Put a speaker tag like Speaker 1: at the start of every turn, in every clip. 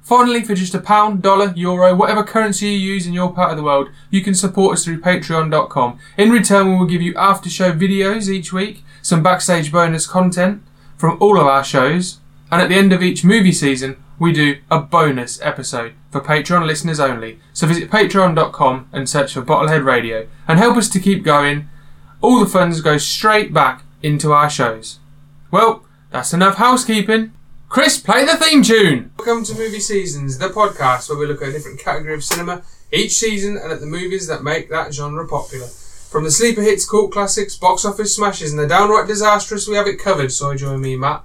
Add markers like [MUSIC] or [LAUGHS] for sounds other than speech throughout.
Speaker 1: Finally, for just a pound, dollar, euro, whatever currency you use in your part of the world, you can support us through patreon.com. In return, we will give you after show videos each week, some backstage bonus content from all of our shows, and at the end of each movie season, we do a bonus episode for Patreon listeners only. So visit patreon.com and search for Bottlehead Radio and help us to keep going all the funds go straight back into our shows. Well, that's enough housekeeping. Chris, play the theme tune! Welcome to Movie Seasons, the podcast where we look at a different category of cinema each season and at the movies that make that genre popular. From the sleeper hits, cult classics, box office smashes, and the downright disastrous, we have it covered. So join me, Matt,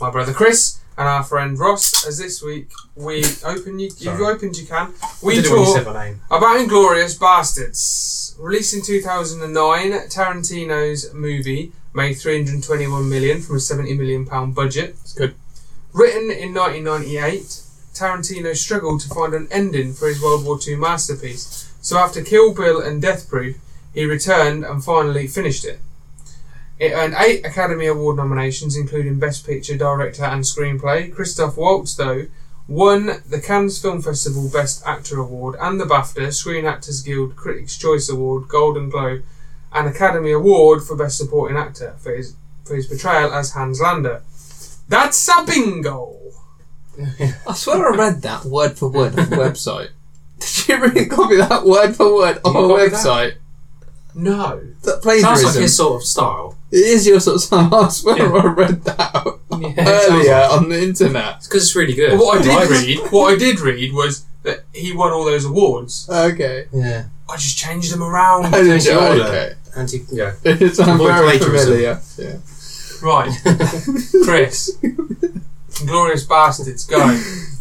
Speaker 1: my brother Chris, and our friend Ross, as this week we open you, if you opened you can. We
Speaker 2: did it when you
Speaker 1: talk-
Speaker 2: said my name.
Speaker 1: about Inglorious Bastards. Released in 2009, Tarantino's movie made 321 million from a 70 million pound budget. It's
Speaker 2: good.
Speaker 1: Written in 1998, Tarantino struggled to find an ending for his World War II masterpiece. So after Kill Bill and Death Proof, he returned and finally finished it. It earned eight Academy Award nominations, including Best Picture, Director, and Screenplay. Christoph Waltz, though, won the Cannes Film Festival Best Actor Award and the BAFTA, Screen Actors Guild Critics' Choice Award, Golden Globe, and Academy Award for Best Supporting Actor for his for his portrayal as Hans Lander. That's a bingo.
Speaker 3: I swear I read that word for word [LAUGHS] on the website. Did you really copy that word for word on
Speaker 1: You
Speaker 3: a
Speaker 1: copied
Speaker 3: website?
Speaker 1: No.
Speaker 3: That
Speaker 2: Sounds
Speaker 3: plagiarism.
Speaker 2: like his sort of style.
Speaker 3: it is your sort of song. I swear I read [LAUGHS] that earlier on the internet.
Speaker 2: It's because it's really good.
Speaker 1: But what I did
Speaker 2: Right.
Speaker 1: read, what I did read was that he won all those awards.
Speaker 3: Okay.
Speaker 2: Yeah.
Speaker 1: I just changed them around.
Speaker 2: [LAUGHS]
Speaker 3: I didn't
Speaker 2: Change the
Speaker 3: know,
Speaker 2: order.
Speaker 3: okay. [LAUGHS]
Speaker 2: Anti. Yeah.
Speaker 3: It sounds
Speaker 2: Avoid
Speaker 3: very
Speaker 2: plagiarism.
Speaker 3: familiar. Yeah.
Speaker 1: Right, Chris. Glorious bastards, go.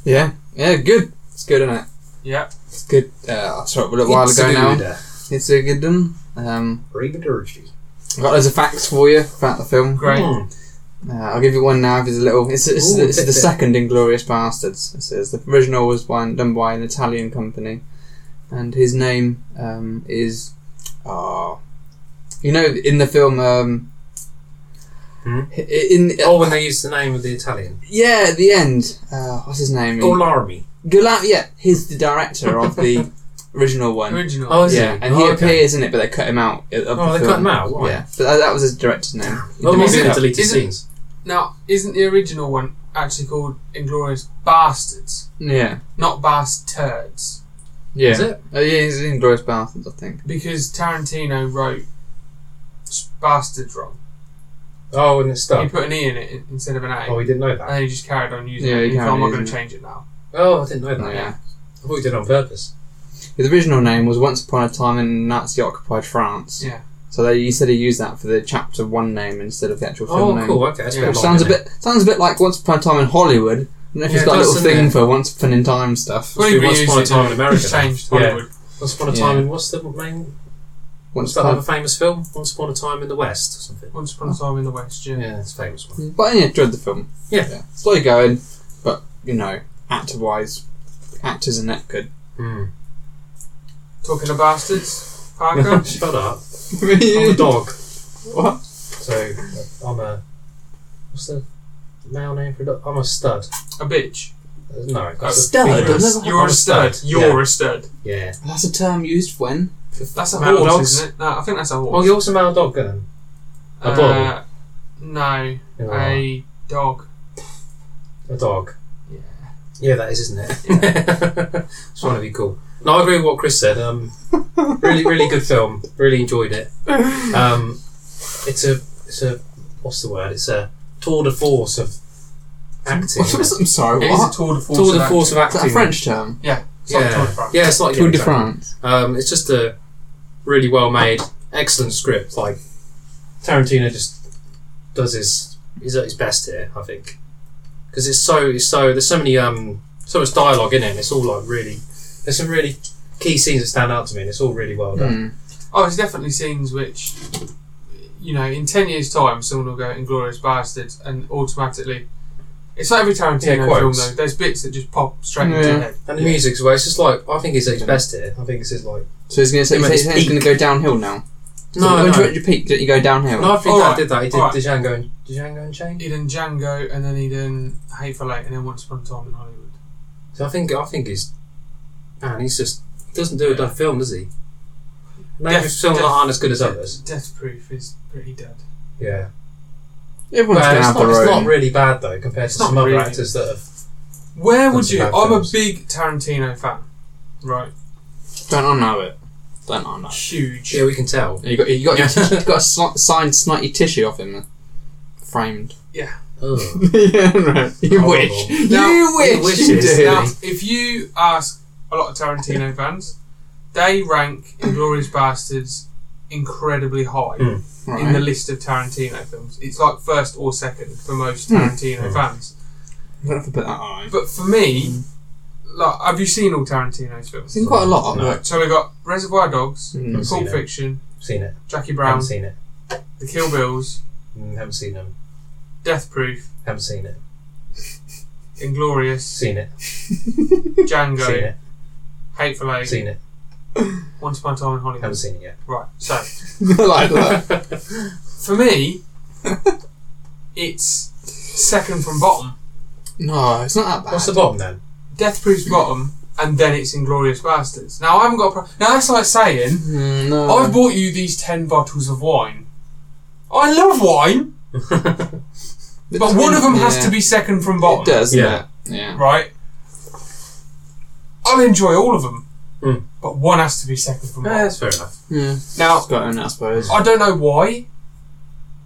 Speaker 3: yeah. Yeah, good. It's good, isn't it?
Speaker 1: Yeah.
Speaker 3: It's good. Uh, I saw it a little while ago now.
Speaker 2: uh,
Speaker 3: It's a good one. Um,
Speaker 2: Arrivederci.
Speaker 3: I've got loads of facts for you about the film.
Speaker 1: Great.
Speaker 2: Hmm.
Speaker 3: Uh, I'll give you one now. If it's a little, it's, it's,
Speaker 2: Ooh,
Speaker 3: it's
Speaker 2: bit
Speaker 3: the
Speaker 2: bit.
Speaker 3: second Inglorious Bastards. It says the original was by, done by an Italian company, and his name um, is, ah, you know, in the film, um,
Speaker 2: Hmm?
Speaker 3: i- in uh,
Speaker 2: Oh, when they used the name of the Italian.
Speaker 3: yeah, at the end, uh, what's his name?
Speaker 2: Gollarmi.
Speaker 3: Gula- yeah, he's the director
Speaker 2: [LAUGHS]
Speaker 3: of the original one.
Speaker 1: Original.
Speaker 2: Oh, is
Speaker 3: Yeah,
Speaker 2: he?
Speaker 3: and he
Speaker 2: Oh, okay.
Speaker 3: appears in it, but they cut him out. of the
Speaker 2: Oh, they cut
Speaker 3: film.
Speaker 2: him out? Why?
Speaker 3: Yeah, but that, that was his director's name. He
Speaker 2: Oh,
Speaker 3: didn't
Speaker 2: well,
Speaker 3: cut
Speaker 2: they
Speaker 3: it out.
Speaker 2: deleted
Speaker 1: Isn't-
Speaker 2: scenes.
Speaker 1: Now, isn't the original one actually called Inglorious Bastards,
Speaker 3: Yeah,
Speaker 1: not Bastards?
Speaker 3: yeah.
Speaker 2: Is it?
Speaker 3: Oh, yeah, he's in Glorious Bastards, I think.
Speaker 1: Because Tarantino wrote s- Bastards wrong.
Speaker 2: Oh, and it's
Speaker 1: He
Speaker 2: stuck.
Speaker 1: put an E in it in- instead of an A.
Speaker 2: Oh, we didn't know
Speaker 1: and
Speaker 2: that.
Speaker 1: then he just carried on using
Speaker 3: Yeah,
Speaker 1: it.
Speaker 3: he
Speaker 1: He thought,
Speaker 3: carried
Speaker 1: I'm not
Speaker 3: on
Speaker 1: going to
Speaker 3: using
Speaker 1: change it now.
Speaker 2: Oh, I didn't know that.
Speaker 3: Yeah.
Speaker 2: I thought you did it on purpose.
Speaker 3: His original name was Once Upon a Time in Nazi Occupied France.
Speaker 1: Yeah.
Speaker 3: So they, he said he used that for the chapter one name instead of the actual film
Speaker 2: Oh,
Speaker 3: name.
Speaker 2: cool. Okay, that's
Speaker 1: Yeah.
Speaker 2: a bit
Speaker 3: Which
Speaker 2: long,
Speaker 3: sounds a
Speaker 2: isn't it?
Speaker 3: bit sounds a bit like Once Upon a Time in Hollywood. I don't know if
Speaker 2: Yeah,
Speaker 3: he's
Speaker 2: it
Speaker 3: got a
Speaker 2: does,
Speaker 3: little
Speaker 2: doesn't
Speaker 3: thing
Speaker 2: it?
Speaker 3: for Once Upon in Time stuff.
Speaker 2: Well,
Speaker 1: he
Speaker 2: Once
Speaker 1: reused
Speaker 2: Upon a
Speaker 1: it,
Speaker 2: Time
Speaker 1: didn't
Speaker 2: in
Speaker 1: he?
Speaker 2: America,
Speaker 1: Just changed
Speaker 2: then. Yeah.
Speaker 1: Hollywood.
Speaker 2: Once upon a
Speaker 3: Yeah.
Speaker 2: time in what's the main? What's
Speaker 3: Once
Speaker 2: that
Speaker 3: upon
Speaker 2: other
Speaker 3: a-
Speaker 2: famous film? Once upon a time in the West or something.
Speaker 1: Once Upon a Time in the West, yeah.
Speaker 2: Yeah, it's a famous one.
Speaker 3: but yeah, enjoyed the film.
Speaker 2: Yeah.
Speaker 3: Slow going, but you know, actor wise, actors in
Speaker 2: [LAUGHS]
Speaker 3: it good.
Speaker 2: Hmm.
Speaker 1: Talking of Bastards,
Speaker 2: [LAUGHS]
Speaker 1: Parker.
Speaker 2: Shut up.
Speaker 3: Oh,
Speaker 2: I'm a [LAUGHS]
Speaker 3: yeah,
Speaker 2: dog.
Speaker 3: What?
Speaker 2: So I'm a what's the male name for a dog? I'm a stud.
Speaker 1: a bitch.
Speaker 2: Uh, No,
Speaker 1: A
Speaker 2: that's
Speaker 3: stud? I've
Speaker 2: female.
Speaker 3: never-
Speaker 1: You're a stud. You're a stud.
Speaker 2: Yeah. yeah.
Speaker 3: That's a term used when
Speaker 1: That's a
Speaker 2: Male
Speaker 1: horse,
Speaker 2: dogs?
Speaker 1: isn't it? No, I think that's a horse.
Speaker 2: Well, Oh, you're also a male dog then. a
Speaker 1: uh, no,
Speaker 2: You are
Speaker 1: a dog.
Speaker 2: a dog.
Speaker 1: Yeah.
Speaker 2: Yeah, that is, isn't it? [LAUGHS] Just want to be cool. No, I agree with what Chris said. Um, really, really good film. Really enjoyed it. Um, it's a, it's a, what's the word? It's a tour de force of acting.
Speaker 3: What's- what's- [LAUGHS] I'm sorry,
Speaker 1: It is a
Speaker 3: what?
Speaker 1: tour de force.
Speaker 2: tour
Speaker 1: of
Speaker 2: de
Speaker 1: action.
Speaker 2: force of
Speaker 3: Is
Speaker 2: acting.
Speaker 3: that a French term?
Speaker 1: It's not tour de
Speaker 2: Yeah,
Speaker 1: France.
Speaker 2: yeah, it's like
Speaker 3: Tour de
Speaker 2: yeah, exactly.
Speaker 3: France.
Speaker 2: Um, it's just a really well made, excellent script. Like Tarantino just does his is at his best here, I think, because it's so it's so there's so many um so much dialogue in it. And it's all like really there's some really key scenes that stand out to me, and it's all really well done.
Speaker 3: Mm.
Speaker 1: Oh, there's definitely scenes which, you know, in 10 years' time, someone will go Inglorious Bastards and automatically. It's like every Tarantino
Speaker 2: Yeah, quotes.
Speaker 1: film, though. There's bits that just pop straight into
Speaker 3: Yeah.
Speaker 1: your head.
Speaker 2: And the music's well. It's just like I think it's at his best here. I think it's his like
Speaker 3: So he's going to say
Speaker 2: Yeah, but
Speaker 3: he's,
Speaker 2: it's
Speaker 3: going to go downhill now. So
Speaker 2: no
Speaker 3: when you
Speaker 2: no.
Speaker 3: hit your peak, don't you go downhill?
Speaker 2: No, I think
Speaker 1: All
Speaker 2: Dad
Speaker 1: right,
Speaker 2: did that. He did
Speaker 1: all right.
Speaker 2: Django and Django and Chain.
Speaker 1: He done Django, and then he done Hateful Eight, and then Once Upon a Time in Hollywood.
Speaker 2: So I think I think he's man. He's just he doesn't do a done film, does he? Maybe
Speaker 1: Def-
Speaker 2: some
Speaker 1: def-
Speaker 2: that aren't as good as others.
Speaker 1: Death Proof is pretty dead.
Speaker 2: Yeah,
Speaker 3: Everyone's
Speaker 2: Well,
Speaker 3: going to
Speaker 2: it's,
Speaker 3: have
Speaker 2: not,
Speaker 3: their
Speaker 2: it's not
Speaker 3: own.
Speaker 2: really bad though compared
Speaker 1: It's
Speaker 2: to some
Speaker 1: not
Speaker 2: other
Speaker 1: really.
Speaker 2: actors that have.
Speaker 1: Where would
Speaker 2: That's
Speaker 1: you.
Speaker 2: about
Speaker 1: I'm
Speaker 2: films.
Speaker 1: a big Tarantino fan. Right.
Speaker 3: Don't I know it? Don't I know?
Speaker 1: Huge.
Speaker 2: Yeah, we can tell.
Speaker 3: You got [LAUGHS] you got
Speaker 2: Yeah.
Speaker 3: your t- you got a sli- signed snotty tissue off him, uh, framed.
Speaker 2: Ugh.
Speaker 3: [LAUGHS] yeah, no, you
Speaker 2: Horrible.
Speaker 3: wish.
Speaker 1: Now-
Speaker 3: you wish. you
Speaker 2: wishes.
Speaker 3: did.
Speaker 1: Now, if you ask a lot of Tarantino fans, they rank Inglorious Bastards incredibly high.
Speaker 2: Mm.
Speaker 3: Right.
Speaker 1: in the list of Tarantino films. It's like first or second for most
Speaker 3: Hmm.
Speaker 1: Tarantino
Speaker 2: Hmm.
Speaker 1: fans.
Speaker 3: I don't have to put that on.
Speaker 1: But for me, like, have you seen all Tarantino's
Speaker 3: I've
Speaker 1: films?
Speaker 3: seen quite a lot.
Speaker 2: No.
Speaker 1: [LAUGHS]
Speaker 3: of it.
Speaker 1: So we got Reservoir Dogs,
Speaker 3: Mm.
Speaker 2: Hmm. seen
Speaker 1: Pulp
Speaker 2: it.
Speaker 1: Fiction,
Speaker 2: Seen it?
Speaker 1: Jackie
Speaker 2: Haven't
Speaker 1: Brown,
Speaker 2: seen it.
Speaker 1: The Kill Bills,
Speaker 2: Mm, haven't seen them.
Speaker 1: Death Proof,
Speaker 2: Haven't seen it.
Speaker 1: Inglorious,
Speaker 2: Seen it. Seen
Speaker 1: Django,
Speaker 2: it.
Speaker 1: Hateful Eight,
Speaker 2: Seen it.
Speaker 1: Once Upon a Time in
Speaker 2: Haven't
Speaker 1: Hollywood.
Speaker 2: seen it yet.
Speaker 1: Right. So
Speaker 3: [LAUGHS] like that.
Speaker 1: for me, [LAUGHS] it's second from bottom.
Speaker 3: No, it's not that bad.
Speaker 2: What's the bottom then?
Speaker 1: Death Proof's bottom, and then it's Inglorious Bastards. Now I haven't got a pro- now that's like saying
Speaker 3: Mm, no.
Speaker 1: I've bought you these 10 bottles of wine. I love wine, but one of them has to be second from
Speaker 3: It
Speaker 1: bottom,
Speaker 3: does, doesn't
Speaker 2: Yeah.
Speaker 3: it? Yeah.
Speaker 1: right? I'll enjoy all of them,
Speaker 2: Hmm.
Speaker 3: Mm.
Speaker 1: but one has to be second from
Speaker 2: Yeah,
Speaker 1: bottom.
Speaker 2: that's fair enough.
Speaker 3: Yeah.
Speaker 1: Now,
Speaker 3: Hmm. It's got in it, I suppose.
Speaker 1: I don't know why,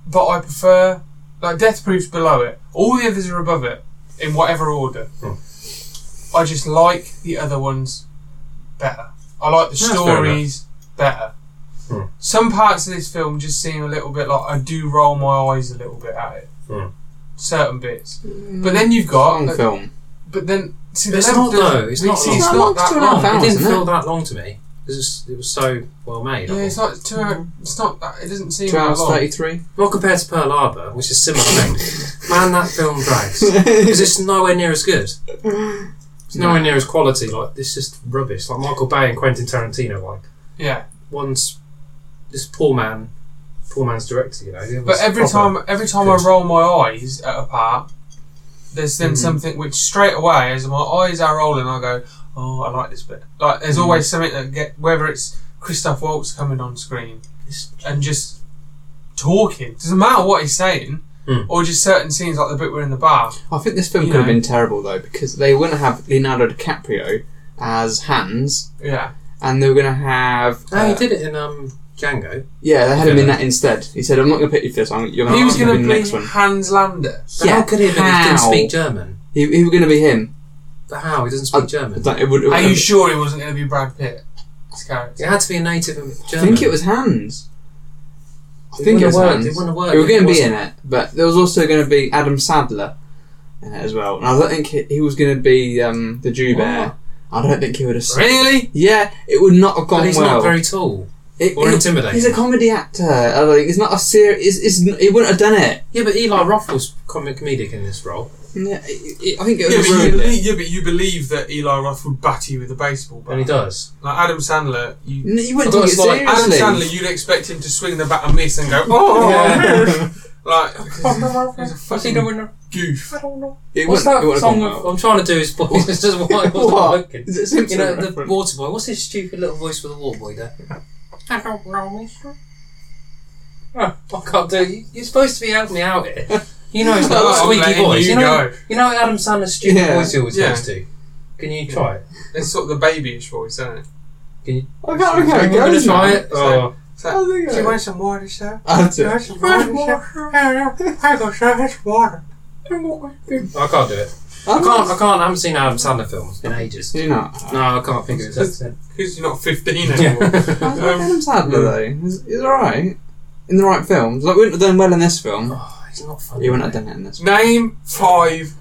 Speaker 1: but I prefer, like, Death Proof's below it. All the others are above it, in whatever order.
Speaker 2: Hmm.
Speaker 1: I just like the other ones better. I like the
Speaker 2: That's fair
Speaker 1: stories better.
Speaker 2: Hmm.
Speaker 1: Some parts of this film just seem a little bit like I do roll my eyes a little bit at it.
Speaker 2: Hmm.
Speaker 1: Certain bits, but then you've got,
Speaker 3: Long film.
Speaker 1: but then see,
Speaker 2: It's
Speaker 1: the
Speaker 2: not
Speaker 1: length
Speaker 2: though.
Speaker 1: of-
Speaker 2: It's not
Speaker 1: see,
Speaker 2: long.
Speaker 1: It's
Speaker 3: It's
Speaker 1: not
Speaker 3: not
Speaker 1: that
Speaker 3: two and a half
Speaker 1: long.
Speaker 3: hours.
Speaker 2: Oh, It didn't
Speaker 3: isn't
Speaker 2: feel
Speaker 3: it?
Speaker 2: that long to me. It was, just, it was so well made. I
Speaker 1: Yeah,
Speaker 2: thought.
Speaker 1: it's not two. It's not that. It doesn't seem
Speaker 3: Two
Speaker 1: that
Speaker 3: hours
Speaker 1: long.
Speaker 3: thirty-three.
Speaker 2: Well, compared to Pearl Harbor, which is similar length, man, that film drags. Because it's nowhere near as good. It's nowhere near as quality. Like, this is just rubbish. Like Michael Bay and Quentin Tarantino, like,
Speaker 1: Yeah,
Speaker 2: one's this poor man, poor man's director, you know. the
Speaker 1: but
Speaker 2: other's
Speaker 1: every
Speaker 2: proper.
Speaker 1: time, every time
Speaker 2: good.
Speaker 1: I roll my eyes at a part, there's then
Speaker 3: Mhm.
Speaker 1: something which straight away, as my eyes are rolling, I go, "Oh, I like this bit." Like there's
Speaker 3: Mhm.
Speaker 1: always something that get whether it's Christoph Waltz coming on screen
Speaker 2: It's-
Speaker 1: and just talking. Doesn't matter what he's saying,
Speaker 2: Mm.
Speaker 1: or just certain scenes like the bit we're in the bar.
Speaker 3: I think this film
Speaker 1: You
Speaker 3: could have
Speaker 1: know.
Speaker 3: been terrible though because they wouldn't have Leonardo DiCaprio as Hans,
Speaker 1: Yeah,
Speaker 3: and they were going to have.
Speaker 2: No,
Speaker 3: uh,
Speaker 2: he did it in um, Django.
Speaker 3: Yeah, they had him in
Speaker 2: Yeah.
Speaker 3: that instead. He said, "I'm not going to pick you for this. I'm, you're
Speaker 1: he was
Speaker 3: I'm
Speaker 1: going
Speaker 3: be
Speaker 1: to
Speaker 3: Oh, the next
Speaker 1: be
Speaker 3: one."
Speaker 1: Hans Lander.
Speaker 2: But how could he have been? He didn't
Speaker 3: how?
Speaker 2: speak German.
Speaker 3: He, he was going to be him.
Speaker 2: But how? He doesn't speak
Speaker 3: I-
Speaker 2: German.
Speaker 3: Like, it would, it
Speaker 1: Are
Speaker 3: would-
Speaker 1: you sure he wasn't going to be Brad Pitt? His character.
Speaker 2: It had to be a native in
Speaker 3: I
Speaker 2: German.
Speaker 3: think it was Hans. I think it was
Speaker 2: wouldn't have worked,
Speaker 3: Hans.
Speaker 2: it wouldn't have worked
Speaker 3: They were
Speaker 2: if it
Speaker 3: going to be
Speaker 2: wasn't-
Speaker 3: in it, but there was also going to be Adam Sadler in it as well. And I don't think he, he was going to be um, the Jew Bear. I don't think he would have. s-
Speaker 1: Really?
Speaker 3: Yeah, it would not have
Speaker 2: But
Speaker 3: gone
Speaker 2: he's
Speaker 3: well.
Speaker 2: not very tall
Speaker 3: It-
Speaker 2: or
Speaker 3: it-
Speaker 2: intimidating.
Speaker 3: He's a comedy actor. I don't think it's not a serious. It's, it's, he wouldn't have done it.
Speaker 2: yeah, but Eli Roth was com- comedic in this role.
Speaker 3: Yeah, it- it- I think it
Speaker 1: Yeah, but
Speaker 3: would have
Speaker 1: you
Speaker 3: ruined it.
Speaker 1: believe, yeah, but you believe that Eli Roth would bat you with a baseball bat.
Speaker 2: And he does.
Speaker 1: Like Adam Sandler, you
Speaker 3: No, You wouldn't
Speaker 2: I've
Speaker 3: take
Speaker 2: got
Speaker 3: it
Speaker 2: a slight-
Speaker 1: Adam
Speaker 3: seriously.
Speaker 1: Sandler, you'd expect him to swing the bat and miss and go, [LAUGHS] oh,
Speaker 3: [LAUGHS]
Speaker 2: Yeah.
Speaker 1: like he's a fucking goof.
Speaker 3: It
Speaker 2: What's
Speaker 3: wouldn't- it
Speaker 2: that
Speaker 3: wouldn't have
Speaker 2: song
Speaker 3: gone
Speaker 2: of,
Speaker 3: well.
Speaker 2: I'm trying to do his voice, [LAUGHS] it's just why it wasn't
Speaker 3: What?
Speaker 2: working.
Speaker 3: Is it Simpson
Speaker 2: You know, the
Speaker 3: reference?
Speaker 2: water boy, what's his stupid little voice for the water boy there? I don't know, mister. Oh, I can't do it. You're supposed to be helping me out here. You know, it's not
Speaker 3: [LAUGHS]
Speaker 1: I'm
Speaker 2: a squeaky
Speaker 1: letting
Speaker 2: voice.
Speaker 1: you
Speaker 2: You know,
Speaker 1: go.
Speaker 2: you know Adam Sandler's stupid
Speaker 3: Yeah.
Speaker 2: voice he always
Speaker 1: Yeah.
Speaker 2: goes to? Can you try it?
Speaker 1: It's sort of the babyish voice, isn't it?
Speaker 3: I
Speaker 1: So
Speaker 3: can't.
Speaker 1: we're gonna try it.
Speaker 2: Oh,
Speaker 1: It's like,
Speaker 3: How's it
Speaker 1: do you
Speaker 3: going?
Speaker 1: want some water, sir?
Speaker 3: I'll
Speaker 1: Do you
Speaker 3: do
Speaker 1: want
Speaker 3: it.
Speaker 1: some water, sir? Here you go, sir. Here's water.
Speaker 2: I can't do it. I can't. I can't. I haven't seen Adam Sandler films in ages.
Speaker 3: Do you not?
Speaker 2: No, I can't think of his
Speaker 3: [LAUGHS]
Speaker 2: accent.
Speaker 1: Because you're not 15 anymore.
Speaker 2: Yeah.
Speaker 3: How's Adam Sandler though? He's, he's alright. In the right films. Like, we wouldn't have done well in this film.
Speaker 2: oh, he's not funny.
Speaker 3: You wouldn't have done it in this
Speaker 1: Name five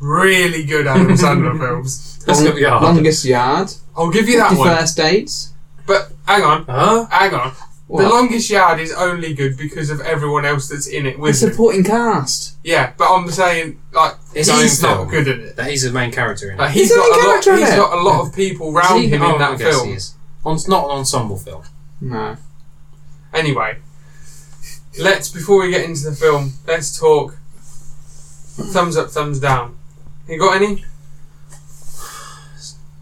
Speaker 1: really good Adam
Speaker 2: [LAUGHS]
Speaker 1: Sandler films.
Speaker 2: That's gonna be hard.
Speaker 3: Longest Yard.
Speaker 1: I'll give you that
Speaker 3: Fifty
Speaker 1: one.
Speaker 3: First Dates.
Speaker 1: But hang on,
Speaker 2: Huh?
Speaker 1: hang on. The
Speaker 3: What?
Speaker 1: longest yard is only good because of everyone else that's in it
Speaker 3: The
Speaker 1: with him.
Speaker 3: supporting cast.
Speaker 1: Yeah, but I'm saying like
Speaker 2: His
Speaker 1: he's
Speaker 2: own
Speaker 1: not
Speaker 2: film.
Speaker 1: good in it.
Speaker 2: That he's the main character in it.
Speaker 1: Like, he's
Speaker 3: He's the
Speaker 1: got
Speaker 3: main
Speaker 1: a lot.
Speaker 3: character in
Speaker 1: He's
Speaker 3: it.
Speaker 1: got a lot of people
Speaker 2: Is
Speaker 1: round
Speaker 2: he?
Speaker 1: Uh, him
Speaker 2: Oh,
Speaker 1: in
Speaker 2: I
Speaker 1: that
Speaker 2: guess he
Speaker 1: film.
Speaker 2: is. On, it's not an ensemble film.
Speaker 3: No.
Speaker 1: Anyway, let's before we get into the film, let's talk. Thumbs up, thumbs down. You got any?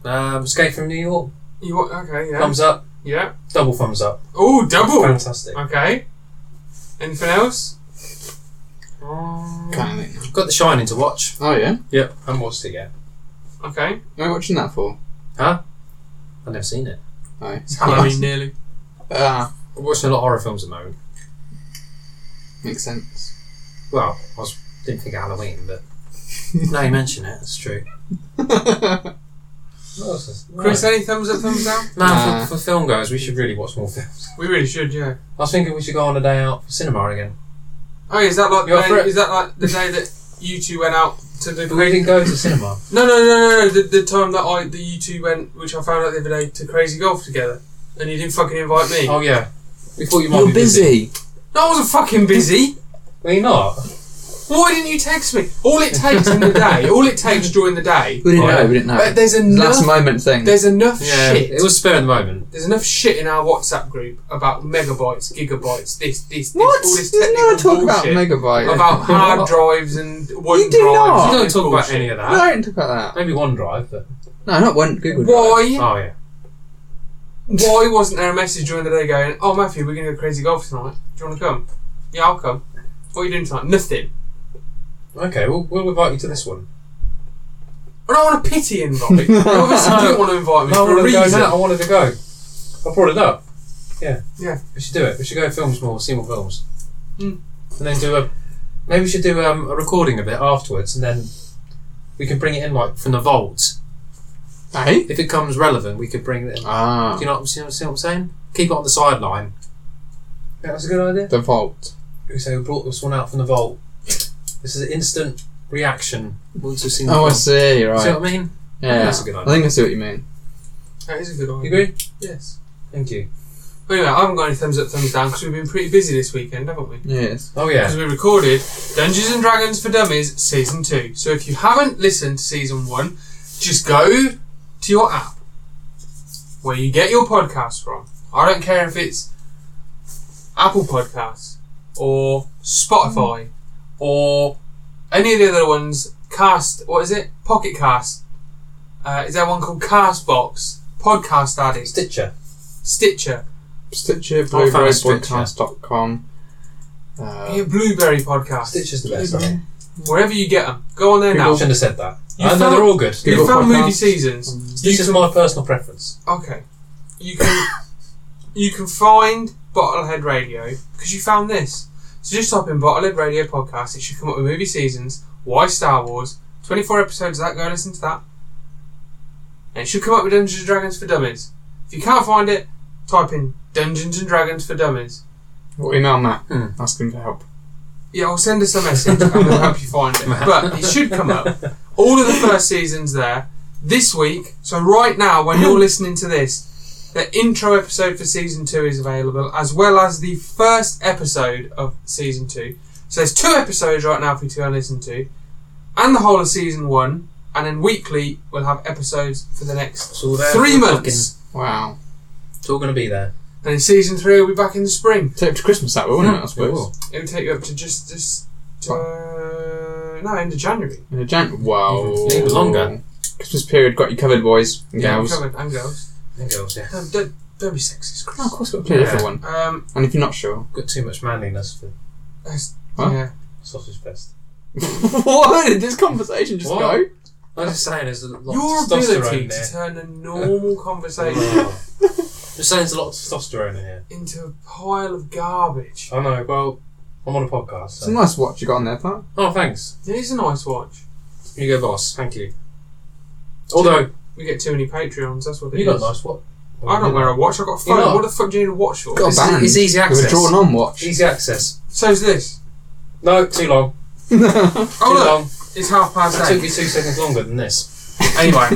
Speaker 2: Um, Escape from New York.
Speaker 1: You what? Okay, yeah,
Speaker 2: Thumbs up.
Speaker 1: yeah.
Speaker 2: Double thumbs up.
Speaker 1: Oh, double.
Speaker 2: Fantastic.
Speaker 1: Okay. Anything else?
Speaker 2: Um,
Speaker 3: Can't think. now.
Speaker 2: Got The Shining to watch.
Speaker 3: Oh yeah.
Speaker 2: Yep. I haven't watched it yet.
Speaker 1: Okay.
Speaker 3: What are you watching that for?
Speaker 2: I've never seen it.
Speaker 3: Oh.
Speaker 1: It's Halloween nearly.
Speaker 3: [LAUGHS] Ah,
Speaker 2: I'm watching a lot of horror films at the moment.
Speaker 3: makes sense. [LAUGHS]
Speaker 2: Well, I was, didn't think of Halloween, but now you mention it, it's true.
Speaker 1: Chris, any thumbs up, thumbs down?
Speaker 2: No,
Speaker 3: Nah.
Speaker 2: for, for film guys, we should really watch more films.
Speaker 1: We really should, yeah.
Speaker 2: I was thinking we should go on a day out for cinema again.
Speaker 1: Oh, is that like
Speaker 2: You're
Speaker 1: the
Speaker 2: for
Speaker 1: day,
Speaker 2: it.
Speaker 1: is that like the day that you two went out to the
Speaker 2: But we
Speaker 1: crazy?
Speaker 2: didn't go to cinema.
Speaker 1: No, no, no, no, no. The, the time that I that you two went, which I found out the other day, to crazy golf together, and you didn't fucking invite me.
Speaker 2: Oh, yeah. We thought you might
Speaker 3: You're
Speaker 2: be busy.
Speaker 3: busy.
Speaker 1: No, I wasn't fucking busy.
Speaker 2: Were you not?
Speaker 1: Why didn't you text me? All it takes in the day,
Speaker 3: [LAUGHS]
Speaker 1: all it takes during the day.
Speaker 3: We didn't
Speaker 2: Oh, yeah.
Speaker 3: know. We didn't know.
Speaker 1: But there's
Speaker 3: Last
Speaker 1: enough.
Speaker 3: moment thing.
Speaker 1: There's enough
Speaker 2: Yeah.
Speaker 1: shit.
Speaker 2: It was spare in the moment.
Speaker 1: there's enough shit in our WhatsApp group about megabytes, gigabytes, this, this, this,
Speaker 3: what?
Speaker 1: all this
Speaker 3: There's no
Speaker 1: technical
Speaker 3: talk about
Speaker 1: bullshit.
Speaker 3: megabyte.
Speaker 1: about hard
Speaker 2: What?
Speaker 1: drives and one
Speaker 3: do not.
Speaker 1: drives.
Speaker 2: You
Speaker 1: and
Speaker 2: don't talk about
Speaker 1: bullshit.
Speaker 2: any of
Speaker 3: No,
Speaker 2: that.
Speaker 3: I didn't talk about that.
Speaker 2: Maybe OneDrive, but.
Speaker 3: No, not one Google. Drive.
Speaker 1: Why?
Speaker 2: Oh, yeah.
Speaker 1: Why wasn't there a message during the day going, "Oh Matthew, we're going to go crazy golf tonight. Do you want to come? Yeah, I'll come. What are you doing tonight? Nothing.
Speaker 2: Okay, we'll, we'll invite you to this one.
Speaker 1: I don't want a pity invite.
Speaker 2: [LAUGHS]
Speaker 1: You obviously didn't want to invite me
Speaker 2: No, I
Speaker 1: for a
Speaker 2: wanted to go
Speaker 1: reason.
Speaker 2: now. I wanted to go. I brought it up. Yeah. Hmm.
Speaker 1: Yeah.
Speaker 2: We should do it. We should go to films more, see more films.
Speaker 1: Mm.
Speaker 2: And then do a. Maybe we should do um, a recording of it afterwards and then we can bring it in like from the vault.
Speaker 3: Hey.
Speaker 2: If it comes relevant, we could bring it in.
Speaker 3: Ah.
Speaker 2: Do you know what, see, what- see what I'm saying? Keep it on the sideline. Yeah, that's a good idea.
Speaker 3: The vault.
Speaker 2: So we brought this one out from the vault. This is an instant reaction once we've seen the
Speaker 3: Oh, I
Speaker 2: film.
Speaker 3: see.
Speaker 2: See
Speaker 3: Right.
Speaker 2: what I mean?
Speaker 3: Yeah.
Speaker 2: That's a good
Speaker 3: I
Speaker 2: idea.
Speaker 3: think I see what you mean.
Speaker 1: That is a good
Speaker 2: You
Speaker 1: idea.
Speaker 2: agree?
Speaker 1: Yes.
Speaker 2: Thank you.
Speaker 1: But anyway, I haven't got any thumbs up, thumbs down because we've been pretty busy this weekend, haven't we?
Speaker 3: Yes.
Speaker 2: Oh yeah.
Speaker 1: Because we recorded Dungeons and Dragons for Dummies season two. So if you haven't listened to season one, just go to your app where you get your podcast from. I don't care if it's Apple Podcasts or Spotify
Speaker 3: Mm.
Speaker 1: or any of the other ones. Cast, what is it? Pocket Cast. Uh, is there one called Castbox? Podcast Addict,
Speaker 2: Stitcher.
Speaker 1: Stitcher,
Speaker 3: Stitcher,
Speaker 2: Oh, found a Stitcher.
Speaker 3: blueberrypodcast.com. Uh,
Speaker 1: yeah, Blueberry Podcast,
Speaker 2: Stitcher's the best. I think.
Speaker 1: wherever you get them. Go on there
Speaker 2: I
Speaker 1: now.
Speaker 2: shouldn't have said that.
Speaker 1: You
Speaker 2: I know
Speaker 1: found-
Speaker 2: they're all good.
Speaker 3: Google
Speaker 1: you found
Speaker 3: Podcasts.
Speaker 1: movie seasons.
Speaker 2: This is my personal preference.
Speaker 1: Okay, you can you can find Bottlehead Radio because you found this. So just type in Bottlehead Radio podcast. It should come up with movie seasons. Why Star Wars? Twenty four episodes of that. Go listen to that. And it should come up with Dungeons and Dragons for Dummies. If you can't find it, type in Dungeons and Dragons for Dummies.
Speaker 3: Or email Matt.
Speaker 2: Hmm.
Speaker 3: Ask him for help.
Speaker 1: Yeah, I'll send us a message and we'll help you find it. But it should come up. All of the first seasons there. This week, so right now, when you're listening to this, the intro episode for season two is available, as well as the first episode of season two. So there's two episodes right now for you to go and listen to, and the whole of season one, and then weekly we'll have episodes for the next
Speaker 2: It's all there.
Speaker 1: three
Speaker 2: It's
Speaker 1: months.
Speaker 3: Wow.
Speaker 2: fucking- It's all going to be there.
Speaker 1: And in season three, we'll be back in the spring.
Speaker 3: Take it to Christmas that way, wouldn't it? I
Speaker 2: Hmm. It
Speaker 3: suppose.
Speaker 2: will.
Speaker 1: It'll take you up to just just to, uh, no end of January.
Speaker 3: In a Jan- wow.
Speaker 2: Even- even longer.
Speaker 3: Christmas period got you covered, boys and
Speaker 2: Yeah,
Speaker 3: gals.
Speaker 1: Covered and girls.
Speaker 2: There goes, yeah.
Speaker 1: Um, don't, don't be sexist,
Speaker 3: Oh, of
Speaker 1: Chris.
Speaker 3: course, we've got to play a
Speaker 2: Yeah.
Speaker 3: different one.
Speaker 1: Um,
Speaker 3: And if you're not sure, [LAUGHS]
Speaker 2: Got too much manliness for
Speaker 1: that's-
Speaker 3: Huh?
Speaker 1: yeah.
Speaker 2: sausage fest.
Speaker 3: what did this conversation just
Speaker 2: What?
Speaker 3: go?
Speaker 2: I was just saying, there's a lot
Speaker 1: Your
Speaker 2: of testosterone
Speaker 1: ability
Speaker 2: there.
Speaker 1: to turn a [LAUGHS] normal conversation
Speaker 2: [LAUGHS] Oh. just saying, there's a lot of testosterone in here.
Speaker 1: into a pile of garbage.
Speaker 2: I know. Well, I'm on a podcast.
Speaker 3: It's a
Speaker 2: So.
Speaker 3: nice watch you got on there, Pat.
Speaker 2: Oh, thanks.
Speaker 1: It is a nice watch.
Speaker 2: You go, boss. Thank you. Although
Speaker 1: We get too many Patreons, that's what it
Speaker 2: you got a
Speaker 1: is.
Speaker 2: nice what?
Speaker 1: I don't wear a watch, I've got a
Speaker 2: You're
Speaker 1: phone.
Speaker 2: not.
Speaker 1: What the fuck do you need a watch for?
Speaker 3: Got
Speaker 2: It's-
Speaker 3: a band.
Speaker 2: it's easy
Speaker 3: With
Speaker 2: access.
Speaker 3: a drawn on watch.
Speaker 2: easy access.
Speaker 1: So's this.
Speaker 2: No, too long.
Speaker 1: Oh
Speaker 2: too
Speaker 1: look,
Speaker 2: long.
Speaker 1: it's half past
Speaker 2: That
Speaker 1: eight.
Speaker 2: took you two seconds longer than
Speaker 1: [LAUGHS]
Speaker 2: this.
Speaker 1: Anyway,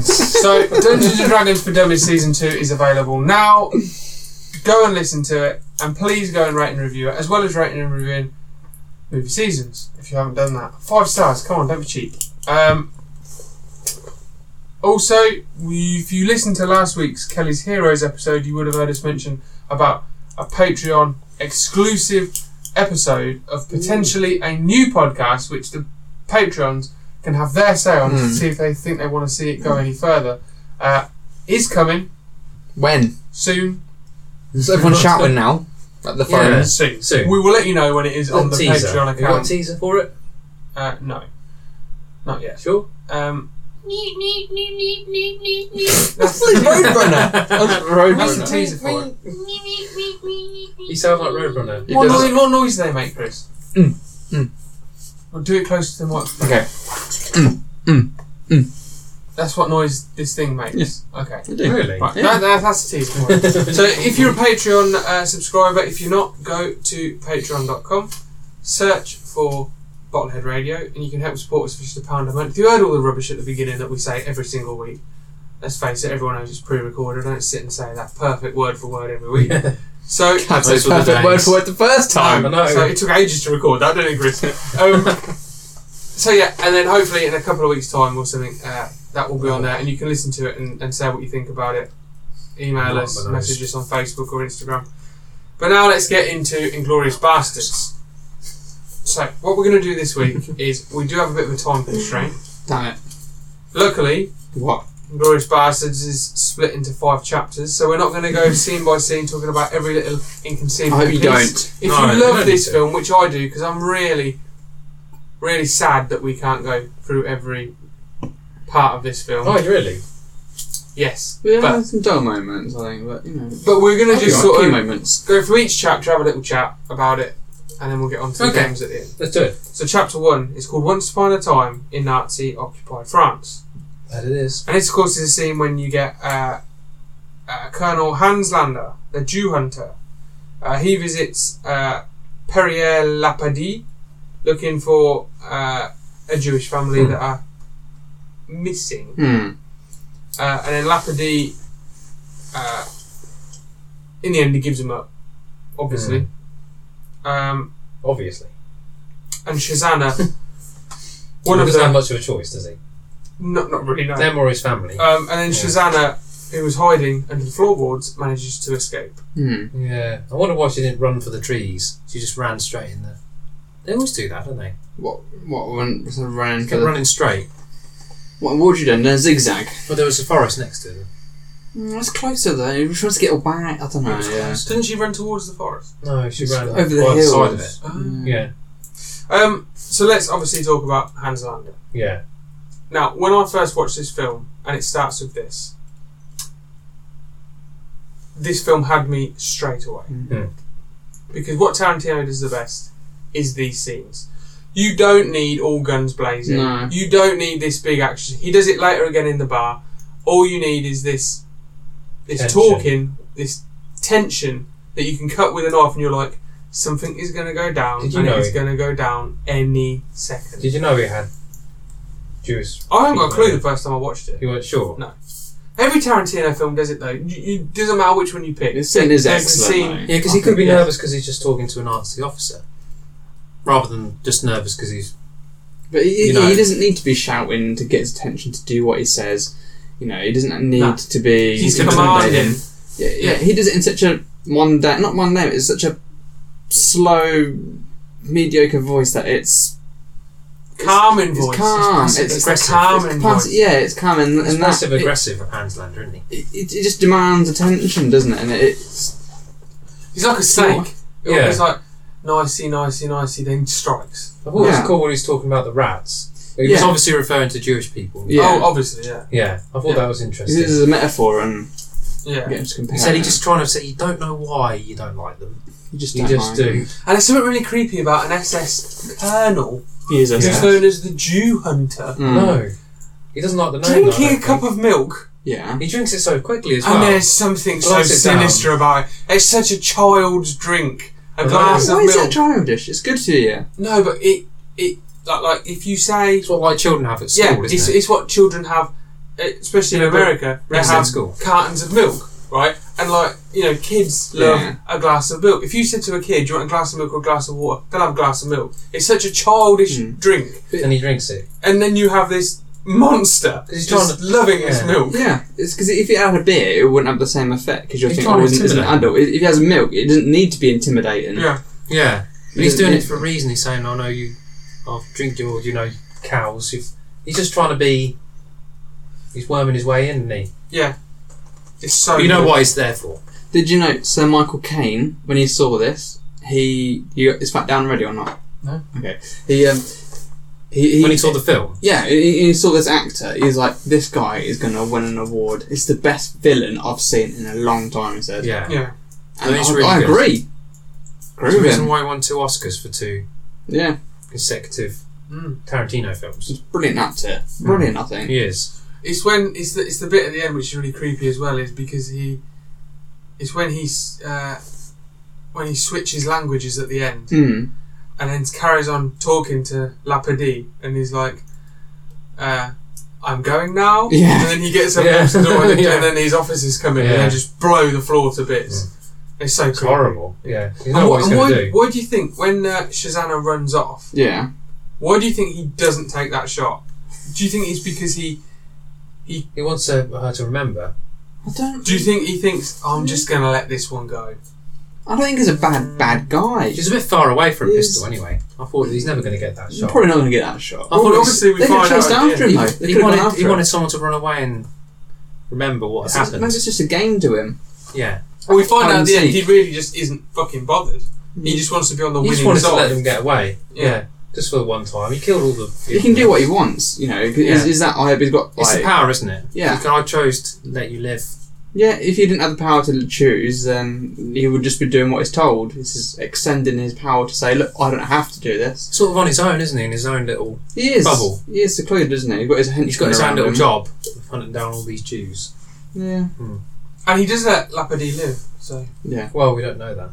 Speaker 1: so Dungeons and Dragons for Dummies season two is available now. Go and listen to it, and please go and rate and review it, as well as rating and reviewing movie seasons if you haven't done that. Five stars, come on, don't be cheap. Um, also, we- if you listened to last week's Kelly's Heroes episode, you would have heard us mention about a Patreon exclusive episode of potentially a new podcast, which the Patreons can have their say on to
Speaker 3: Mm.
Speaker 1: see if they think they want to see it go any further. Uh, is coming
Speaker 3: When?
Speaker 1: soon,
Speaker 3: So everyone's shouting now at the
Speaker 2: Yeah.
Speaker 3: phones.
Speaker 1: soon.
Speaker 2: Soon.
Speaker 1: We will let you know when it is on the
Speaker 2: teaser.
Speaker 1: Patreon
Speaker 2: You got a
Speaker 1: account.
Speaker 2: teaser for it?
Speaker 1: Uh, no, not yet.
Speaker 2: Sure.
Speaker 1: Um,
Speaker 3: That's the Roadrunner. That's the
Speaker 1: [LAUGHS]
Speaker 3: Roadrunner.
Speaker 1: that's the teaser for it.
Speaker 2: You sound like Roadrunner.
Speaker 3: It
Speaker 1: What
Speaker 3: does.
Speaker 1: noise, what noise do they make, Chris?
Speaker 3: Mm, mm.
Speaker 1: Well, do it closer to the mic.
Speaker 3: Okay.
Speaker 1: That's what noise this thing makes.
Speaker 3: Yes.
Speaker 1: Okay.
Speaker 2: Really?
Speaker 1: Right.
Speaker 3: Yeah.
Speaker 1: That, that, that's the teaser for it. So if you're a Patreon uh, subscriber, if you're not, go to patreon.com, search for Bottlehead Radio, and you can help support us for just a pound a month. You heard all the rubbish at the beginning that we say every single week. Let's face it, everyone knows it's pre-recorded. I don't sit and say that perfect word for word every week. So
Speaker 3: That's
Speaker 2: Those
Speaker 3: a
Speaker 2: were the
Speaker 3: perfect
Speaker 2: days.
Speaker 3: word for word the first time.
Speaker 2: I know.
Speaker 1: so it took ages to record that, didn't it, Chris? Um,
Speaker 3: [LAUGHS]
Speaker 1: so yeah, and then hopefully in a couple of weeks' time or something, uh, that will be on there, and you can listen to it and, and say what you think about it. Email
Speaker 2: Not
Speaker 1: us,
Speaker 2: nice.
Speaker 1: message us on Facebook or Instagram. But now let's get into Inglorious Bastards. So what we're going to do this
Speaker 3: [LAUGHS]
Speaker 1: week is we do have a bit of a time constraint.
Speaker 3: Damn it.
Speaker 1: Luckily,
Speaker 3: What?
Speaker 1: Glorious Bastards is split into five chapters, so we're not going to go scene by scene talking about every little
Speaker 3: I
Speaker 1: inconceivable.
Speaker 3: hope you
Speaker 1: piece. If
Speaker 3: don't.
Speaker 2: No,
Speaker 1: you
Speaker 2: you
Speaker 1: love
Speaker 2: don't
Speaker 1: this
Speaker 2: need to.
Speaker 1: film, which I do, because I'm really, really sad that we can't go through every part of this film.
Speaker 2: Oh, really?
Speaker 1: Yes,
Speaker 3: We have
Speaker 1: but,
Speaker 3: had some dull moments, I think, but you know.
Speaker 1: but we're gonna
Speaker 3: Just
Speaker 1: just sort of
Speaker 3: moments.
Speaker 1: go through each chapter, have a little chat about it, and then we'll get on to the
Speaker 2: Okay.
Speaker 1: games at the end.
Speaker 2: Let's do it.
Speaker 1: So, chapter one is called "Once Upon a Time in Nazi Occupied France."
Speaker 2: That it is.
Speaker 1: And this, of course, is a scene when you get uh, uh, Colonel Hans Lander, the Jew hunter. Uh, he visits uh, Perrier Lapadi looking for uh, a Jewish family
Speaker 2: Hmm.
Speaker 1: that are missing.
Speaker 3: Hmm.
Speaker 1: Uh, and then Lapadi, uh, in the end, he gives him up, obviously. Um,
Speaker 2: Obviously.
Speaker 1: and Shazana, one
Speaker 2: he
Speaker 1: of
Speaker 2: doesn't have
Speaker 1: them,
Speaker 2: much of a choice, does he?
Speaker 1: not, not really, no.
Speaker 2: Them or his family.
Speaker 1: Um, and then
Speaker 2: Yeah.
Speaker 1: Shazana, who was hiding under the floorboards, manages to escape.
Speaker 3: Hmm.
Speaker 2: yeah. I wonder why she didn't run for the trees. She just ran straight in there. They always do that, don't they?
Speaker 3: What? What? Run, sort of ran
Speaker 2: They
Speaker 3: for
Speaker 2: kept
Speaker 3: the,
Speaker 2: running straight.
Speaker 3: What? What would you done? Done a zigzag.
Speaker 2: But there was a forest next to them.
Speaker 3: Mm, that's closer though. He was trying to get all back. I don't know. Yeah.
Speaker 1: Didn't she run towards the forest?
Speaker 2: No, she ran like,
Speaker 3: Over the
Speaker 2: by the
Speaker 3: hills.
Speaker 2: side of it.
Speaker 1: Oh.
Speaker 2: Yeah.
Speaker 1: Um, so let's obviously talk about Hans Lander.
Speaker 2: Yeah.
Speaker 1: Now, when I first watched this film, and it starts with this, this film had me straight away.
Speaker 2: Hmm.
Speaker 1: Because what Tarantino does the best is these scenes. You don't need all guns blazing.
Speaker 3: No.
Speaker 1: You don't need this big action. He does it later again in the bar. All you need is this, this
Speaker 2: Tension.
Speaker 1: talking, this tension that you can cut with a knife, and you're like, something is going to go down,
Speaker 2: Did you
Speaker 1: and
Speaker 2: know
Speaker 1: it's
Speaker 2: it?
Speaker 1: going to go down any second.
Speaker 2: Did you know he had Jewish?
Speaker 1: I haven't got a
Speaker 2: people in
Speaker 1: clue the
Speaker 2: it?
Speaker 1: first time I watched it.
Speaker 2: You weren't sure.
Speaker 1: No. Every Tarantino film does it though. You, it doesn't matter which one you pick.
Speaker 3: This scene is
Speaker 1: There's a
Speaker 3: excellent.
Speaker 1: scene-
Speaker 3: though.
Speaker 2: Yeah, because he
Speaker 1: I
Speaker 2: could
Speaker 1: think,
Speaker 2: be
Speaker 1: yeah.
Speaker 2: nervous because he's just talking to an Nazi officer, rather than just nervous because he's.
Speaker 3: But he,
Speaker 2: You know.
Speaker 3: he doesn't need to be shouting to get his attention to do what he says. You know, he doesn't need
Speaker 1: No.
Speaker 3: to be.
Speaker 1: He's
Speaker 3: intimidating.
Speaker 1: commanding.
Speaker 3: Yeah, yeah, he does it in such a mundane, not mundane, but it's such a slow, mediocre voice that it's
Speaker 1: Calm in
Speaker 3: it's
Speaker 1: voice.
Speaker 3: calm.
Speaker 1: It's,
Speaker 3: It's
Speaker 1: it's,
Speaker 2: aggressive.
Speaker 1: calm in
Speaker 3: it's pass-
Speaker 1: voice.
Speaker 3: yeah, it's calm and,
Speaker 2: He's
Speaker 3: and that,
Speaker 2: passive aggressive Hans Lander, isn't he?
Speaker 3: it, it, it just demands attention, doesn't it? And it, it's
Speaker 1: He's like a snake.
Speaker 2: Yeah.
Speaker 1: It's like nicey, nicey, nicey, then strikes.
Speaker 2: I've always
Speaker 3: Yeah.
Speaker 2: caught when he's talking about the rats. It was
Speaker 3: Yeah.
Speaker 2: obviously referring to Jewish people.
Speaker 3: Yeah.
Speaker 1: Oh, obviously, yeah.
Speaker 2: Yeah, I thought
Speaker 1: Yeah.
Speaker 2: that was
Speaker 3: He uses
Speaker 2: interesting.
Speaker 3: it as a metaphor and
Speaker 1: Yeah.
Speaker 3: get him to compare.
Speaker 2: He said he
Speaker 3: it.
Speaker 2: just trying to say you don't know why you don't like them.
Speaker 3: you just,
Speaker 2: You
Speaker 3: don't
Speaker 2: just
Speaker 3: mind.
Speaker 2: do.
Speaker 1: And there's something really creepy about an SS colonel
Speaker 3: He is a
Speaker 2: Yeah.
Speaker 1: who's known as the Jew Hunter
Speaker 3: Mm.
Speaker 2: No, he doesn't like the name. though, I
Speaker 1: drinking a
Speaker 2: don't
Speaker 1: cup
Speaker 2: think.
Speaker 1: of milk.
Speaker 3: Yeah.
Speaker 2: He drinks it so quickly as
Speaker 1: And
Speaker 2: well.
Speaker 1: there's something so
Speaker 2: Glass it down.
Speaker 1: sinister about it. It's such a child's drink.
Speaker 2: I
Speaker 1: A
Speaker 2: know.
Speaker 1: glass
Speaker 3: Why
Speaker 1: of
Speaker 3: is that
Speaker 1: milk.
Speaker 3: childish? It's good to you.
Speaker 1: No, but it it like, like if you say
Speaker 2: It's what like children have at school,
Speaker 1: yeah,
Speaker 2: isn't
Speaker 1: it's,
Speaker 2: it?
Speaker 1: it's what children have, uh, especially in
Speaker 2: Yeah, but
Speaker 1: America. They
Speaker 2: it's in
Speaker 1: have
Speaker 2: school.
Speaker 1: cartons of milk, right? And like you know, kids love
Speaker 3: Yeah.
Speaker 1: a glass of milk. If you said to a kid, "Do you want a glass of milk or a glass of water?" They'll have a glass of milk. It's such a childish
Speaker 2: Hmm.
Speaker 3: Mm.
Speaker 1: drink,
Speaker 2: and he drinks it.
Speaker 1: and then you have this monster
Speaker 2: He's
Speaker 1: just
Speaker 2: trying to-
Speaker 1: loving his
Speaker 2: yeah.
Speaker 1: milk.
Speaker 3: Yeah, it's because if you had a beer, it wouldn't have the same effect because you're
Speaker 2: He's
Speaker 3: thinking,
Speaker 2: trying
Speaker 3: oh,
Speaker 2: to
Speaker 3: isn't, isn't it
Speaker 2: intimidate.
Speaker 3: adult? If he has milk, it doesn't need to be intimidating.
Speaker 1: Yeah,
Speaker 2: Yeah, but he's
Speaker 3: Yeah,
Speaker 2: doing
Speaker 3: yeah.
Speaker 2: it for a reason. He's saying, "I know you. I've drink your, you know, cows." You've, he's just trying to be. He's worming his way in, isn't he?
Speaker 1: yeah. It's so.
Speaker 2: But you know
Speaker 1: good.
Speaker 2: what he's there for.
Speaker 3: Did you know Sir Michael Caine, when he saw this, he you got, is Fat Down ready or not?
Speaker 2: No.
Speaker 3: Okay. He um he,
Speaker 2: when he saw the film,
Speaker 3: yeah he, he saw this actor. He's like, this guy is gonna win an award. It's the best villain I've seen in a long time. He said.
Speaker 2: yeah,
Speaker 1: Yeah,
Speaker 3: And
Speaker 2: He's
Speaker 3: I,
Speaker 2: really
Speaker 3: I
Speaker 2: good.
Speaker 3: agree.
Speaker 2: There's
Speaker 3: Agree
Speaker 2: a
Speaker 3: with
Speaker 2: reason
Speaker 3: him.
Speaker 2: why he won two Oscars for two
Speaker 3: Yeah,
Speaker 2: consecutive
Speaker 3: Hmm.
Speaker 1: Mm.
Speaker 2: Tarantino films.
Speaker 3: he's a brilliant actor.
Speaker 2: Hmm.
Speaker 3: Brilliant, I think.
Speaker 2: He is.
Speaker 1: it's when it's the it's the bit at the end which is really creepy as well. Is because he, it's when he's uh, when he switches languages at the end.
Speaker 3: Hmm.
Speaker 1: and then carries on talking to Lapidee, and he's like, uh, "I'm going now."
Speaker 3: Yeah.
Speaker 1: And then he gets up
Speaker 2: [LAUGHS] Yeah.
Speaker 1: to the
Speaker 2: [LAUGHS]
Speaker 1: door, and,
Speaker 2: Yeah.
Speaker 1: and then his officers come in, and
Speaker 2: Yeah.
Speaker 1: they just blow the floor to bits. It's so
Speaker 2: It's
Speaker 1: creepy.
Speaker 2: horrible. Yeah,
Speaker 1: And
Speaker 2: you know
Speaker 1: wh-
Speaker 2: what he's
Speaker 1: and
Speaker 2: going
Speaker 1: why,
Speaker 2: to do.
Speaker 1: why do you think when uh, Shazana runs off?
Speaker 3: Yeah.
Speaker 1: Why do you think he doesn't take that shot? Do you think it's because he?
Speaker 2: He wants her, her to remember.
Speaker 3: I don't.
Speaker 1: Do you think he thinks I'm just gonna let this one go?
Speaker 3: I don't think he's a bad bad guy.
Speaker 2: She's a bit far away for a
Speaker 3: He is.
Speaker 2: pistol, anyway. I thought he's never going to get that
Speaker 3: You're
Speaker 2: shot.
Speaker 3: probably not going to get that shot.
Speaker 2: I thought
Speaker 1: Well,
Speaker 2: it was-
Speaker 1: obviously we
Speaker 3: they could've
Speaker 1: find out.
Speaker 3: chased
Speaker 1: at the end.
Speaker 3: after him.
Speaker 2: he,
Speaker 3: No, they
Speaker 2: he
Speaker 3: could've gone
Speaker 2: wanted,
Speaker 3: after
Speaker 2: he
Speaker 3: it.
Speaker 2: wanted someone to run away and remember what had
Speaker 3: Maybe
Speaker 2: happened.
Speaker 3: it's just a game to him.
Speaker 2: Yeah,
Speaker 1: Well, we find out at the end
Speaker 3: Hide and
Speaker 1: he really just isn't fucking bothered. He just wants to be on the
Speaker 2: Mm. he just
Speaker 1: winning
Speaker 2: wanted to
Speaker 1: side.
Speaker 2: let them get away.
Speaker 1: Yeah.
Speaker 2: Yeah. just for the one time. He killed all the.
Speaker 3: He can do what he wants, you know. Is,
Speaker 2: Yeah.
Speaker 3: is that I? He's got
Speaker 2: It's the
Speaker 3: like,
Speaker 2: power, isn't it?
Speaker 3: Yeah.
Speaker 2: He can- I chose to let you live.
Speaker 3: yeah. If he didn't have the power to choose, then he would just be doing what he's told. This is extending his power to say, look, I don't have to do this.
Speaker 2: Sort of on his own, isn't he? In his own little.
Speaker 3: He is
Speaker 2: Bubble.
Speaker 3: He is secluded, isn't he? He's got his
Speaker 2: He's got his
Speaker 3: henchmen
Speaker 2: own little
Speaker 3: around him.
Speaker 2: job, hunting down all these Jews.
Speaker 3: Yeah.
Speaker 1: And he does let Lapidee live, so
Speaker 3: Yeah.
Speaker 2: Well, we don't know that.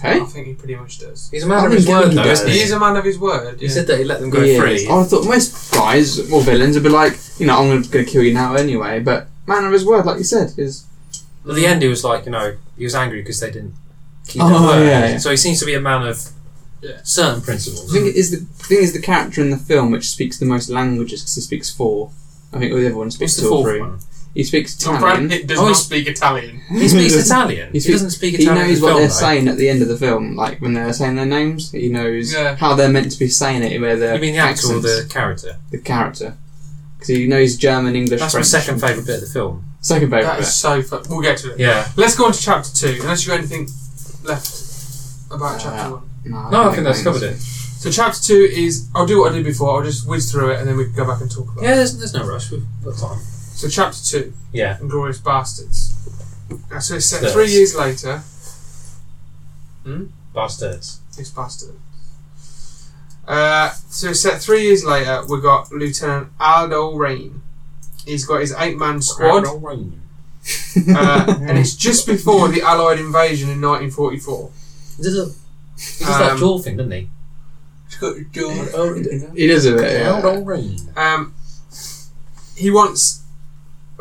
Speaker 3: Hey?
Speaker 1: I think he pretty much does.
Speaker 2: He's a man
Speaker 3: I
Speaker 2: of his
Speaker 3: think
Speaker 2: word,
Speaker 3: he
Speaker 2: though,
Speaker 3: does.
Speaker 2: isn't he?
Speaker 1: He is a man of his word.
Speaker 2: He
Speaker 1: yeah.
Speaker 2: said that he let them go
Speaker 3: He
Speaker 2: free.
Speaker 3: is. I thought most guys or villains would be like, you know, I'm going to kill you now anyway. But man of his word, like you said, is
Speaker 2: At the end, he was like, you know, he was angry because they didn't keep
Speaker 3: Oh,
Speaker 2: their word.
Speaker 3: yeah, yeah.
Speaker 2: So he seems to be a man of
Speaker 1: Yeah.
Speaker 2: certain
Speaker 3: I
Speaker 2: principles.
Speaker 3: think it is the I think it's the character in the film which speaks the most languages because he speaks four. I think everyone
Speaker 2: What's
Speaker 3: speaks
Speaker 2: the
Speaker 3: two or
Speaker 2: fourth
Speaker 3: three.
Speaker 2: one?
Speaker 3: He speaks
Speaker 1: Oh, Brad
Speaker 2: [LAUGHS]
Speaker 3: Italian.
Speaker 1: Pitt does
Speaker 2: Oh,
Speaker 1: not
Speaker 2: he's-
Speaker 1: speak Italian.
Speaker 2: He speaks Italian. [LAUGHS]
Speaker 3: [LAUGHS] He
Speaker 2: He,
Speaker 3: speaks-
Speaker 2: doesn't speak
Speaker 3: He
Speaker 2: Italian. in
Speaker 3: knows
Speaker 2: the
Speaker 3: what
Speaker 2: film,
Speaker 3: they're
Speaker 2: though.
Speaker 3: saying at the end of the film, like when they're saying their names. He knows
Speaker 1: Yeah.
Speaker 3: how they're meant to be saying it, where the
Speaker 2: You mean the actor or
Speaker 3: accents,
Speaker 2: the character?
Speaker 3: the character, because he knows German, English,
Speaker 2: That's my
Speaker 3: French.
Speaker 2: second favourite bit of the film.
Speaker 3: second
Speaker 1: That
Speaker 3: favorite.
Speaker 1: is so fun. We'll get to it.
Speaker 2: Yeah.
Speaker 1: Let's go on to chapter two, unless you've got anything left about
Speaker 3: Uh,
Speaker 1: chapter one.
Speaker 2: No, I think that's covered
Speaker 3: [LAUGHS]
Speaker 2: it.
Speaker 1: So chapter two is I'll do what I did before. I'll just whiz through it and then we can go back and talk about. it.
Speaker 2: Yeah, there's, there's no rush. We've got time.
Speaker 1: So chapter two,
Speaker 2: Yeah.
Speaker 1: Inglorious Bastards. Uh, So it's set
Speaker 2: Yes.
Speaker 1: three years later.
Speaker 2: Bastards.
Speaker 1: It's bastard. Uh, so it's set three years later. We got Lieutenant Aldo Rain. He's got his eight-man squad. uh, and it's just before the Allied invasion in 1944.
Speaker 2: He does, a, he does that
Speaker 1: Um,
Speaker 2: jaw thing, doesn't he?
Speaker 3: It is a bit. Yeah.
Speaker 2: Rain.
Speaker 1: Um, he wants.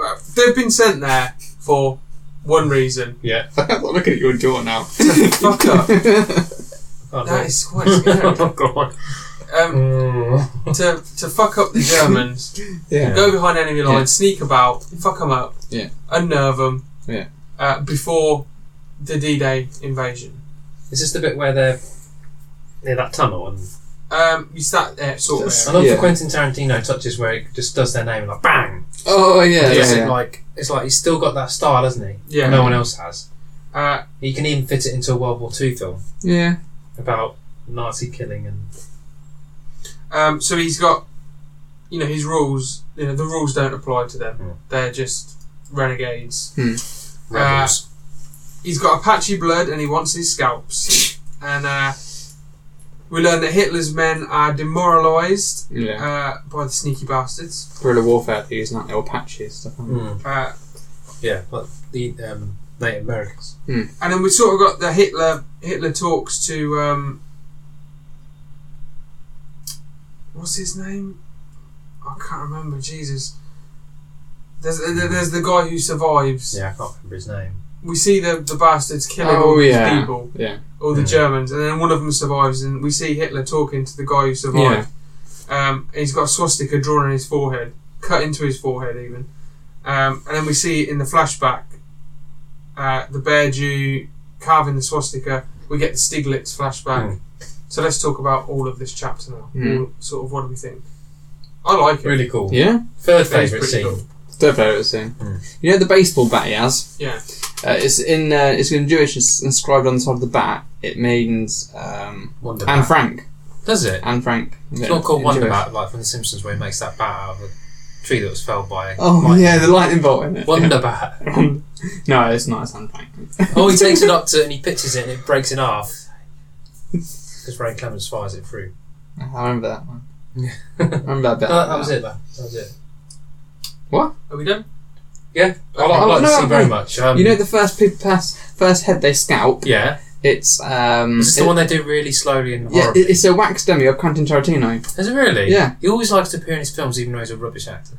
Speaker 1: uh, They've been sent there for one reason.
Speaker 2: Yeah.
Speaker 3: [LAUGHS] I'm looking at your door now.
Speaker 1: Fuck up.
Speaker 2: Can't
Speaker 1: That
Speaker 2: do [LAUGHS] it.
Speaker 1: is quite scary.
Speaker 3: [LAUGHS]
Speaker 2: oh, God.
Speaker 1: Um,
Speaker 2: Mm.
Speaker 1: to, to fuck up the Germans,
Speaker 3: Yeah.
Speaker 1: go behind enemy lines,
Speaker 3: Yeah.
Speaker 1: sneak about, fuck them up,
Speaker 3: Yeah.
Speaker 1: unnerve them
Speaker 3: Yeah.
Speaker 1: uh, before the D Day invasion.
Speaker 2: Is this the bit where they're near that tunnel and
Speaker 1: Um, you start there, sort of.
Speaker 3: That's-
Speaker 2: I
Speaker 1: area.
Speaker 2: love
Speaker 3: Yeah.
Speaker 2: the Quentin Tarantino touches where it just does their name and like bang.
Speaker 3: [LAUGHS] Oh yeah,
Speaker 2: He does
Speaker 3: yeah,
Speaker 2: it
Speaker 3: yeah.
Speaker 2: Like it's like he's still got that style, hasn't he?
Speaker 1: Yeah.
Speaker 2: No one else has.
Speaker 1: Uh,
Speaker 2: He can even fit it into a World War Two film
Speaker 3: yeah.
Speaker 2: about Nazi killing and
Speaker 1: um, so he's got you know his rules. You know the rules don't apply to them.
Speaker 2: Yeah.
Speaker 1: They're just renegades. Uh,
Speaker 2: Rebels.
Speaker 1: He's got Apache blood and he wants his scalps. and uh, we learn that Hitler's men are demoralised
Speaker 3: Yeah.
Speaker 1: uh, by the sneaky bastards.
Speaker 3: Guerrilla warfare, they're using like little patches stuff. aren't
Speaker 2: Mm.
Speaker 1: Uh,
Speaker 2: Yeah, but the um, Native Americans.
Speaker 1: And then we sort of got the Hitler Hitler talks to um, what's his name? I can't remember. Jesus. There's there- there's the guy who survives.
Speaker 2: Yeah, I can't remember his name.
Speaker 1: We see the the bastards killing
Speaker 3: Oh,
Speaker 1: all these
Speaker 3: yeah.
Speaker 1: people,
Speaker 3: they? Yeah.
Speaker 1: all the
Speaker 2: Yeah.
Speaker 1: Germans, and then one of them survives, and we see Hitler talking to the guy who survived. Um, and he's got a swastika drawn on his forehead, cut into his forehead even. Um, and then we see in the flashback uh, the bear Jew carving the swastika. We get the Stiglitz flashback. So let's talk about all of this chapter now.
Speaker 3: Hmm.
Speaker 1: All- sort of what do we think? I like it.
Speaker 2: Really cool.
Speaker 3: Yeah.
Speaker 2: Third
Speaker 1: That is
Speaker 2: favourite
Speaker 1: pretty
Speaker 2: scene.
Speaker 1: cool.
Speaker 3: Third favourite scene.
Speaker 2: Mm.
Speaker 3: You know the baseball bat he has.
Speaker 1: Yeah.
Speaker 3: Uh, it's in uh, it's in Jewish. It's inscribed on the side of the bat. It means um,
Speaker 2: Wonder
Speaker 3: Anne
Speaker 2: Bat.
Speaker 3: Frank.
Speaker 2: Does it?
Speaker 3: Anne Frank.
Speaker 2: It's not called
Speaker 3: In
Speaker 2: Wonder
Speaker 3: Jewish.
Speaker 2: Bat like from The Simpsons where he makes that bat out of a tree that was felled by.
Speaker 3: Oh
Speaker 2: lightning.
Speaker 3: yeah, the lightning bolt in it.
Speaker 2: Wonder Bat.
Speaker 3: Yeah. [LAUGHS] no, it's not. It's Anne Frank.
Speaker 2: Oh, he takes it up to and he pitches it and it breaks in half. Because Ray Clemens fires it through.
Speaker 3: I remember
Speaker 2: [LAUGHS]
Speaker 3: that one.
Speaker 2: Yeah.
Speaker 3: I remember that bit.
Speaker 2: No, that was it, though. That was it.
Speaker 1: Are we done?
Speaker 2: Yeah, I like,
Speaker 3: Oh,
Speaker 2: I like
Speaker 3: no,
Speaker 2: the scene very
Speaker 3: no.
Speaker 2: much. Um,
Speaker 3: You know the first pe- pass, first head they scalp.
Speaker 2: yeah.
Speaker 3: It's um.
Speaker 2: Is this
Speaker 3: it-
Speaker 2: the one they do really slowly and
Speaker 3: yeah,
Speaker 2: horribly?
Speaker 3: it- it's a wax dummy of Quentin Tarantino.
Speaker 2: Is it really?
Speaker 3: Yeah.
Speaker 2: He always likes to appear in his films, even though he's a rubbish actor.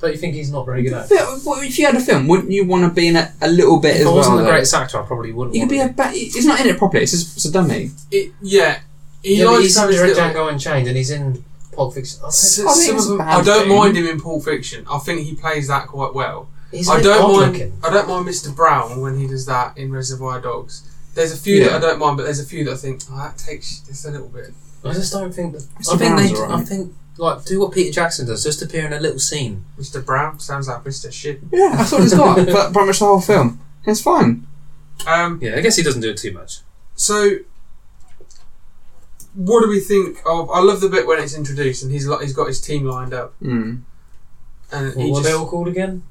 Speaker 2: Don't you think he's not very good at it?
Speaker 3: But what- if you had a film, wouldn't you want to be in it a little bit as
Speaker 2: If I
Speaker 3: well?
Speaker 2: wasn't the
Speaker 3: though?
Speaker 2: greatest actor, I probably wouldn't.
Speaker 3: You could
Speaker 2: want
Speaker 3: be
Speaker 2: to
Speaker 3: a. Ba- he's not in it properly. It's just it's a dummy.
Speaker 1: It, yeah. He
Speaker 2: yeah, but
Speaker 1: likes
Speaker 2: he's in
Speaker 1: those
Speaker 2: Django
Speaker 1: little-
Speaker 2: Unchained and he's in Pulp Fiction. I
Speaker 1: s-
Speaker 2: don't-
Speaker 3: I think
Speaker 1: some
Speaker 3: it's
Speaker 1: of
Speaker 3: a
Speaker 1: them-
Speaker 3: bad
Speaker 1: I don't
Speaker 3: thing.
Speaker 1: mind him in Pulp Fiction. I think he plays that quite well.
Speaker 2: He's
Speaker 1: I
Speaker 2: a bit
Speaker 1: don't
Speaker 2: odd
Speaker 1: mind.
Speaker 2: looking.
Speaker 1: I don't mind Mr. Brown when he does that in Reservoir Dogs. There's a few
Speaker 3: Yeah.
Speaker 1: that I don't mind, but there's a few that I think oh, that takes just a little bit.
Speaker 2: I just don't think. That,
Speaker 3: Mr.
Speaker 2: I think
Speaker 3: Brown's
Speaker 2: they. I
Speaker 3: alright.
Speaker 2: think like do what Peter Jackson does, just appear in a little scene.
Speaker 1: Mr. Brown sounds like Mr. Shit.
Speaker 3: Yeah, that's all it's got. but pretty much the whole film. It's fine.
Speaker 1: Um,
Speaker 2: Yeah, I guess he doesn't do it too much.
Speaker 1: so, what do we think of? I love the bit when it's introduced and he's li- he's got his team lined up
Speaker 3: Mm.
Speaker 1: and
Speaker 2: What
Speaker 1: he
Speaker 2: were
Speaker 1: just
Speaker 2: they all called again?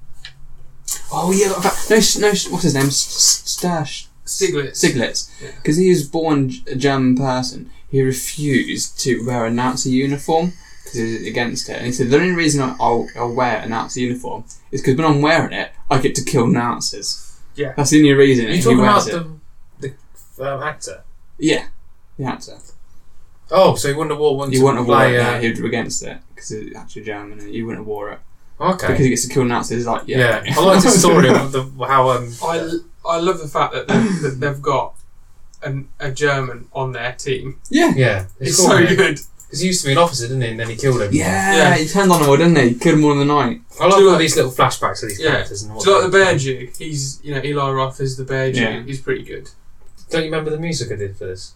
Speaker 3: Oh yeah, like that- no, s- no. s- What's his name? S- S- Stash
Speaker 1: Stiglitz.
Speaker 3: Siglitz.
Speaker 1: Yeah.
Speaker 3: Because he was born G- a German person. He refused to wear a Nazi uniform because he was against it. And he said the only reason I- I'll, I'll wear a Nazi uniform is because when I'm wearing it, I get to kill Nazis.
Speaker 1: Yeah.
Speaker 3: That's the only reason.
Speaker 2: Are
Speaker 3: and
Speaker 2: you
Speaker 3: he
Speaker 2: talking about
Speaker 3: wears it.
Speaker 2: the the um, actor?
Speaker 3: Yeah. The actor.
Speaker 2: Oh, so he wouldn't have wore one.
Speaker 3: He
Speaker 2: to
Speaker 3: wouldn't have worn
Speaker 2: play,
Speaker 3: it.
Speaker 2: uh,
Speaker 3: no, He'd be against it because it's actually German. And he wouldn't have wore it
Speaker 2: uh, Okay.
Speaker 3: because he gets to kill Nazis. Like yeah.
Speaker 2: yeah. I liked the
Speaker 3: [LAUGHS]
Speaker 2: story of the, how um.
Speaker 1: I, l- I love the fact that, they- that they've got an, a German on their team.
Speaker 3: yeah.
Speaker 2: yeah,
Speaker 1: It's, so good.
Speaker 2: Because he used to be an officer, didn't he? And then he killed him.
Speaker 3: Yeah,
Speaker 1: Yeah.
Speaker 3: he turned on him all, didn't he? Killed him all in the night.
Speaker 2: I love
Speaker 1: Do you
Speaker 2: all
Speaker 1: like-
Speaker 2: these little flashbacks of these
Speaker 1: Yeah.
Speaker 2: characters and all.
Speaker 1: Do you like the Bear Jew? He's you know Eli Roth is the Bear Jew.
Speaker 3: Yeah.
Speaker 1: He's pretty good.
Speaker 2: Don't you remember the music I did for this?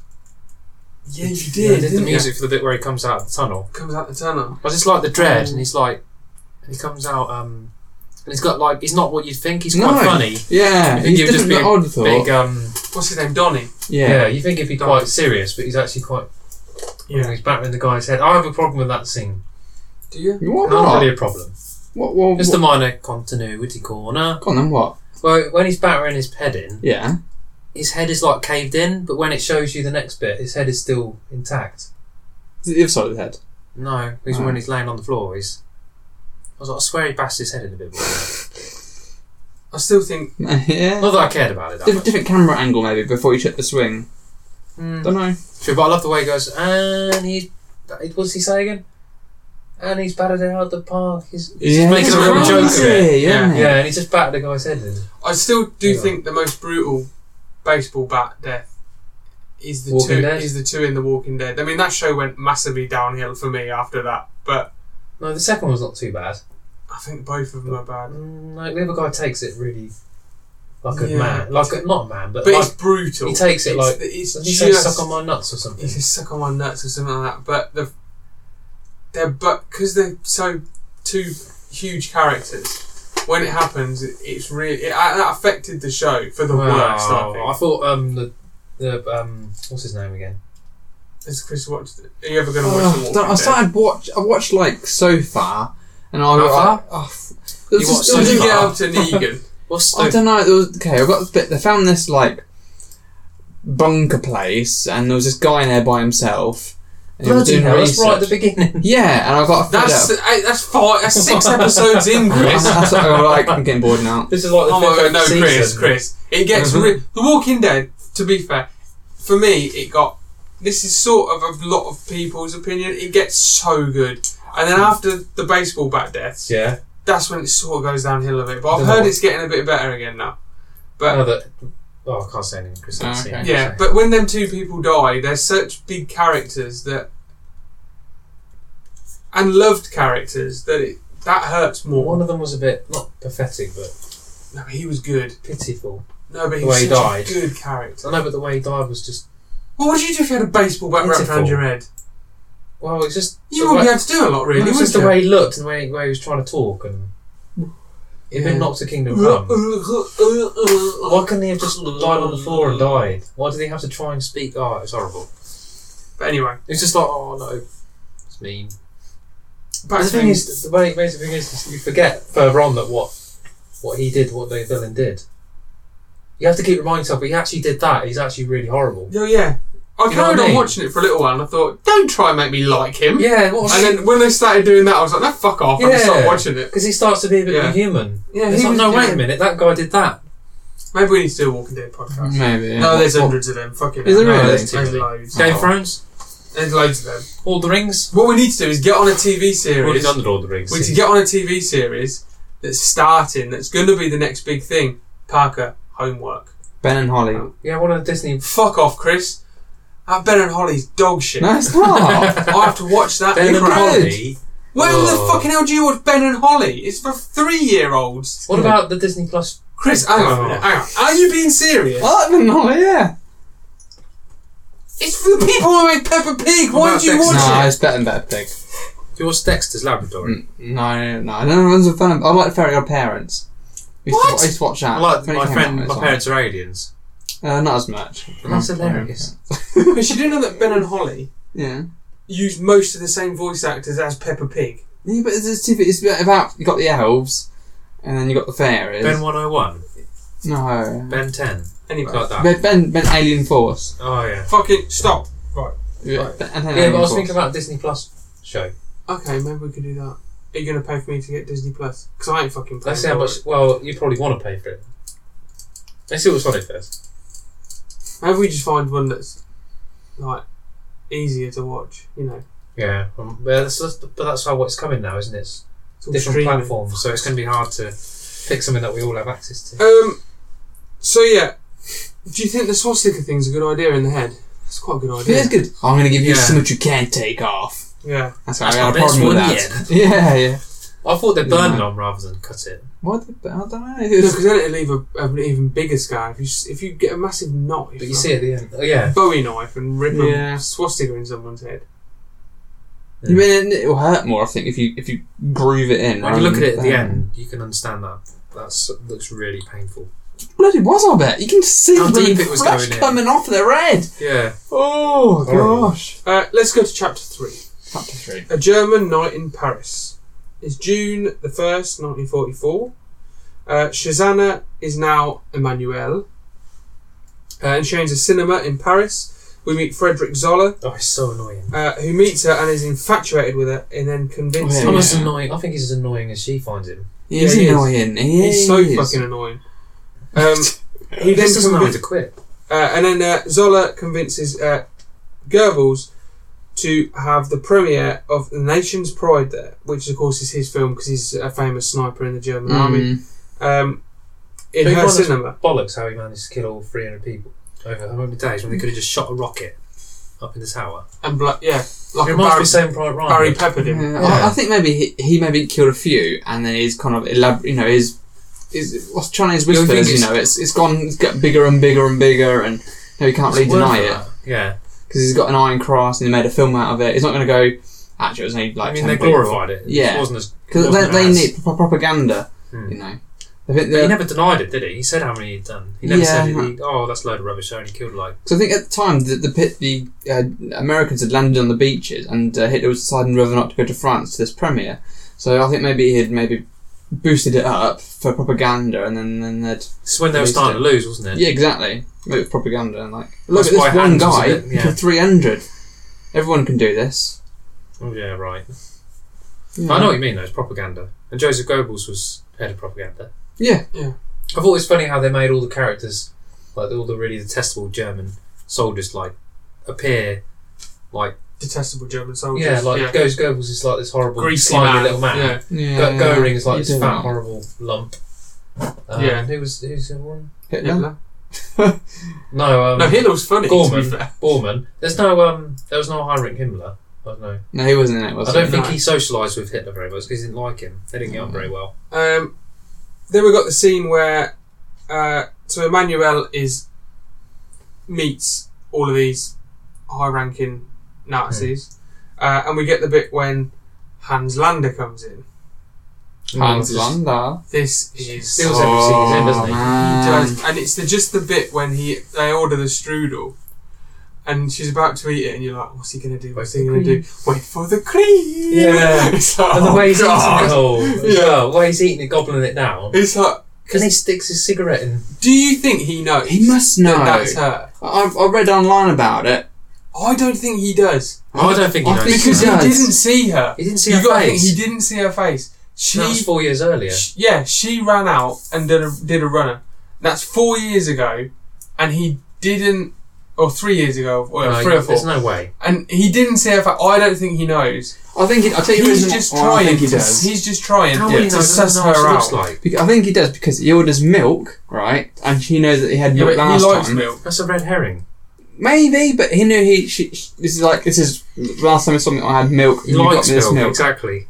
Speaker 1: Yeah, you
Speaker 2: Yeah, I did the
Speaker 1: didn't you?
Speaker 2: music for the bit where he comes out of the tunnel.
Speaker 1: comes out the tunnel.
Speaker 2: I just like the dread,
Speaker 3: Oh.
Speaker 2: and he's like, and he comes out, um, and he's got like, he's not what you'd think. He's
Speaker 3: No.
Speaker 2: quite funny.
Speaker 3: Yeah,
Speaker 2: I think
Speaker 3: he's
Speaker 2: he was just
Speaker 3: different than
Speaker 2: being
Speaker 3: Odd thought.
Speaker 2: Big, um,
Speaker 1: What's his name? Donnie.
Speaker 3: yeah.
Speaker 2: yeah. you think he'd be quite serious, but he's actually quite.
Speaker 1: Yeah.
Speaker 2: he's battering the guy's head. I have a problem with that scene.
Speaker 1: Do you?
Speaker 3: What?
Speaker 2: Not
Speaker 3: What?
Speaker 2: really a problem.
Speaker 3: What? what,
Speaker 2: Just a
Speaker 3: what?
Speaker 2: minor continuity corner.
Speaker 3: Go on then. What?
Speaker 2: Well, when he's battering his head in,
Speaker 3: Yeah.
Speaker 2: his head is like caved in, but when it shows you the next bit, his head is still intact.
Speaker 3: It's the other side of the head. [LAUGHS]
Speaker 2: No, he's
Speaker 3: Oh.
Speaker 2: when he's laying on the floor. He's. I was like, I swear he bashed his head in a bit more. [LAUGHS]
Speaker 1: I still think
Speaker 3: yeah.
Speaker 2: Not that I cared about it that
Speaker 3: Different,
Speaker 2: much.
Speaker 3: different camera angle maybe before you check the swing.
Speaker 2: Mm,
Speaker 3: Don't know.
Speaker 2: true, but I love the way he goes. And he, what does he say again? And he's battered it out of the park. He's, he's just making
Speaker 1: it's
Speaker 2: a real joke of it.
Speaker 3: crazy, Yeah.
Speaker 2: Yeah, and he just battered the guy's head in.
Speaker 1: I still do
Speaker 2: Yeah.
Speaker 1: think the most brutal baseball bat death is the
Speaker 2: Walking
Speaker 1: two
Speaker 2: Dead?
Speaker 1: is the two in the Walking Dead. I mean that show went massively downhill for me after that, but
Speaker 2: No, the second one's not too bad.
Speaker 1: I think both of them are bad.
Speaker 2: Mm, like the other guy takes it really, like a
Speaker 1: Yeah.
Speaker 2: man, like a, not a man, but,
Speaker 1: But
Speaker 2: like,
Speaker 1: it's brutal.
Speaker 2: he takes it
Speaker 1: It's-
Speaker 2: like.
Speaker 1: it's
Speaker 2: Doesn't he say
Speaker 1: just-
Speaker 2: suck on my nuts or something?
Speaker 1: you can suck on my nuts or something like that. But the they're but because they're so two huge characters. When it happens, it, it's really it, uh, that affected the show for the
Speaker 2: Wow.
Speaker 1: worst. I think.
Speaker 2: I thought um the the um what's his name again?
Speaker 1: Has Chris watched it? Are you ever going to
Speaker 2: Oh,
Speaker 1: watch
Speaker 3: Ugh,
Speaker 1: The Walking
Speaker 3: Oh, don't- I
Speaker 1: Dead?
Speaker 3: started watch. I watched like so far, and I.
Speaker 1: How
Speaker 3: I,
Speaker 1: far?
Speaker 3: I, f-
Speaker 2: You
Speaker 3: there was just-
Speaker 2: watched
Speaker 3: there
Speaker 2: so
Speaker 3: was a-
Speaker 1: Did you get
Speaker 2: far?
Speaker 1: up to Negan?
Speaker 2: What's
Speaker 3: I
Speaker 2: the-
Speaker 3: don't know. There was, okay, I got the bit. They found this like bunker place, and there was this guy in there by himself. And he was
Speaker 2: Bloody
Speaker 3: doing
Speaker 2: hell, that's
Speaker 3: research.
Speaker 2: right at the beginning.
Speaker 3: yeah, and I got fed
Speaker 1: That's [LAUGHS]
Speaker 3: up.
Speaker 1: eight, that's five. That's six episodes in, Chris.
Speaker 3: That's what I was like. I'm getting bored now.
Speaker 2: [LAUGHS] This is like the
Speaker 1: Oh my god,
Speaker 2: fifth
Speaker 1: no,
Speaker 2: season. Mm-hmm.
Speaker 1: Chris, Chris. It gets
Speaker 3: Mhm.
Speaker 1: re- The Walking Dead. To be fair, for me, it got. This is sort of a lot of people's opinion. It gets so good, and then after the baseball bat deaths,
Speaker 2: Yeah.
Speaker 1: that's when it sort of goes downhill a bit. But
Speaker 2: I
Speaker 1: I've
Speaker 2: don't know
Speaker 1: heard
Speaker 2: what-
Speaker 1: it's getting a bit better again now.
Speaker 2: Oh,
Speaker 1: But
Speaker 2: that, oh, I can't say anything. Chris,
Speaker 3: Oh,
Speaker 2: I've seen
Speaker 3: okay.
Speaker 2: it,
Speaker 1: yeah,
Speaker 2: so.
Speaker 1: but when them two people die, they're such big characters that, and loved characters that it that hurts more.
Speaker 2: one of them was a bit not pathetic, but
Speaker 1: No, but he was good.
Speaker 2: pitiful.
Speaker 1: No, but he
Speaker 2: The
Speaker 1: was
Speaker 2: way he
Speaker 1: such
Speaker 2: died.
Speaker 1: a good character.
Speaker 2: I know, but the way he died was just
Speaker 1: What would you do if you had a baseball bat wrapped
Speaker 2: Pitiful.
Speaker 1: around your head?
Speaker 2: well, it's just
Speaker 1: You
Speaker 2: the
Speaker 1: wouldn't be
Speaker 2: way,
Speaker 1: able to do a lot,
Speaker 2: no,
Speaker 1: really.
Speaker 2: it's
Speaker 1: would
Speaker 2: just
Speaker 1: you?
Speaker 2: the way he looked and the way, way he was trying to talk and he'd
Speaker 1: Yeah.
Speaker 2: been knocked to kingdom come. Why couldn't he have just died on the floor and died? Why did he have to try and speak? Oh, it's horrible.
Speaker 1: But anyway,
Speaker 2: It's just like oh no, it's mean.
Speaker 1: back
Speaker 2: the
Speaker 1: to
Speaker 2: thing is, the way amazing thing is, is you forget further on that what what he did, what the villain did. You have to keep reminding yourself, but he actually did that. He's actually really horrible.
Speaker 1: Oh yeah, I
Speaker 2: You know
Speaker 1: carried
Speaker 2: what I
Speaker 1: on
Speaker 2: mean?
Speaker 1: watching it for a little while, and I thought, don't try and make me like him.
Speaker 2: Yeah, what
Speaker 1: And then when they started doing that, I was like, no, fuck off. I just
Speaker 2: Yeah.
Speaker 1: stopped watching it.
Speaker 2: because he starts to be a bit
Speaker 1: Yeah.
Speaker 2: more human.
Speaker 1: Yeah,
Speaker 2: it's
Speaker 1: he
Speaker 2: like,
Speaker 1: was-
Speaker 2: no, wait
Speaker 1: yeah.
Speaker 2: a minute, that guy did that.
Speaker 1: Maybe we need to do a Walking Dead podcast.
Speaker 3: Maybe. yeah.
Speaker 1: No, there's
Speaker 2: What-
Speaker 1: hundreds of them. Fucking
Speaker 3: Is
Speaker 1: hell.
Speaker 3: there really?
Speaker 1: There's,
Speaker 2: Too
Speaker 1: there's
Speaker 2: many.
Speaker 1: loads.
Speaker 2: Game
Speaker 3: Oh.
Speaker 2: of Thrones,
Speaker 1: There's loads of them.
Speaker 2: All the Rings.
Speaker 1: What we need to do is get on a TV
Speaker 2: Already
Speaker 1: series.
Speaker 2: done with All the Rings.
Speaker 1: We need to get on a TV series that's starting, that's going to be the next big thing. Parker, homework.
Speaker 3: Ben and Holly.
Speaker 2: yeah, one of
Speaker 1: [LAUGHS]
Speaker 2: the Disney.
Speaker 1: Fuck off, Chris. That Ben and Holly's dog shit.
Speaker 3: No, it's not.
Speaker 1: Oh, I
Speaker 2: [LAUGHS]
Speaker 1: have to watch that.
Speaker 2: Ben and
Speaker 1: crap.
Speaker 2: Holly.
Speaker 1: Where
Speaker 2: Oh.
Speaker 1: the fucking hell do you watch Ben and Holly? It's for three-year-olds.
Speaker 2: What about the Disney Plus?
Speaker 1: Chris, hang on, a
Speaker 2: Oh.
Speaker 1: minute, hang on. Are you being serious?
Speaker 3: I like Ben and Holly. Yeah.
Speaker 1: It's for the people who made Peppa Pig. Why
Speaker 2: about
Speaker 1: did you
Speaker 2: Dexter?
Speaker 1: watch
Speaker 3: No,
Speaker 1: it?
Speaker 3: it's better than Better Pig.
Speaker 2: Yours Dexter's Laboratory.
Speaker 3: Mm, No, no, no. I don't know. It was a fun. I like Fairy Odd Parents. I used, To,
Speaker 1: What?
Speaker 3: I used to watch that.
Speaker 4: I
Speaker 1: Mm.
Speaker 4: like
Speaker 3: when it
Speaker 4: my
Speaker 3: came out,
Speaker 4: friend,
Speaker 3: it
Speaker 4: my
Speaker 3: was
Speaker 4: parents are aliens.
Speaker 3: on. Uh, not as much.
Speaker 2: That's
Speaker 3: Mm,
Speaker 2: hilarious.
Speaker 1: Because you do know that Ben and Holly
Speaker 3: [LAUGHS] Yeah.
Speaker 1: use most of the same voice actors as Peppa Pig.
Speaker 3: Yeah, but it's, it's, it's about you got the elves, and then you got the fairies.
Speaker 2: Ben 101,
Speaker 3: no.
Speaker 2: Ben 10,
Speaker 1: Anyway,
Speaker 2: like that.
Speaker 3: Ben, ben, ben Alien Force.
Speaker 2: Oh yeah.
Speaker 1: fucking stop. Right. Right.
Speaker 3: Ben, ben
Speaker 2: Yeah,
Speaker 3: Alien
Speaker 2: but I was
Speaker 3: Force.
Speaker 2: thinking about Disney Plus show.
Speaker 1: Okay, maybe we could do that. Are you gonna pay for me to get Disney Plus? Because I ain't fucking.
Speaker 2: Let's see
Speaker 1: paying
Speaker 2: how
Speaker 1: for
Speaker 2: much. Well, you probably want to pay for it. Let's see what's on it first.
Speaker 1: it. Maybe we just find one that's like easier to watch. You know.
Speaker 2: Yeah, um, but that's, that's, but that's how what's coming now, isn't it? It's
Speaker 1: It's all
Speaker 2: different
Speaker 1: streaming.
Speaker 2: platforms, so it's going to be hard to pick something that we all have access to.
Speaker 1: Um. So yeah, do you think the swastika thing's a good idea in the head? That's quite a good
Speaker 3: Yeah,
Speaker 1: idea.
Speaker 3: it's good. I'm gonna give you
Speaker 2: Yeah.
Speaker 3: so much you can take off.
Speaker 1: Yeah.
Speaker 3: That's,
Speaker 2: That's
Speaker 3: I got
Speaker 2: my
Speaker 3: a
Speaker 2: best
Speaker 3: problem with
Speaker 2: one
Speaker 3: that. [LAUGHS] Yeah, yeah.
Speaker 2: I thought they'd
Speaker 3: Yeah.
Speaker 2: burn it on rather than cut it.
Speaker 3: What? The, I don't know.
Speaker 1: Because
Speaker 3: It's,
Speaker 1: then it'll leave a, an even bigger scar. If you s- if you get a massive knife,
Speaker 2: But you
Speaker 1: like
Speaker 2: see at the end, oh,
Speaker 1: a
Speaker 2: yeah,
Speaker 1: Bowie knife and rip
Speaker 3: Yeah.
Speaker 1: a swastika in someone's head.
Speaker 3: you mean it will hurt more? I think if you if you groove it in.
Speaker 2: when you look at
Speaker 3: rather
Speaker 2: it at
Speaker 3: than
Speaker 2: the
Speaker 3: bang.
Speaker 2: end, you can understand that. That's looks really painful.
Speaker 3: Bloody was of it? You can see
Speaker 2: How
Speaker 3: the
Speaker 2: deep it was
Speaker 3: flesh
Speaker 2: going in.
Speaker 3: coming off their head.
Speaker 2: Yeah,
Speaker 3: Oh
Speaker 2: Horrible.
Speaker 3: gosh.
Speaker 1: Uh, let's go to chapter three.
Speaker 3: Chapter three.
Speaker 1: A German Night in Paris. It's June the 1st, 1944. Uh, Shazana is now Emmanuelle. Uh, and she owns a cinema in Paris. We meet Frederick Zoller,
Speaker 2: oh, it's so annoying.
Speaker 1: uh, who meets her and is infatuated with her and then convinces
Speaker 3: Yeah.
Speaker 2: Not
Speaker 1: her.
Speaker 2: as annoying. I think he's as annoying as she finds him.
Speaker 3: He's
Speaker 1: Yeah, he is.
Speaker 3: annoying. He
Speaker 1: He's so
Speaker 3: is.
Speaker 1: fucking annoying. Um,
Speaker 2: He
Speaker 1: he then
Speaker 2: just doesn't know
Speaker 1: convin-
Speaker 2: when to quit.
Speaker 1: Uh, and then uh, Zoller convinces uh, Goebbels to have the premiere of The Nation's Pride there, which of course is his film because he's a famous sniper in the German army.
Speaker 3: Mm.
Speaker 1: Um, in
Speaker 2: Big
Speaker 1: her
Speaker 2: one is-
Speaker 1: cinema.
Speaker 2: Bollocks! How he managed to kill all 300 people over how many days when they could have just shot a rocket up in the tower.
Speaker 1: And bla- yeah, like
Speaker 2: it
Speaker 1: a
Speaker 2: reminds me
Speaker 1: Barry,
Speaker 2: of Saving Private Ryan.
Speaker 1: Barry Peppered him.
Speaker 3: Yeah,
Speaker 2: Yeah.
Speaker 3: I, I think maybe he, he maybe killed a few, and then he's kind of elab- you know, his his what's Chinese
Speaker 2: The only thing
Speaker 3: whispers. You
Speaker 2: is-
Speaker 3: know, it's it's gone, it's got bigger and bigger and bigger, and you know, he can't
Speaker 2: It's
Speaker 3: really
Speaker 2: worth
Speaker 3: deny it
Speaker 2: that. Yeah,
Speaker 3: because he's got an iron cross and he made a film out of it. He's not going to go. Actually, it was only like
Speaker 2: I mean
Speaker 3: 10
Speaker 2: they
Speaker 3: people."
Speaker 2: glorified it.
Speaker 3: Yeah.
Speaker 2: it wasn't as
Speaker 3: Because
Speaker 2: wasn't
Speaker 3: they, they
Speaker 2: as-
Speaker 3: need pro- propaganda,
Speaker 2: Hmm.
Speaker 3: you know. I think
Speaker 2: But he
Speaker 3: the,
Speaker 2: never denied it, did he? He said how many he'd done. He never
Speaker 3: Yeah.
Speaker 2: said, he, oh, that's a load of rubbish. I only killed like.
Speaker 3: so I think at the time the the, pit, the uh, Americans had landed on the beaches, and uh, Hitler was deciding whether or not to go to France to this premiere. So I think maybe he had maybe boosted it up for propaganda, and then then they'd
Speaker 2: This is when they were
Speaker 3: Released
Speaker 2: starting to lose, wasn't it?
Speaker 3: yeah exactly maybe it's propaganda and like look
Speaker 2: That's
Speaker 3: at
Speaker 2: why
Speaker 3: this one
Speaker 2: Hans was a
Speaker 3: guy
Speaker 2: bit- yeah.
Speaker 3: for three hundred. Everyone can do this.
Speaker 2: Oh, yeah, right.
Speaker 3: Yeah.
Speaker 2: I know what you mean, though. It's propaganda. And Joseph Goebbels was head of propaganda.
Speaker 3: Yeah, yeah.
Speaker 2: I thought it was funny how they made all the characters, like all the really detestable German soldiers, like appear. Like,
Speaker 1: Detestable German soldiers.
Speaker 2: yeah, like Joseph Goebbels is like this horrible,
Speaker 1: Greasy
Speaker 2: slimy
Speaker 1: man.
Speaker 2: little man.
Speaker 1: Yeah.
Speaker 3: Yeah,
Speaker 2: Go- Goering is like
Speaker 3: you
Speaker 2: this
Speaker 3: do
Speaker 2: fat,
Speaker 3: that.
Speaker 2: horrible lump. Um,
Speaker 1: Yeah.
Speaker 2: Who was who's the other one?
Speaker 3: Hitler.
Speaker 1: Hitler.
Speaker 2: No, um,
Speaker 1: No, Hitler was funny. To
Speaker 2: Gorman.
Speaker 1: be fair.
Speaker 2: Bormann. There's no um. There was no Heinrich Himmler. I don't know.
Speaker 3: No, he wasn't in it. Mm. Was
Speaker 2: I
Speaker 3: he?
Speaker 2: don't think
Speaker 1: No.
Speaker 2: he socialised with Hitler very much because he didn't like him. They didn't get on very well.
Speaker 1: Um, then we got the scene where uh, so Emmanuel is meets all of these high-ranking Nazis,
Speaker 2: Hmm.
Speaker 1: uh, and we get the bit when Hans Lander comes in.
Speaker 3: Hans Landa.
Speaker 1: This is
Speaker 2: Steals every single thing, doesn't he?
Speaker 1: He
Speaker 3: Oh, man.
Speaker 2: Mm.
Speaker 1: does, and it's the, just the bit when he they order the strudel, and she's about to eat it, and you're like, "What's he gonna do? What's he gonna do? Wait for the cream!"
Speaker 2: Yeah.
Speaker 1: [LAUGHS] it's like,
Speaker 2: And the
Speaker 1: oh,
Speaker 2: way he's
Speaker 1: God.
Speaker 2: eating it all, as
Speaker 1: Yeah.
Speaker 2: well, the way he's eating it, gobbling it down,
Speaker 1: It's like,
Speaker 2: because he sticks his cigarette in.
Speaker 1: do you think he knows?
Speaker 3: He must know.
Speaker 1: that that's her.
Speaker 3: I've, I read online about it.
Speaker 1: I don't think he does
Speaker 2: I don't think he
Speaker 3: I
Speaker 2: knows.
Speaker 3: think
Speaker 1: because he,
Speaker 3: does.
Speaker 1: didn't see her.
Speaker 2: He didn't see
Speaker 1: you
Speaker 2: her
Speaker 1: gotta
Speaker 2: face.
Speaker 1: Think he didn't see her face. She,
Speaker 2: that was four years earlier.
Speaker 1: sh- yeah, she ran out and did a did a runner. That's four years ago, and he didn't, or three years ago, or
Speaker 2: No,
Speaker 1: three or four.
Speaker 2: There's no way.
Speaker 1: And he didn't say if I, oh, I don't think he knows.
Speaker 3: I think he, I think
Speaker 1: He's
Speaker 3: he was
Speaker 1: just
Speaker 3: I
Speaker 1: trying.
Speaker 3: think he
Speaker 1: to-
Speaker 3: does.
Speaker 1: He's just trying
Speaker 2: How
Speaker 1: to,
Speaker 2: would he
Speaker 1: to
Speaker 2: know what
Speaker 1: suss
Speaker 2: the
Speaker 1: her
Speaker 2: Nazi
Speaker 1: out.
Speaker 2: looks like?
Speaker 3: Bec- I think he does because he orders milk, right? And she knows that he had
Speaker 1: Yeah,
Speaker 3: milk
Speaker 1: but
Speaker 3: last
Speaker 1: he likes
Speaker 3: time.
Speaker 1: milk.
Speaker 2: That's a red herring.
Speaker 3: Maybe, but he knew he. She, sh this is like this is last time I saw milk. I had milk.
Speaker 2: He
Speaker 3: you got
Speaker 2: likes
Speaker 3: me this
Speaker 2: milk,
Speaker 3: milk.
Speaker 2: exactly.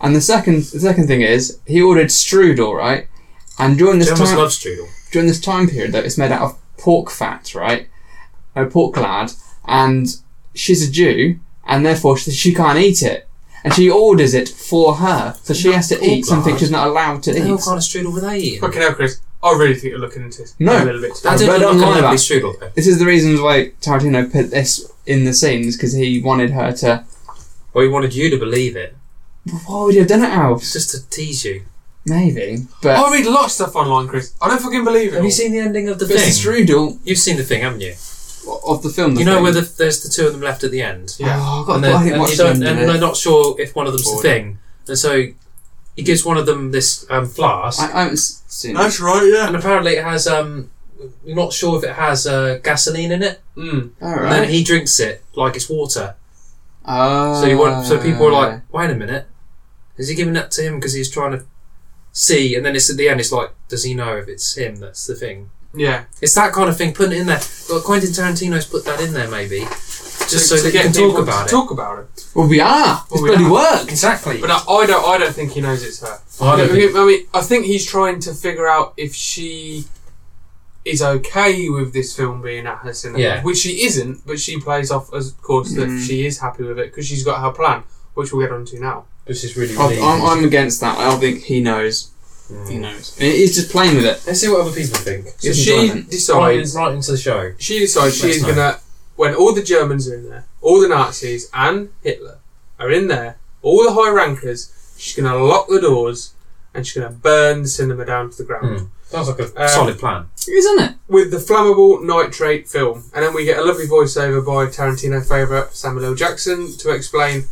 Speaker 3: And the second the second thing is he ordered strudel, right? And during this
Speaker 2: Germans
Speaker 3: time,
Speaker 2: love strudel.
Speaker 3: during this time period though it's made out of pork fat right a pork lard and she's a jew and therefore she, she can't eat it and she orders it for her so she has to
Speaker 2: Pork
Speaker 3: eat something
Speaker 2: lard?
Speaker 3: she's not allowed to
Speaker 2: What
Speaker 3: eat
Speaker 2: kind of strudel were they eating?
Speaker 1: Fucking hell, Chris. I really think you're looking into this
Speaker 3: No.
Speaker 1: a little bit.
Speaker 2: That
Speaker 3: I
Speaker 2: didn't
Speaker 3: read
Speaker 2: look
Speaker 3: online
Speaker 2: like
Speaker 3: about-
Speaker 2: a strudel. though.
Speaker 3: this is the reason why Tarantino put this in the scenes because he wanted her to
Speaker 2: Well, he wanted you to believe it.
Speaker 3: why would you have done it Alf
Speaker 2: It's just to tease you.
Speaker 3: maybe but
Speaker 1: Oh,
Speaker 2: Oh,
Speaker 1: I read a lot of stuff online, Chris. I don't fucking believe it.
Speaker 2: Have
Speaker 1: all.
Speaker 2: you seen the ending of the
Speaker 3: but it's
Speaker 2: thing?
Speaker 3: the strudel
Speaker 2: You've seen the thing, haven't you?
Speaker 3: of the film the
Speaker 2: you know
Speaker 3: thing.
Speaker 2: where the, there's the two of them left at the end.
Speaker 1: Yeah.
Speaker 3: oh, God,
Speaker 2: And,
Speaker 3: I
Speaker 2: they're,
Speaker 3: didn't
Speaker 2: and,
Speaker 3: watch
Speaker 2: you
Speaker 3: the
Speaker 2: don't,
Speaker 3: end of
Speaker 2: and
Speaker 3: it.
Speaker 2: they're not sure if one of them's
Speaker 1: Bored.
Speaker 2: the thing. And so he gives one of them this um, flask,
Speaker 3: I, I haven't s- seen it.
Speaker 1: That's right. Yeah.
Speaker 2: and apparently it has. Um, we're not sure if it has uh, gasoline in it.
Speaker 1: Mm.
Speaker 2: And then
Speaker 3: alright
Speaker 2: he drinks it like it's water.
Speaker 3: oh,
Speaker 2: So you want, so people are like, wait a minute, is he giving that to him because he's trying to see? And then it's at the end, it's like, does he know if it's him? That's the thing.
Speaker 1: Yeah.
Speaker 2: It's that kind of thing. Putting it in there. Well, Quentin Tarantino's put that in there maybe, just so,
Speaker 1: To
Speaker 2: that you
Speaker 1: get
Speaker 2: can
Speaker 1: people
Speaker 2: talk
Speaker 1: to
Speaker 2: about it.
Speaker 1: Talk about it.
Speaker 3: Oh. well we are
Speaker 1: Well,
Speaker 3: it's
Speaker 1: we
Speaker 3: bloody
Speaker 1: are.
Speaker 3: work
Speaker 2: Exactly.
Speaker 1: But I, I don't. I don't think he knows it's her.
Speaker 2: I don't
Speaker 1: I,
Speaker 2: think-
Speaker 1: mean, I mean, I think he's trying to figure out if she is okay with this film being at her cinema,
Speaker 2: Yeah.
Speaker 1: which she isn't, but she plays off as, of course, that
Speaker 3: Mm.
Speaker 1: she is happy with it because she's got her plan, which we'll get onto now.
Speaker 2: Which is really
Speaker 3: I'm,
Speaker 2: relieving.
Speaker 3: I'm, I'm against that. I don't think he knows. He knows. I mean, he's just playing with it.
Speaker 2: Hmm. Let's see what other people think.
Speaker 1: So
Speaker 3: It's
Speaker 1: she
Speaker 3: enjoyment.
Speaker 2: Right,
Speaker 1: decides.
Speaker 2: in- right into the show.
Speaker 1: She decides she
Speaker 2: Let's
Speaker 1: is
Speaker 2: not.
Speaker 1: gonna. When all the Germans are in there, all the Nazis and Hitler are in there, all the high rankers, she's gonna lock the doors and she's gonna burn the cinema down to the ground.
Speaker 2: Hmm. Sounds like a
Speaker 1: Um,
Speaker 2: solid plan.
Speaker 3: Isn't
Speaker 2: [LAUGHS]
Speaker 3: it? [LAUGHS]
Speaker 1: with the flammable nitrate film, and then we get a lovely voiceover by Tarantino favourite Samuel L. Jackson to explain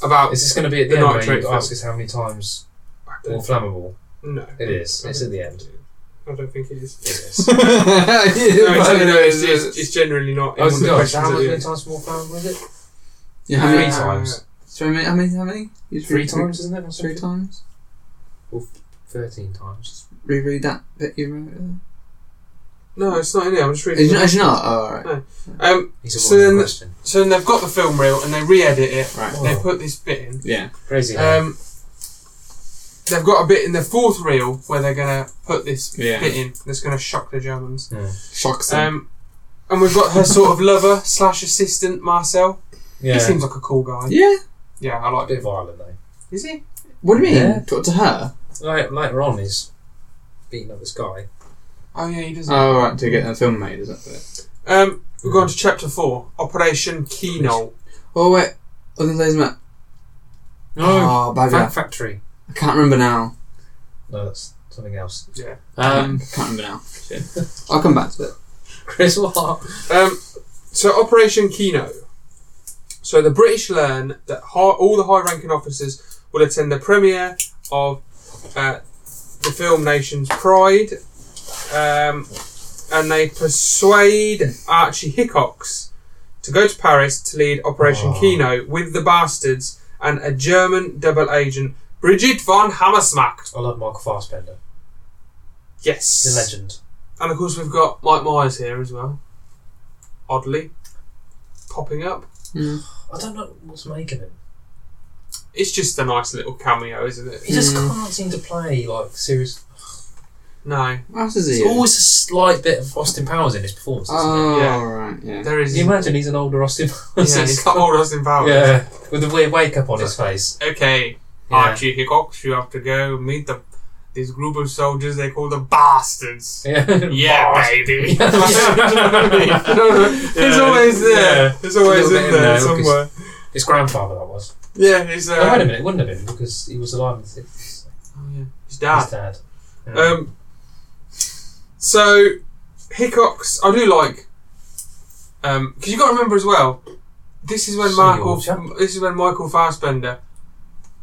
Speaker 1: about.
Speaker 2: Is this going to be at
Speaker 1: the
Speaker 2: the end
Speaker 1: nitrate
Speaker 2: where you
Speaker 1: film.
Speaker 2: ask us how many times more flammable?
Speaker 1: no,
Speaker 2: It is. It's at the end.
Speaker 1: I don't think it is.
Speaker 3: [LAUGHS]
Speaker 2: It is. [LAUGHS]
Speaker 3: no,
Speaker 1: No, it's, no, it's, it's, it's generally not. in
Speaker 3: Oh,
Speaker 2: I
Speaker 1: one of
Speaker 2: was
Speaker 1: the
Speaker 2: going to
Speaker 1: questions
Speaker 2: how
Speaker 1: at the
Speaker 2: many
Speaker 1: end.
Speaker 2: times more flammable is it?
Speaker 3: yeah,
Speaker 2: How
Speaker 3: how
Speaker 2: many
Speaker 3: many?
Speaker 1: Uh,
Speaker 2: times?
Speaker 3: Sorry, mate, how many? How many? You just
Speaker 2: Three
Speaker 3: read-
Speaker 2: times, isn't it?
Speaker 3: Three times.
Speaker 2: Thirteen times.
Speaker 3: Reread that bit you wrote. there.
Speaker 1: No, it's not in there. I'm just reading.
Speaker 3: Is
Speaker 1: it.
Speaker 3: it- is it not? Oh, all right.
Speaker 1: Um,
Speaker 2: He's
Speaker 1: So
Speaker 2: a
Speaker 1: then-
Speaker 2: one question.
Speaker 1: so then they've got the film reel and they re-edit it.
Speaker 3: Right.
Speaker 1: They
Speaker 2: Oh.
Speaker 1: put this bit in.
Speaker 3: Yeah.
Speaker 2: Crazy.
Speaker 1: Um, they've got a bit in the fourth reel where they're gonna put this
Speaker 3: Yeah.
Speaker 1: bit in that's gonna shock the Germans.
Speaker 2: yeah.
Speaker 3: Shocks him.
Speaker 1: Um, and we've got her sort of lover slash assistant Marcel. He seems like a cool guy.
Speaker 3: yeah.
Speaker 1: Yeah, I
Speaker 2: a
Speaker 1: like
Speaker 2: bit
Speaker 1: it.
Speaker 2: violent though.
Speaker 1: Is he?
Speaker 3: What do you mean?
Speaker 2: Yeah.
Speaker 3: Talk to her.
Speaker 2: Like, later on, he's beating up this guy.
Speaker 1: Oh yeah, he doesn't.
Speaker 3: Oh, right, to get a film made, is that it?
Speaker 1: Um, we go on to chapter four, Operation Kino.
Speaker 3: Oh, wait. Other days, Matt.
Speaker 2: No,
Speaker 3: Oh, bugger.
Speaker 2: Fat Factory.
Speaker 3: I can't remember now.
Speaker 2: No, that's something else.
Speaker 1: Yeah.
Speaker 2: [LAUGHS] Um,
Speaker 3: I can't remember now. I'll come back to it.
Speaker 2: Chris, what?
Speaker 1: Um, so Operation Kino. So the British learn that high, all the high-ranking officers will attend the premiere of uh, the film Nation's Pride, um, and they persuade Archie Hickox to go to Paris to lead Operation
Speaker 2: Oh.
Speaker 1: Kino with the bastards and a German double agent, Brigitte von Hammersmack.
Speaker 2: I love Michael Fassbender.
Speaker 1: Yes,
Speaker 2: He's a legend.
Speaker 1: And of course, we've got Mike Myers here as well. Oddly, popping up.
Speaker 2: I don't know what's making him.
Speaker 1: It's just a nice little cameo, isn't
Speaker 2: He
Speaker 1: it?
Speaker 2: just
Speaker 3: Mm.
Speaker 2: can't seem to play like serious.
Speaker 1: No,
Speaker 3: What else is
Speaker 2: There's
Speaker 3: he? in?
Speaker 2: always a slight bit of Austin Powers in his performance. isn't there?
Speaker 3: Oh,
Speaker 1: Yeah.
Speaker 3: right, yeah.
Speaker 1: there is.
Speaker 2: Can you imagine he's an older Austin
Speaker 1: yeah,
Speaker 2: Powers?
Speaker 1: he's got all Austin Powers.
Speaker 2: Yeah, with a weird wake up on his face.
Speaker 1: Okay,
Speaker 2: Yeah.
Speaker 1: Archie Hickox, you have to go meet the this group of soldiers they call the bastards.
Speaker 2: Yeah,
Speaker 1: Yeah,
Speaker 2: Bars. [LAUGHS]
Speaker 1: baby.
Speaker 2: Yeah.
Speaker 1: It's always there. It's always
Speaker 2: Little bit
Speaker 1: in
Speaker 2: in
Speaker 1: there
Speaker 2: there,
Speaker 1: somewhere.
Speaker 2: His grandfather, that was. Um,
Speaker 1: Yeah, he's
Speaker 2: No, wait a
Speaker 1: uh,
Speaker 2: minute, it wouldn't have been because he was alive in the 60s.
Speaker 1: his dad.
Speaker 2: His dad. Yeah.
Speaker 1: Um, so Hickox, I do like because you got to remember as well. This is when
Speaker 2: Senior
Speaker 1: Michael.
Speaker 2: chap.
Speaker 1: This is when Michael Fassbender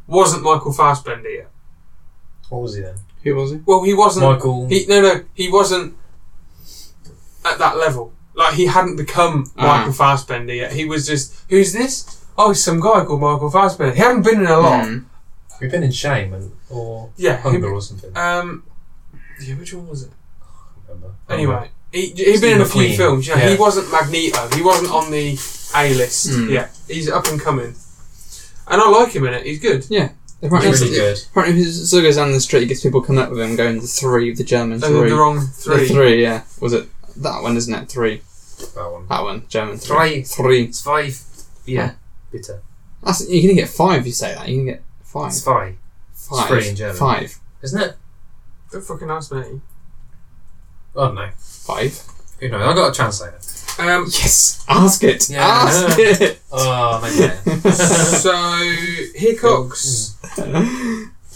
Speaker 1: wasn't Michael Fassbender yet.
Speaker 2: what was he then?
Speaker 3: Who was he?
Speaker 1: Well, he wasn't.
Speaker 2: Michael.
Speaker 1: He no no he wasn't at that level. Like he hadn't become
Speaker 2: Ah.
Speaker 1: Michael Fassbender yet. He was just who's this? Oh, he's some guy called Michael Fassbender. He hadn't been in a
Speaker 2: Hmm.
Speaker 1: lot.
Speaker 3: Mm.
Speaker 2: We've been in shame and, or
Speaker 1: Yeah. he-
Speaker 2: hunger or something. I
Speaker 1: um. Yeah, which one was it?
Speaker 2: can't remember.
Speaker 1: Anyway, he, he's been in a few
Speaker 2: McQueen.
Speaker 1: films. Yeah, he
Speaker 2: Yeah. Hmm.
Speaker 1: wasn't Magneto. He wasn't on the A list.
Speaker 3: Mm.
Speaker 1: Yeah, he's up and coming, and I like him in it. He's good.
Speaker 3: Apparently,
Speaker 2: He's really
Speaker 3: it's-
Speaker 2: good.
Speaker 3: apparently if he still goes down the street, he gets people coming up with him going, the three, the German
Speaker 1: And
Speaker 3: three.
Speaker 1: the wrong
Speaker 3: The
Speaker 1: three.
Speaker 3: three, yeah. Was it that one, isn't it? Three.
Speaker 2: That one.
Speaker 3: That one, German three.
Speaker 2: Three.
Speaker 3: Three.
Speaker 2: Zwei. Yeah. Bitter.
Speaker 3: That's, you're going to get five if you say that. You're going to get five.
Speaker 2: Zwei.
Speaker 3: Five.
Speaker 2: three in German.
Speaker 3: Five.
Speaker 2: Isn't it?
Speaker 1: Don't fucking ask me.
Speaker 2: I don't know.
Speaker 3: Five.
Speaker 2: Who knows? I've got a translator.
Speaker 1: Um, [LAUGHS]
Speaker 3: Yes! Ask it!
Speaker 2: Yeah.
Speaker 3: Ask it!
Speaker 2: [LAUGHS] Oh, maybe.
Speaker 1: so Hickox,
Speaker 3: [LAUGHS]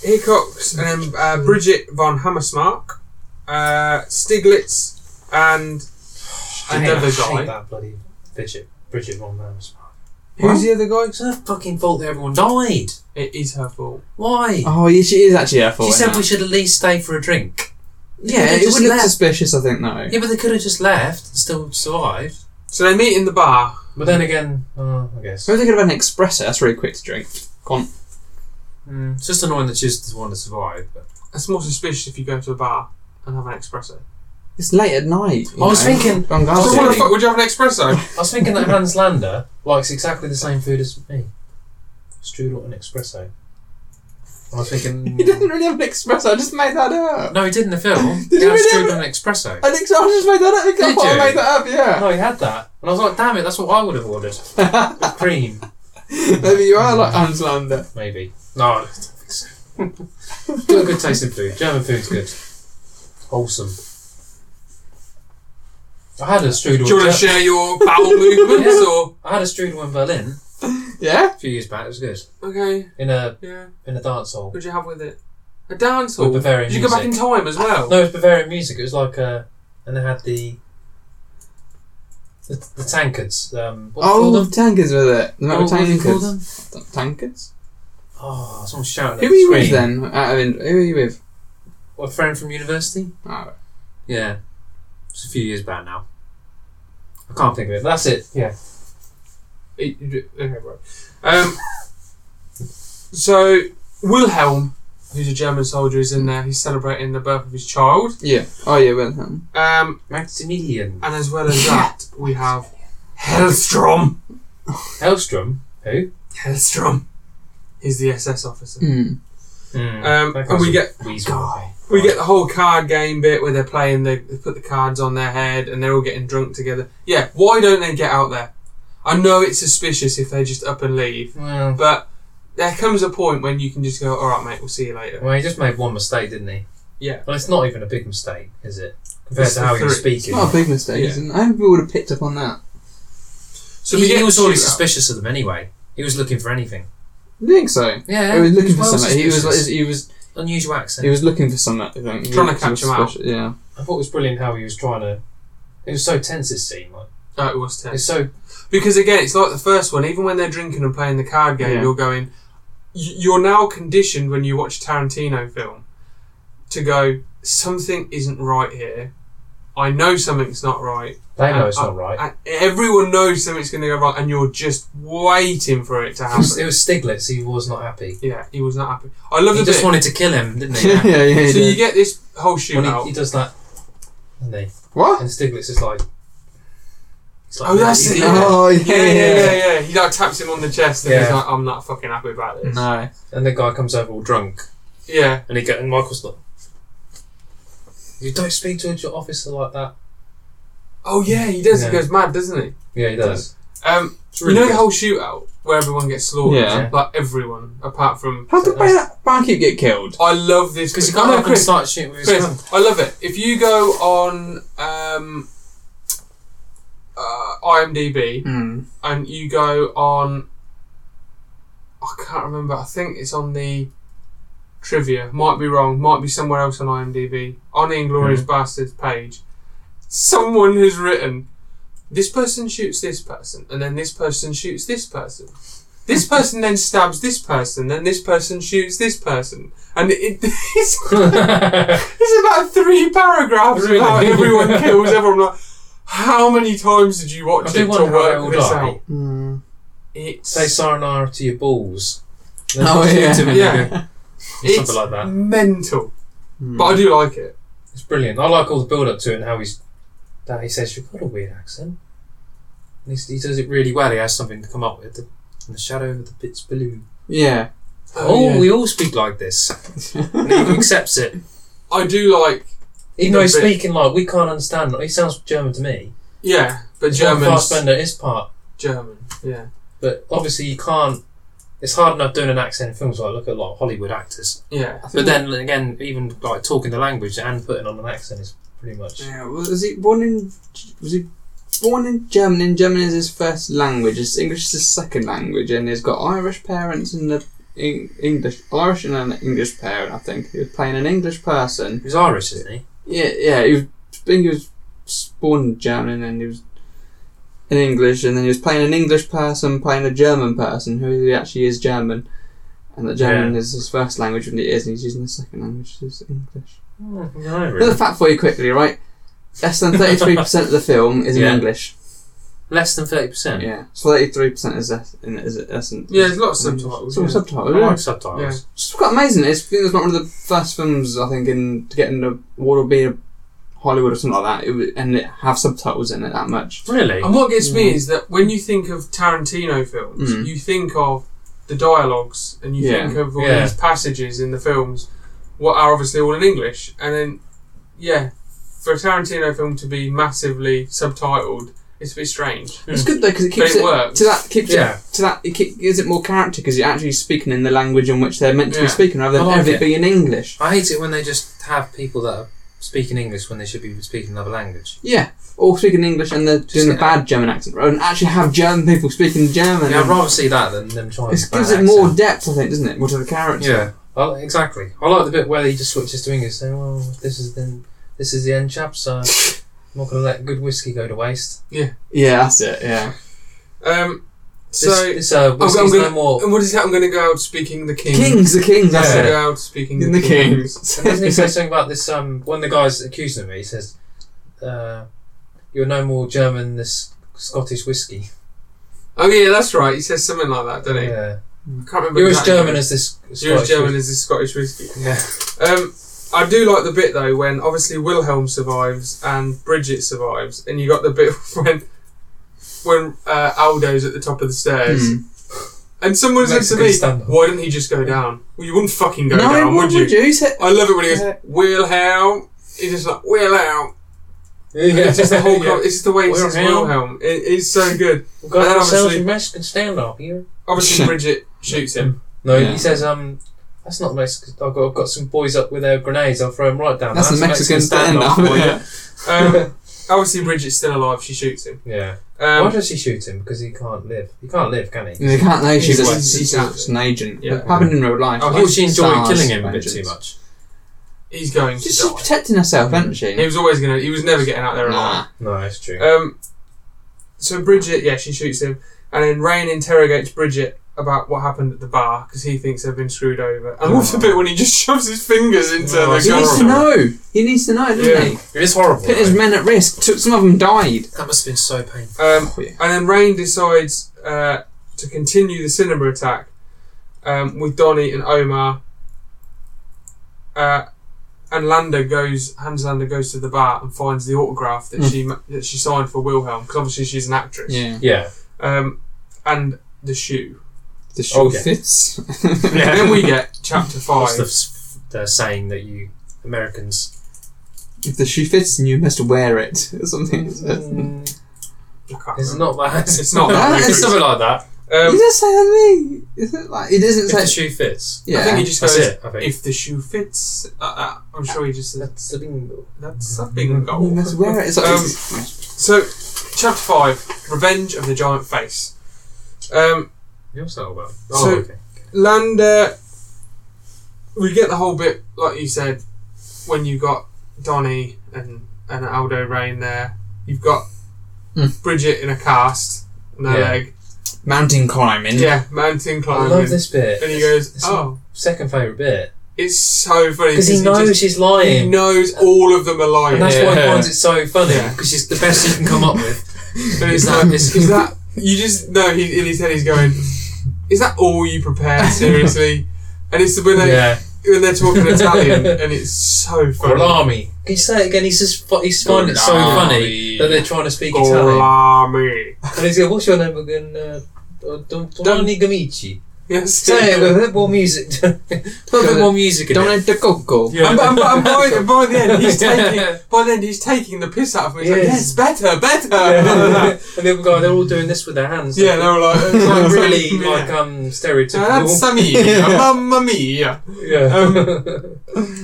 Speaker 1: Hickox, and um, uh, Bridget von Hammersmark, uh, Stiglitz, and
Speaker 2: I
Speaker 1: another
Speaker 2: hate
Speaker 1: guy.
Speaker 2: that bloody Bridget. Bridget von Rams.
Speaker 1: Who's the other guy?
Speaker 2: It's her fucking fault that everyone died.
Speaker 1: It is her fault.
Speaker 2: Why?
Speaker 3: Oh, yeah, she is actually her fault.
Speaker 2: she said
Speaker 3: isn't
Speaker 2: we
Speaker 3: it?
Speaker 2: should at least stay for a drink.
Speaker 3: Yeah, it
Speaker 2: just
Speaker 3: would look
Speaker 2: left.
Speaker 3: suspicious, I think, though.
Speaker 2: Yeah, but they could have just left and still survived.
Speaker 1: So they meet in the bar.
Speaker 2: But then again, uh, I guess.
Speaker 3: So if they could have had an espresso, that's really quick to drink. Come on.
Speaker 2: Mm, it's just annoying that she's the one that survived. But.
Speaker 1: It's more suspicious if you go to a bar and have an espresso.
Speaker 3: It's late at night. you
Speaker 2: I was
Speaker 3: know.
Speaker 2: thinking-
Speaker 3: Gone
Speaker 2: I was
Speaker 1: So what the
Speaker 3: garden.
Speaker 2: thinking-
Speaker 1: fuck would you have an espresso?
Speaker 2: I was thinking that Hans Lander likes exactly the same food as me strudel and espresso. I was [LAUGHS] thinking.
Speaker 3: [LAUGHS]
Speaker 2: hmm.
Speaker 3: He doesn't really have an espresso. I just made that up.
Speaker 2: No, he [LAUGHS] did in the film.
Speaker 3: Did
Speaker 2: he
Speaker 3: he
Speaker 2: had
Speaker 3: really?
Speaker 2: strudel and espresso.
Speaker 3: I think so. I just made that up. I
Speaker 2: Did
Speaker 3: thought I
Speaker 2: you?
Speaker 3: made that
Speaker 2: [LAUGHS]
Speaker 3: up. Yeah.
Speaker 2: No, he had that. And I was like, damn it, that's what I would have ordered. [LAUGHS] With cream,
Speaker 3: Maybe you are like Hans Lander.
Speaker 2: maybe. No, I don't think so. Got a good taste in food. German food's good. Wholesome. I had a strudel.
Speaker 1: Do you want to share your
Speaker 2: [LAUGHS]
Speaker 1: bowel movements or?
Speaker 2: I had a strudel in Berlin
Speaker 3: Yeah.
Speaker 2: a few years back. It was good.
Speaker 1: Okay,
Speaker 2: In a
Speaker 1: yeah.
Speaker 2: in a dance hall.
Speaker 1: What'd you have with it? A dance hall.
Speaker 2: With Bavarian
Speaker 1: Did you go back in
Speaker 2: music.
Speaker 1: time as well?
Speaker 2: [LAUGHS] No, it was Bavarian music. It was like a, and they had the the, the tankards. Um, what do you call
Speaker 3: Oh,
Speaker 2: them?
Speaker 3: the tankards with it. The metal
Speaker 2: What- what do you call
Speaker 3: tankards.
Speaker 2: them?
Speaker 3: T- Tankards.
Speaker 2: Oh, someone shouting.
Speaker 3: Who
Speaker 2: at
Speaker 3: were
Speaker 2: the
Speaker 3: you with
Speaker 2: screen.
Speaker 3: then? Out of in- who were you with?
Speaker 2: A friend from university.
Speaker 3: Oh.
Speaker 2: Yeah, it's a few years back now. I can't think of it. That's it. Yeah.
Speaker 1: It- you- okay, right. Um, so Wilhelm, who's a German soldier, is in there. He's celebrating the birth of his child.
Speaker 3: Yeah. Oh yeah, Wilhelm.
Speaker 1: Um,
Speaker 2: Maximilian
Speaker 1: and as well
Speaker 2: [LAUGHS]
Speaker 1: as that, we have Hellstrom.
Speaker 2: Hellstrom. Who?
Speaker 1: Hellstrom. He's the SS officer.
Speaker 3: Hmm.
Speaker 1: Um,
Speaker 2: That
Speaker 1: and we get-
Speaker 2: guy's a weasel.
Speaker 1: We get the whole card game bit where they're playing, the, they put the cards on their head and they're all getting drunk together. Yeah, why don't they get out there? I know it's suspicious if they just up and leave,
Speaker 2: Well,
Speaker 1: but there comes a point when you can just go, alright, mate, we'll see you later.
Speaker 2: well, he just made one mistake, didn't he?
Speaker 1: Yeah.
Speaker 2: Well, it's not even a big mistake, is it? Compared
Speaker 1: It's
Speaker 2: to
Speaker 1: the
Speaker 2: how he was
Speaker 1: three.
Speaker 2: speaking.
Speaker 3: Not a big mistake.
Speaker 1: Yeah.
Speaker 3: isn't it? I hope we would have picked up on that.
Speaker 1: So we
Speaker 2: he,
Speaker 1: get
Speaker 2: he was
Speaker 1: the
Speaker 2: already
Speaker 1: shootout.
Speaker 2: suspicious of them anyway. He was looking for anything.
Speaker 3: I think so.
Speaker 2: Yeah,
Speaker 3: he was looking
Speaker 2: he
Speaker 3: for
Speaker 2: well
Speaker 3: something. He was,
Speaker 2: suspicious.
Speaker 3: he was
Speaker 2: unusual
Speaker 3: he
Speaker 2: accent.
Speaker 3: was looking for something. Trying
Speaker 1: Trying to catch him out.
Speaker 3: Yeah.
Speaker 2: I thought it was brilliant how he was trying to. It was so tense this scene. Like
Speaker 1: No, it was ten.
Speaker 2: it's so
Speaker 1: Because again, it's like the first one. Even when they're drinking and playing the card game,
Speaker 3: Yeah.
Speaker 1: you're going. y- You're now conditioned when you watch a Tarantino film to go. Something isn't right here. I know something's not right.
Speaker 2: they know
Speaker 1: Uh,
Speaker 2: it's
Speaker 1: uh,
Speaker 2: not right.
Speaker 1: And everyone knows something's going to go wrong, and you're just waiting for it to
Speaker 2: It was,
Speaker 1: happen.
Speaker 2: it was Stiglitz. He was not happy.
Speaker 1: yeah, he was not happy. I love
Speaker 2: He
Speaker 1: the
Speaker 2: just
Speaker 1: bit.
Speaker 2: wanted to kill him,
Speaker 3: [LAUGHS]
Speaker 2: didn't he?
Speaker 3: yeah, yeah, he
Speaker 1: so you
Speaker 3: did.
Speaker 1: get this whole
Speaker 2: When
Speaker 1: shootout.
Speaker 2: he, he does that, doesn't he?
Speaker 1: [LAUGHS]
Speaker 3: what?
Speaker 2: And Stiglitz is like. it's like-
Speaker 1: Oh, that's
Speaker 2: he's
Speaker 1: it,
Speaker 2: like-
Speaker 1: yeah.
Speaker 3: Oh yeah.
Speaker 1: yeah, yeah, yeah, yeah. He like taps him on the chest, and he's
Speaker 2: Yeah.
Speaker 1: like, "I'm not fucking happy about this."
Speaker 3: No.
Speaker 2: And the guy comes over all drunk,
Speaker 1: Yeah,
Speaker 2: and he get and Michael's like, "You don't speak to your officer like that."
Speaker 1: Oh yeah, he does.
Speaker 2: Yeah.
Speaker 1: He goes mad, doesn't he?
Speaker 2: Yeah, he does.
Speaker 1: Um,
Speaker 2: It's really
Speaker 1: you know
Speaker 2: good.
Speaker 1: the whole shootout where everyone gets slaughtered.
Speaker 3: Yeah.
Speaker 1: Like everyone, apart from.
Speaker 3: How did Bar- Barkeep get killed?
Speaker 1: I love this
Speaker 2: Because he
Speaker 1: Oh,
Speaker 2: got
Speaker 1: no,
Speaker 2: up and
Speaker 1: Chris,
Speaker 2: started shooting with his
Speaker 1: Chris,
Speaker 2: gun.
Speaker 1: I love it. If you go on um, uh, IMDb
Speaker 3: Mm.
Speaker 1: and you go on, I can't remember. I think it's on the trivia. Might be wrong. Might be somewhere else on IMDb on the
Speaker 2: Hmm.
Speaker 1: Inglorious Bastards page. Someone has written this person shoots this person, and then this person shoots this person.
Speaker 2: [LAUGHS]
Speaker 1: This person then stabs this person, then this person shoots this person, and it, [LAUGHS] it's
Speaker 2: [LAUGHS]
Speaker 1: [LAUGHS] there's about three paragraphs
Speaker 2: Really?
Speaker 1: about everyone
Speaker 2: [LAUGHS]
Speaker 1: kills everyone. I'm like, how many times did you
Speaker 2: I
Speaker 1: watch
Speaker 2: do
Speaker 1: it to
Speaker 2: wonder how they all
Speaker 1: work this
Speaker 2: die.
Speaker 1: out?
Speaker 3: Mm.
Speaker 1: It's
Speaker 2: Say sayonara to
Speaker 1: [LAUGHS]
Speaker 2: your balls.
Speaker 3: Oh, yeah.
Speaker 1: Yeah.
Speaker 2: Or
Speaker 1: it's
Speaker 2: something like that.
Speaker 1: mental, but I do like it.
Speaker 2: It's brilliant. I like all the build up to it and how he's that he says you've got a weird accent. And he's, he does it really well. He has something to come up with. The, in the shadow of the bit's blue.
Speaker 1: Hmm.
Speaker 3: Yeah.
Speaker 2: Oh,
Speaker 1: yeah.
Speaker 2: we all speak like this.
Speaker 3: [LAUGHS]
Speaker 2: And he accepts it.
Speaker 1: I do like
Speaker 2: Even though he's
Speaker 1: Bit.
Speaker 2: speaking like we can't understand. He sounds German to me.
Speaker 1: yeah, but
Speaker 2: German.
Speaker 1: German,
Speaker 2: Fassbender is part,
Speaker 1: German, yeah,
Speaker 2: but obviously you can't. It's hard enough doing an accent in films. Like look at like Hollywood actors.
Speaker 1: yeah.
Speaker 2: But then again, even like talking the language and putting on an accent is pretty much.
Speaker 3: Yeah, was he born in? Was he born in Germany? And German is his first language. His English is his second language, and he's got Irish parents and the Eng- English, Irish and an English parent. I think he was playing an English person.
Speaker 2: He's Irish, isn't he?
Speaker 3: Yeah, yeah. He was, I think he was born in German, and then he was in English, and then he was playing an English person, playing a German person who he actually is German. And that German is his first language, and it is, and he's using the second language, is English.
Speaker 2: Mm, no,
Speaker 3: Another
Speaker 2: really.
Speaker 3: fact for you quickly, right? Less than 33% of the film is in
Speaker 2: Yeah.
Speaker 3: English.
Speaker 2: Less than thirty percent.
Speaker 3: Yeah. So 33% is es- in is essence.
Speaker 1: Yeah, there's a lot of subtitles,
Speaker 3: Some
Speaker 1: yeah.
Speaker 2: I
Speaker 3: subtitles. yeah.
Speaker 2: like subtitles.
Speaker 3: It's quite amazing. It's, I think it was one of the first films, I think, in to get in the award or be a Hollywood or something like that, it was, and it have subtitles in it that much.
Speaker 2: Really?
Speaker 1: And what gets me is that when you think of Tarantino films,
Speaker 3: Mm.
Speaker 1: you think of the dialogues and you
Speaker 3: Yeah.
Speaker 1: think of all
Speaker 2: Yeah.
Speaker 1: these passages in the films, what are obviously all in English, and then yeah, for a Tarantino film to be massively subtitled, it's a bit strange.
Speaker 3: It's good though because it keeps
Speaker 1: it
Speaker 3: it,
Speaker 1: works.
Speaker 3: to that keeps
Speaker 2: Yeah.
Speaker 3: it to that it keep, gives it more character because you're actually speaking in the language in which they're meant to be
Speaker 1: Yeah.
Speaker 3: speaking rather
Speaker 2: I
Speaker 3: than
Speaker 2: like
Speaker 3: everything
Speaker 2: it.
Speaker 3: being English.
Speaker 2: I hate it when they just have people that are speaking English when they should be speaking another language.
Speaker 3: Yeah, or speaking English and they're doing a
Speaker 2: get
Speaker 3: bad German accent, rather than actually have German people speaking German.
Speaker 2: Yeah, I'd rather see that than them trying.
Speaker 3: This
Speaker 2: to ban
Speaker 3: gives it
Speaker 2: accent.
Speaker 3: more depth, I think, doesn't it? More to the character.
Speaker 2: Yeah, well, exactly. I like the bit where he just switches to English, saying, "Well, this is the this is the end, chaps. So I'm not going to let good whiskey go to waste."
Speaker 3: Yeah, that's it. Yeah.
Speaker 1: Um,
Speaker 2: This,
Speaker 1: so
Speaker 2: this uh,
Speaker 1: I'm,
Speaker 2: whiskey's
Speaker 1: I'm gonna,
Speaker 2: no more.
Speaker 1: and what is that? I'm going to go out speaking the king.
Speaker 3: Kings, the kings.
Speaker 1: I'm
Speaker 3: That's
Speaker 1: gonna
Speaker 2: Yeah.
Speaker 3: it.
Speaker 1: go out speaking
Speaker 3: In the
Speaker 1: kings.
Speaker 3: kings.
Speaker 2: Doesn't he say something about this? Um, when the guy's accusing me, he says, uh, "You're no more German than S- Scottish whiskey."
Speaker 1: Oh yeah, that's right. He says something like that, doesn't he?
Speaker 2: Yeah,
Speaker 1: I can't remember.
Speaker 2: you're as
Speaker 1: exactly.
Speaker 2: German as this.
Speaker 1: You're as
Speaker 2: Scottish
Speaker 1: German
Speaker 2: whis-
Speaker 1: as this Scottish whiskey.
Speaker 2: Yeah,
Speaker 1: Um, I do like the bit though when obviously Wilhelm survives and Bridget survives, and you got the bit [LAUGHS] when when uh, Aldo's at the top of the stairs,
Speaker 3: [LAUGHS] Hmm.
Speaker 1: and someone said
Speaker 2: Makes a
Speaker 1: to
Speaker 2: good
Speaker 1: me,
Speaker 2: stand-up.
Speaker 1: "Why didn't he just go down? Well, you wouldn't fucking go
Speaker 3: No,
Speaker 1: down,
Speaker 3: what
Speaker 1: would you?"
Speaker 3: Say-
Speaker 1: I love it when he goes,
Speaker 3: Yeah.
Speaker 1: "Wilhelm." He's just like Wilhelm.
Speaker 2: [LAUGHS] yeah.
Speaker 1: [LAUGHS] It's just the whole.
Speaker 2: Yeah.
Speaker 1: co- It's just the way he says
Speaker 2: Wilhelm.
Speaker 1: Wilhelm. It, it's so good.
Speaker 2: We've got
Speaker 1: and
Speaker 2: ourselves
Speaker 1: obviously-
Speaker 2: a Mexican stand-up here.
Speaker 1: Obviously, Bridget shoots him.
Speaker 2: No,
Speaker 3: Yeah.
Speaker 2: he says, um, That's not Mexican. I've got, I've got some boys up with their grenades. I'll throw them right down.
Speaker 3: That's, a Mexican, standoff.
Speaker 2: boy,
Speaker 3: [LAUGHS] yeah.
Speaker 1: Um, obviously, Bridget's still alive. She shoots him.
Speaker 2: Yeah. Why
Speaker 1: Um,
Speaker 2: does he shoot him? Because he can't live. He can't live, can he?
Speaker 3: They can't know she's,
Speaker 1: He's
Speaker 3: a,
Speaker 1: right.
Speaker 3: she's a- she's an agent.
Speaker 1: Yeah.
Speaker 3: Happened in real life.
Speaker 2: I
Speaker 3: Like
Speaker 2: think she enjoyed
Speaker 3: stars
Speaker 2: Oh, killing him a bit too
Speaker 3: vengeance.
Speaker 2: much.
Speaker 1: he's going to
Speaker 3: She's, she's
Speaker 1: die.
Speaker 3: protecting herself, isn't she?
Speaker 1: He was always gonna. He was never getting out there alive.
Speaker 3: Nah.
Speaker 2: No, that's true.
Speaker 1: Um, so Bridget, yeah, she shoots him, and then Rain interrogates Bridget about what happened at the bar because he thinks they've been screwed over. And I love the bit [LAUGHS] when he just shoves his fingers into
Speaker 2: Oh,
Speaker 1: the
Speaker 3: He needs to
Speaker 1: girl.
Speaker 3: know. He needs to know, doesn't
Speaker 1: Yeah.
Speaker 3: he?
Speaker 2: it is horrible.
Speaker 3: Put his
Speaker 2: though.
Speaker 3: men at risk. Took some of them died.
Speaker 2: that must have been so painful.
Speaker 1: Um,
Speaker 3: Oh, yeah.
Speaker 1: and then Rain decides uh, to continue the cinema attack um, with Donnie and Omar. Uh, and Landa goes, Hans Landa goes to the bar and finds the autograph that
Speaker 3: Hmm.
Speaker 1: she ma- that she signed for Wilhelm because obviously she's an actress.
Speaker 3: Yeah.
Speaker 2: Yeah.
Speaker 1: Um, and the shoe.
Speaker 3: The shoe
Speaker 2: Okay.
Speaker 3: fits. [LAUGHS]
Speaker 2: Yeah.
Speaker 1: then we get chapter
Speaker 2: [LAUGHS] What's the,
Speaker 1: five.
Speaker 2: f- the saying that you Americans?
Speaker 3: if the shoe fits, then you must wear it or
Speaker 2: [LAUGHS]
Speaker 3: something. You
Speaker 2: Mm,
Speaker 1: I can't
Speaker 2: it's
Speaker 1: remember.
Speaker 2: not that.
Speaker 1: It's not
Speaker 3: Uh, that.
Speaker 2: it's something like that.
Speaker 1: Um,
Speaker 3: just say that to me. Is it like it isn't
Speaker 2: If the
Speaker 3: say?
Speaker 2: shoe fits.
Speaker 3: Yeah.
Speaker 1: I think he just
Speaker 2: That's
Speaker 1: goes.
Speaker 2: it. I think.
Speaker 1: If the shoe fits, uh, uh, I'm sure he just said,
Speaker 2: That's the bingo.
Speaker 1: "That's a bingo."
Speaker 3: you must wear it. It's like,
Speaker 1: Um, So, chapter five: Revenge of the Giant Face. Um,
Speaker 2: What's that all about?
Speaker 1: So-
Speaker 2: Oh, okay.
Speaker 1: Landa, we get the whole bit, like you said, when you got Donnie and and Aldo Rain there. You've got
Speaker 3: Mm.
Speaker 1: Bridget in a cast, no
Speaker 2: Hmm. Yeah.
Speaker 1: leg.
Speaker 3: mountain climbing.
Speaker 1: Yeah, mountain
Speaker 2: I love
Speaker 1: climbing.
Speaker 2: this bit.
Speaker 1: um, And he
Speaker 2: It's-
Speaker 1: goes,
Speaker 2: it's my
Speaker 1: "Oh,
Speaker 2: second favourite bit.
Speaker 1: it's so funny
Speaker 2: Because he knows she's
Speaker 1: he
Speaker 2: lying.
Speaker 1: knows all of them are lying."
Speaker 2: And that's why he
Speaker 5: Yeah.
Speaker 2: finds it so funny.
Speaker 1: Yeah.
Speaker 2: Because she's the best he can come up with.
Speaker 1: And it's like, is, is that you just no? He, in his head, he's going, "Is that all you prepared
Speaker 2: [LAUGHS]
Speaker 1: seriously?" and it's when they
Speaker 2: [LAUGHS] yeah.
Speaker 1: when they're
Speaker 2: [LAUGHS]
Speaker 1: talking Italian, and it's so funny.
Speaker 2: Gorlami. Can you say it again? He's just fu- he's finding it so
Speaker 3: Gorlami.
Speaker 2: funny that they're trying to speak Italian.
Speaker 1: Gorlami.
Speaker 2: And he's going, "What's your name again?" Uh, Don- Don- Donny Gamici.
Speaker 1: Yes.
Speaker 2: [LAUGHS] Say it with a bit more music. [LAUGHS] a little bit more music in it.
Speaker 3: Donald Duck.
Speaker 2: Yeah.
Speaker 1: And, by- and, by- and by,
Speaker 2: [LAUGHS]
Speaker 1: and by the end, he's taking
Speaker 2: Yeah.
Speaker 1: by the end he's taking the piss out of me. He's like,
Speaker 2: Yes.
Speaker 1: yes, better, better. [LAUGHS]
Speaker 2: Yeah. [LAUGHS] and the other guy, they're all doing this with their hands.
Speaker 1: yeah, they were like,
Speaker 2: It's
Speaker 1: it's
Speaker 2: [LAUGHS] like really
Speaker 1: yeah.
Speaker 2: like um
Speaker 1: Now
Speaker 2: stereotypical.
Speaker 1: that's Sammy, Mamma Mia.
Speaker 2: [LAUGHS] yeah.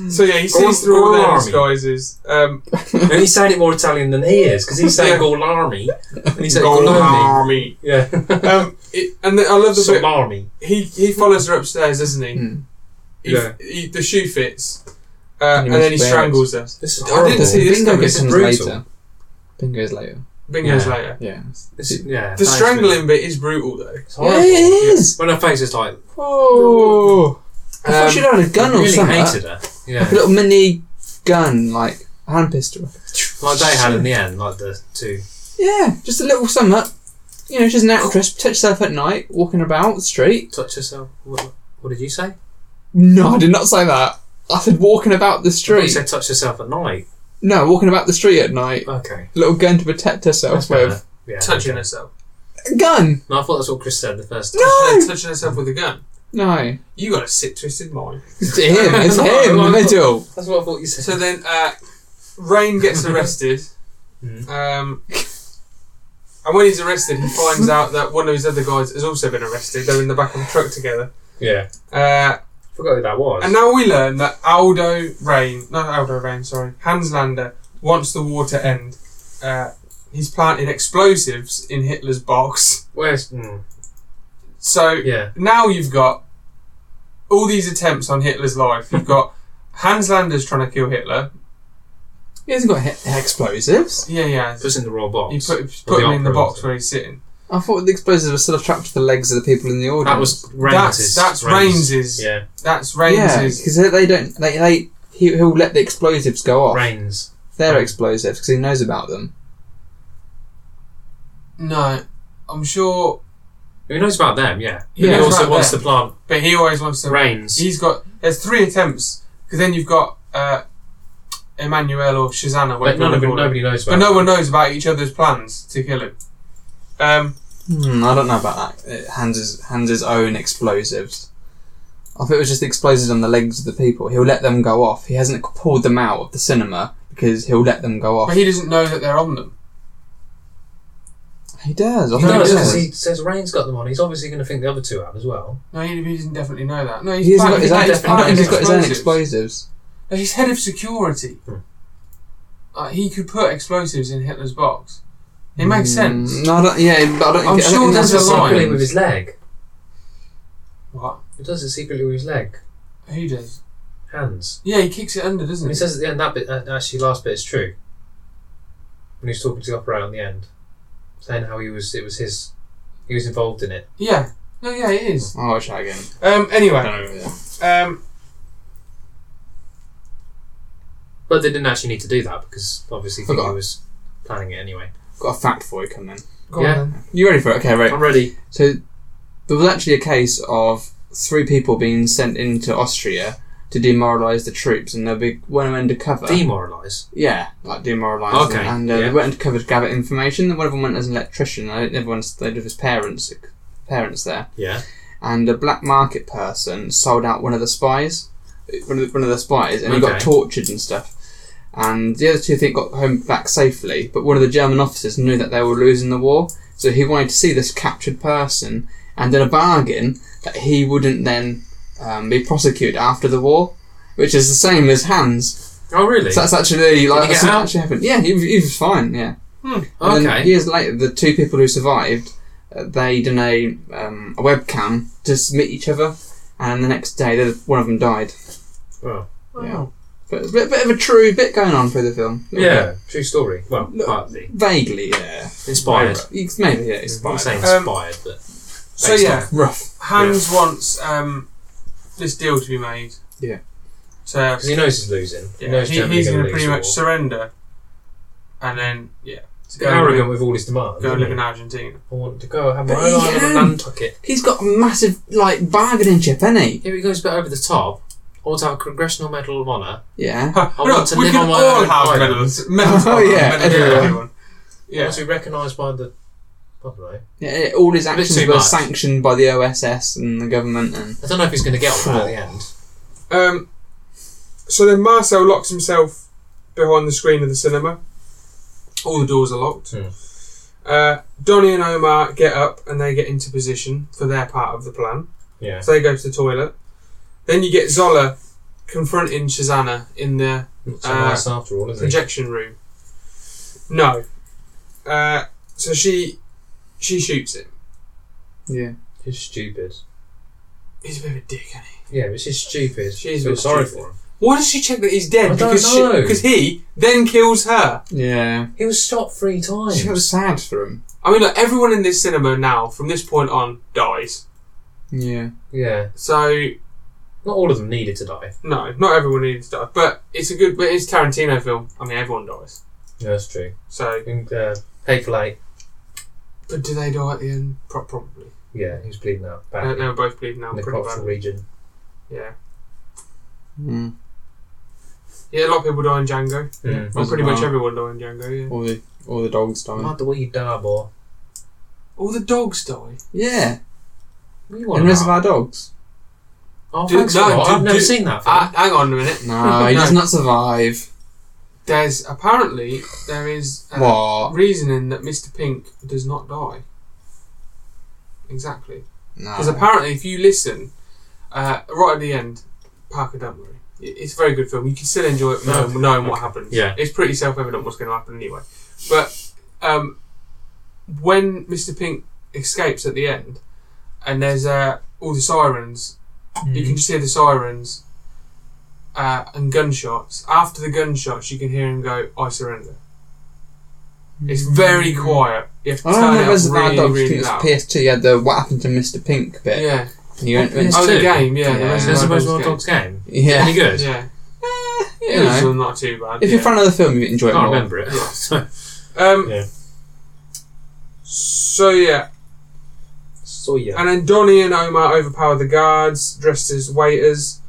Speaker 1: So yeah, he sees through all their disguises. Um,
Speaker 2: and he's saying it more Italian than he is because he's saying
Speaker 1: Yeah.
Speaker 2: Golami and he's saying
Speaker 1: Gorlami.
Speaker 2: Golami. Yeah. [LAUGHS]
Speaker 1: Um, it, and the, I love the bit
Speaker 2: Salami.
Speaker 1: he he follows her upstairs, doesn't he?
Speaker 2: Hmm.
Speaker 3: Mm.
Speaker 1: He-
Speaker 2: Yeah.
Speaker 1: he- the shoe fits, uh,
Speaker 3: And he
Speaker 1: and then he
Speaker 3: must wear
Speaker 1: strangles her.
Speaker 2: This is
Speaker 1: I didn't
Speaker 2: horrible.
Speaker 1: see this
Speaker 3: Oh, Bingo
Speaker 1: coming.
Speaker 3: gets
Speaker 1: It's
Speaker 3: comes
Speaker 2: brutal.
Speaker 3: later. Bingo is later.
Speaker 1: Bingo's
Speaker 2: Yeah.
Speaker 1: later.
Speaker 3: Yeah.
Speaker 2: This is, yeah.
Speaker 1: The
Speaker 3: Nice
Speaker 1: strangling bit is brutal though.
Speaker 2: It's
Speaker 3: Yeah,
Speaker 2: horrible.
Speaker 3: it is.
Speaker 2: When her face is like,
Speaker 3: Oh. I
Speaker 1: Um,
Speaker 3: thought she'd had a
Speaker 2: I
Speaker 3: gun or
Speaker 2: really
Speaker 3: something.
Speaker 2: hated her.
Speaker 3: Like
Speaker 2: Yeah.
Speaker 3: a little mini gun, like hand pistol.
Speaker 2: like they had in the end, like the two.
Speaker 3: Yeah, just a little something. You know, she's an actress, protects herself at night, walking about the street.
Speaker 2: Touch yourself. What, what did you say?
Speaker 3: No, I did not say that. I said walking about the
Speaker 2: You
Speaker 3: street.
Speaker 2: said touch yourself at night.
Speaker 3: No, walking about the street at night.
Speaker 2: Okay.
Speaker 3: Little gun to protect herself
Speaker 2: fair
Speaker 3: with.
Speaker 2: enough. Yeah.
Speaker 1: touching
Speaker 2: okay.
Speaker 1: herself.
Speaker 3: A gun!
Speaker 2: No, I thought that's what Chris said the first time.
Speaker 3: No!
Speaker 1: Then touching herself with a gun.
Speaker 3: No.
Speaker 1: You got a sick twisted mind.
Speaker 3: [LAUGHS] It's him, it's him in the middle.
Speaker 2: That's what I thought you said.
Speaker 1: So then uh, Rain gets arrested.
Speaker 2: Mhm.
Speaker 1: Um, and when he's arrested, he finds out that one of his other guys has also been arrested. They're in the back of a truck together.
Speaker 2: yeah.
Speaker 1: Uh,
Speaker 2: Forgot who that was.
Speaker 1: And now we learn that Aldo Rain, not Aldo Rain, sorry, Hans Lander wants the war to end. Uh, he's planted explosives in Hitler's box.
Speaker 2: Where's. Mm,
Speaker 1: So
Speaker 2: yeah.
Speaker 1: now you've got all these attempts on Hitler's life. You've got Hans Lander's trying to kill Hitler.
Speaker 3: He hasn't got he- explosives.
Speaker 1: Yeah, yeah.
Speaker 2: Puts in the raw
Speaker 1: He
Speaker 2: box.
Speaker 1: put,
Speaker 2: Or
Speaker 1: put
Speaker 2: the
Speaker 1: him in the
Speaker 2: opera,
Speaker 1: box
Speaker 2: wasn't
Speaker 1: where he's sitting.
Speaker 3: I thought the explosives were sort of trapped to the legs of the people in the audience.
Speaker 2: that was
Speaker 1: That's-
Speaker 2: Reigns.
Speaker 1: that's Reigns's.
Speaker 2: Yeah.
Speaker 1: That's
Speaker 3: Yeah,
Speaker 1: Rain's.
Speaker 3: because they don't. They, they, he, he'll let the explosives go off.
Speaker 2: Reigns.
Speaker 3: They're explosives because he knows about them.
Speaker 1: No, I'm sure.
Speaker 2: Who knows about them? Yeah.
Speaker 3: Yeah,
Speaker 2: he
Speaker 3: it's
Speaker 2: also
Speaker 1: right
Speaker 2: wants
Speaker 1: there.
Speaker 2: to plant
Speaker 1: But he always wants to
Speaker 2: Reigns.
Speaker 1: He's got. There's three attempts because then you've got uh, Emmanuel or Shazana.
Speaker 2: but
Speaker 1: whatever
Speaker 2: none
Speaker 1: you wanna
Speaker 2: of it,
Speaker 1: call her.
Speaker 2: nobody knows
Speaker 1: But
Speaker 2: about.
Speaker 1: no
Speaker 2: it.
Speaker 1: one knows about each other's plans to kill him. Um,
Speaker 3: Hmm, I don't know about that. Uh, Hans's Hans's own explosives. I thought it was just explosives on the legs of the people. He'll let them go off. He hasn't pulled them out of the cinema because he'll let them go off.
Speaker 1: but he doesn't know that they're on them.
Speaker 3: He does. I
Speaker 2: He
Speaker 3: think
Speaker 2: does,
Speaker 3: he
Speaker 2: 'cause
Speaker 3: does.
Speaker 2: he says Rain's got them on. He's obviously going to think the other two have as well.
Speaker 1: No, he, he doesn't definitely know that. No, he's,
Speaker 3: He's
Speaker 1: part-
Speaker 3: got his
Speaker 1: he's
Speaker 3: own.
Speaker 1: part of
Speaker 3: I think
Speaker 1: the
Speaker 3: he's got his own
Speaker 1: explosives.
Speaker 3: explosives.
Speaker 1: No, He's head of security.
Speaker 2: Hmm.
Speaker 1: Uh, he could put explosives in Hitler's box. It makes sense.
Speaker 3: Mm, No, I don't, yeah, but I don't.
Speaker 1: I'm
Speaker 3: I don't
Speaker 1: sure
Speaker 3: think
Speaker 1: there's
Speaker 3: that's
Speaker 1: a line.
Speaker 2: Secretly with his leg.
Speaker 1: What?
Speaker 2: He does it secretly with his leg.
Speaker 1: Who does?
Speaker 2: Hands.
Speaker 1: Yeah, he kicks it under, doesn't
Speaker 2: And
Speaker 1: he?
Speaker 2: he says at the end that bit, that actually last bit is true. When he's talking to the operator at the end, saying how he was, it was his, he was involved in it.
Speaker 1: yeah. No, yeah, it is.
Speaker 3: Oh, I'll watch that again.
Speaker 1: Um, anyway,
Speaker 3: Don't know, yeah.
Speaker 1: um,
Speaker 2: But they didn't actually need to do that because obviously he
Speaker 3: Forgot.
Speaker 2: was planning it anyway.
Speaker 3: Got a fact for you coming in.
Speaker 1: go
Speaker 2: Yeah.
Speaker 1: on then.
Speaker 3: You ready for it? Okay, right.
Speaker 2: I'm ready.
Speaker 3: So there was actually a case of three people being sent into Austria to demoralise the troops, and they be- went undercover.
Speaker 2: Demoralise.
Speaker 3: yeah, like demoralising.
Speaker 2: Okay,
Speaker 3: And uh,
Speaker 2: yeah.
Speaker 3: they went undercover to gather information. Then one of them went as an electrician. I think everyone stayed with his parents. Parents there,
Speaker 2: Yeah.
Speaker 3: and a black market person sold out one of the spies, one of the, one of the spies, and he got
Speaker 2: Okay.
Speaker 3: tortured and stuff. And the other two, I think, got home back safely. But one of the German officers knew that they were losing the war, so he wanted to see this captured person, and then a bargain that he wouldn't then um, be prosecuted after the war, which is the same as Hans.
Speaker 2: Oh really?
Speaker 3: So that's actually like
Speaker 2: he get
Speaker 3: that's what
Speaker 2: out?
Speaker 3: actually happened. Yeah, he, he was fine. Yeah. And
Speaker 2: okay.
Speaker 3: then years later, the two people who survived, uh, they done a, um, a webcam to submit each other, and the next day, the, one of them died.
Speaker 2: Well,
Speaker 3: Yeah. But a bit, bit of a true bit going on through the film.
Speaker 2: yeah. True story. Well,
Speaker 3: Look.
Speaker 2: partly
Speaker 3: Vaguely, yeah.
Speaker 2: inspired.
Speaker 3: It's maybe yeah,
Speaker 2: It's
Speaker 3: it's
Speaker 2: not saying
Speaker 3: fine.
Speaker 1: Um,
Speaker 2: inspired, but
Speaker 1: So
Speaker 2: Based
Speaker 1: yeah,
Speaker 3: Rough.
Speaker 1: Hans wants um, this deal to be made.
Speaker 3: Yeah.
Speaker 1: So
Speaker 2: because he knows he's losing. He
Speaker 1: yeah,
Speaker 2: knows
Speaker 1: he,
Speaker 2: Germany's
Speaker 1: he's
Speaker 2: going to
Speaker 1: pretty
Speaker 2: lose
Speaker 1: much
Speaker 2: the war.
Speaker 1: surrender, and then yeah,
Speaker 2: He's
Speaker 1: go and
Speaker 2: arrogant with all his demands.
Speaker 1: go
Speaker 2: isn't
Speaker 1: live
Speaker 2: he?
Speaker 1: in Argentina.
Speaker 2: I want to go have my
Speaker 3: But
Speaker 2: own
Speaker 3: he
Speaker 2: island on
Speaker 3: can.
Speaker 2: Nantucket.
Speaker 3: He's got a massive like bargaining chip, hasn't he?
Speaker 2: Here he goes a bit over the top. I want to have a Congressional Medal of Honor.
Speaker 3: Yeah.
Speaker 1: [LAUGHS] I
Speaker 2: want to
Speaker 1: we
Speaker 2: live
Speaker 1: can
Speaker 2: on my
Speaker 1: all
Speaker 2: own
Speaker 1: have
Speaker 2: island.
Speaker 1: medals. medals
Speaker 3: Oh,
Speaker 1: on-
Speaker 3: yeah,
Speaker 1: medals on
Speaker 2: everyone.
Speaker 1: everyone.
Speaker 2: I
Speaker 1: Yeah.
Speaker 2: want to be recognised by the. I don't know.
Speaker 3: yeah, yeah, all his actions
Speaker 2: too
Speaker 3: were
Speaker 2: much.
Speaker 3: sanctioned by the OSS and the government, and
Speaker 2: I don't know if he's going to get on that at
Speaker 1: [LAUGHS]
Speaker 2: the end.
Speaker 1: Um,
Speaker 6: So then Marcel locks himself behind the screen of the cinema.
Speaker 1: all the doors are locked.
Speaker 2: Hmm.
Speaker 1: Uh, Donnie and Omar get up and they get into position for their part of the plan.
Speaker 2: Yeah.
Speaker 1: So they go to the toilet. Then you get Zola confronting Susanna in the
Speaker 2: It's
Speaker 1: Uh,
Speaker 2: nice after all, isn't it?
Speaker 1: projection room. No. Uh, so she she shoots him.
Speaker 3: yeah,
Speaker 2: He's stupid.
Speaker 1: He's a bit of a dick, isn't he?
Speaker 2: Yeah, but she's stupid.
Speaker 1: She's a
Speaker 2: Feel
Speaker 1: bit
Speaker 2: sorry
Speaker 1: stupid.
Speaker 2: for him.
Speaker 1: Why does she check that he's dead?
Speaker 2: I don't
Speaker 1: because she-
Speaker 2: know.
Speaker 1: because he then kills her.
Speaker 3: yeah.
Speaker 2: He was shot three times.
Speaker 3: She was sad for him.
Speaker 1: I mean, like everyone in this cinema now, from this point on, dies.
Speaker 3: Yeah.
Speaker 2: Yeah.
Speaker 1: So
Speaker 2: Not all of them needed to die.
Speaker 1: no, not everyone needs to die. But it's a good, but it's a Tarantino film. I mean, everyone dies.
Speaker 2: Yeah, that's true.
Speaker 1: So,
Speaker 2: And, uh, Hateful Eight.
Speaker 1: but do they die at the end? Pro- probably.
Speaker 2: Yeah, he was bleeding out.
Speaker 1: They,
Speaker 2: Back
Speaker 1: they were both bleeding out
Speaker 2: in the
Speaker 1: Uh, pretty
Speaker 2: cultural
Speaker 1: badly.
Speaker 2: region.
Speaker 1: Yeah.
Speaker 3: Mm.
Speaker 1: Yeah, a lot of people die in Django.
Speaker 2: Mm.
Speaker 1: Well,
Speaker 3: As
Speaker 1: pretty much
Speaker 3: well.
Speaker 1: everyone died in Django. Yeah.
Speaker 3: All the all the dogs died.
Speaker 2: Not the weed die, boy.
Speaker 1: All the dogs die.
Speaker 3: Yeah.
Speaker 2: We
Speaker 3: And
Speaker 2: want
Speaker 3: Reservoir Dogs.
Speaker 2: Oh,
Speaker 1: Dude,
Speaker 2: thanks
Speaker 1: no,
Speaker 2: a lot. I've
Speaker 1: dude,
Speaker 2: never
Speaker 1: dude.
Speaker 2: seen that film.
Speaker 1: Uh, hang on a minute. [LAUGHS]
Speaker 3: No, he does not survive.
Speaker 1: There's apparently there is uh,
Speaker 3: What?
Speaker 1: reasoning that Mr. Pink does not die. Exactly, because
Speaker 3: No.
Speaker 1: apparently if you listen, uh, right at the end, Parker, don't worry. It- It's a very good film. You can still enjoy it knowing,
Speaker 2: Okay.
Speaker 1: knowing what happens.
Speaker 2: Yeah.
Speaker 1: it's pretty self-evident what's going to happen anyway. But um, when Mr. Pink escapes at the end, and there's uh, all the sirens
Speaker 3: Mm-hmm.
Speaker 1: you can just hear the sirens uh, and gunshots. After the gunshots, you can hear him go, "I surrender." It's very quiet. You have to
Speaker 3: Mm-hmm. I
Speaker 1: turn
Speaker 3: don't
Speaker 1: it
Speaker 3: know
Speaker 1: up
Speaker 3: Reservoir
Speaker 1: really,
Speaker 3: Dogs.
Speaker 1: really
Speaker 3: I think it's
Speaker 1: loud.
Speaker 3: PS2. You had the What Happened to Mr. Pink bit.
Speaker 1: Yeah.
Speaker 3: And you went,
Speaker 2: Yeah.
Speaker 3: went-
Speaker 1: Oh, the
Speaker 2: two.
Speaker 1: game. Yeah.
Speaker 3: Yeah.
Speaker 1: The
Speaker 2: There's a
Speaker 1: Reservoir Dogs
Speaker 2: Reservoir
Speaker 1: game.
Speaker 2: Dogs game. Any
Speaker 3: yeah. Eh,
Speaker 2: good?
Speaker 1: Yeah.
Speaker 3: You
Speaker 1: It was
Speaker 3: know,
Speaker 1: not too bad.
Speaker 3: if
Speaker 1: yeah.
Speaker 3: you're a fan of the film, you enjoy
Speaker 2: I
Speaker 3: it
Speaker 2: can't
Speaker 3: more.
Speaker 2: remember it.
Speaker 1: Yeah.
Speaker 2: [LAUGHS] So,
Speaker 1: um,
Speaker 2: Yeah.
Speaker 1: So yeah,
Speaker 2: so yeah.
Speaker 1: and then Donnie and Omar overpower the guards dressed as waiters.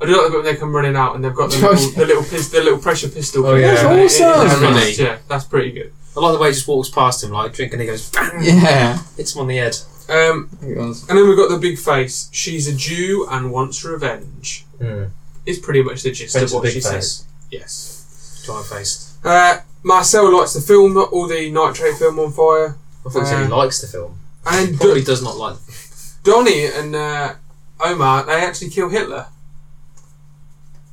Speaker 1: I do like the bit when they come running out and they've got the
Speaker 3: Oh,
Speaker 1: little,
Speaker 2: [LAUGHS]
Speaker 3: yeah.
Speaker 1: the little, pis- the little pressure pistol.
Speaker 2: Oh,
Speaker 1: thing.
Speaker 2: yeah.
Speaker 3: That's
Speaker 1: It- it-
Speaker 3: awesome.
Speaker 1: it's
Speaker 2: That's
Speaker 1: nice,
Speaker 2: funny.
Speaker 1: Yeah, that's pretty good.
Speaker 2: I like the way he just walks past him, like drinking. He goes, bang,
Speaker 3: [LAUGHS] Yeah.
Speaker 2: hits him on the head.
Speaker 1: Um,
Speaker 3: It was.
Speaker 1: And then we've got the big face. She's a Jew and wants revenge.
Speaker 2: Mm.
Speaker 1: Is pretty much the gist
Speaker 2: Face
Speaker 1: of what
Speaker 2: big
Speaker 1: she says.
Speaker 2: face,
Speaker 1: Yes.
Speaker 2: dry faced.
Speaker 1: Uh, Marcel lights the film, all the nitrate film on fire.
Speaker 2: I thought he said he
Speaker 1: Uh,
Speaker 2: likes Um, the film. He
Speaker 1: And
Speaker 2: probably
Speaker 1: Do-
Speaker 2: does not like. The
Speaker 1: Donnie and uh, Omar, they actually kill Hitler.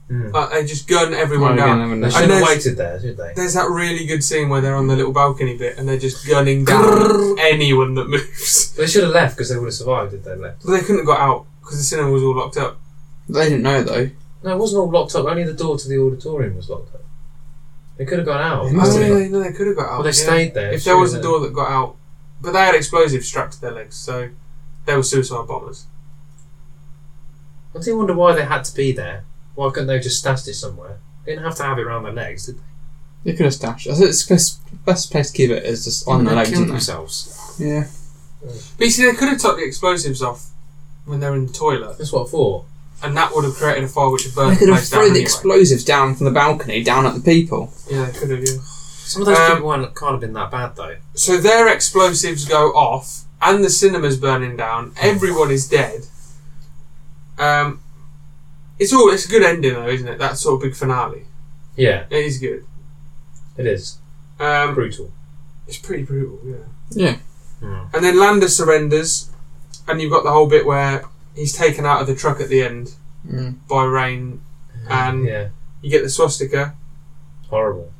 Speaker 2: film.
Speaker 1: Like, they just gun everyone
Speaker 3: Well,
Speaker 1: down.
Speaker 3: again,
Speaker 2: Oh, They
Speaker 3: I
Speaker 2: should
Speaker 1: know-
Speaker 2: have waited there, should they?
Speaker 1: There's that really good scene where they're on the little balcony bit and they're just gunning down anyone that moves. [LAUGHS]
Speaker 2: They should have left because they would have survived if they left.
Speaker 1: But they couldn't have got out because the cinema was all locked up.
Speaker 3: They didn't know though.
Speaker 2: No, it wasn't all locked up. Only the door to the auditorium was locked up. They could have gone out.
Speaker 3: They
Speaker 1: Oh,
Speaker 3: must
Speaker 2: couldn't
Speaker 3: have.
Speaker 2: they?
Speaker 1: no, no, they could have got out.
Speaker 2: Well, they
Speaker 1: yeah.
Speaker 2: stayed there.
Speaker 1: If there was a
Speaker 2: surely
Speaker 1: door that got out, but they had explosives strapped to their legs, so they were suicide bombers.
Speaker 2: then- I do wonder why they had to be there. Why couldn't they have just stashed it somewhere? They didn't have to have it around their legs, did they?
Speaker 3: They could have stashed. I think it's best, best place to keep it is just on the
Speaker 2: they
Speaker 3: legs,
Speaker 2: killed
Speaker 3: isn't
Speaker 2: themselves.
Speaker 3: they? Yeah.
Speaker 1: But you see, they could have took the explosives off when they're in the toilet,
Speaker 2: That's what for.
Speaker 1: and that would have created a fire which would burn
Speaker 3: They
Speaker 1: the
Speaker 3: could have
Speaker 1: place down.
Speaker 3: thrown the
Speaker 1: Anyway.
Speaker 3: explosives down from the balcony down at the people.
Speaker 1: yeah, they could have. Yeah.
Speaker 2: Some of those
Speaker 1: Um,
Speaker 2: people weren't, can't have been that bad though.
Speaker 1: So their explosives go off, and the cinema's burning down. Everyone is dead. Um, it's all. It's a good ending, though, isn't it? That sort of big finale.
Speaker 2: Yeah,
Speaker 1: It is good.
Speaker 2: it is
Speaker 1: Um,
Speaker 2: brutal.
Speaker 1: it's pretty brutal. Yeah.
Speaker 3: Yeah.
Speaker 2: Mm.
Speaker 1: And then Landa surrenders, and you've got the whole bit where he's taken out of the truck at the end
Speaker 3: Mm.
Speaker 1: by rain. And-
Speaker 2: Hmm, yeah,
Speaker 1: You get the swastika.
Speaker 2: horrible.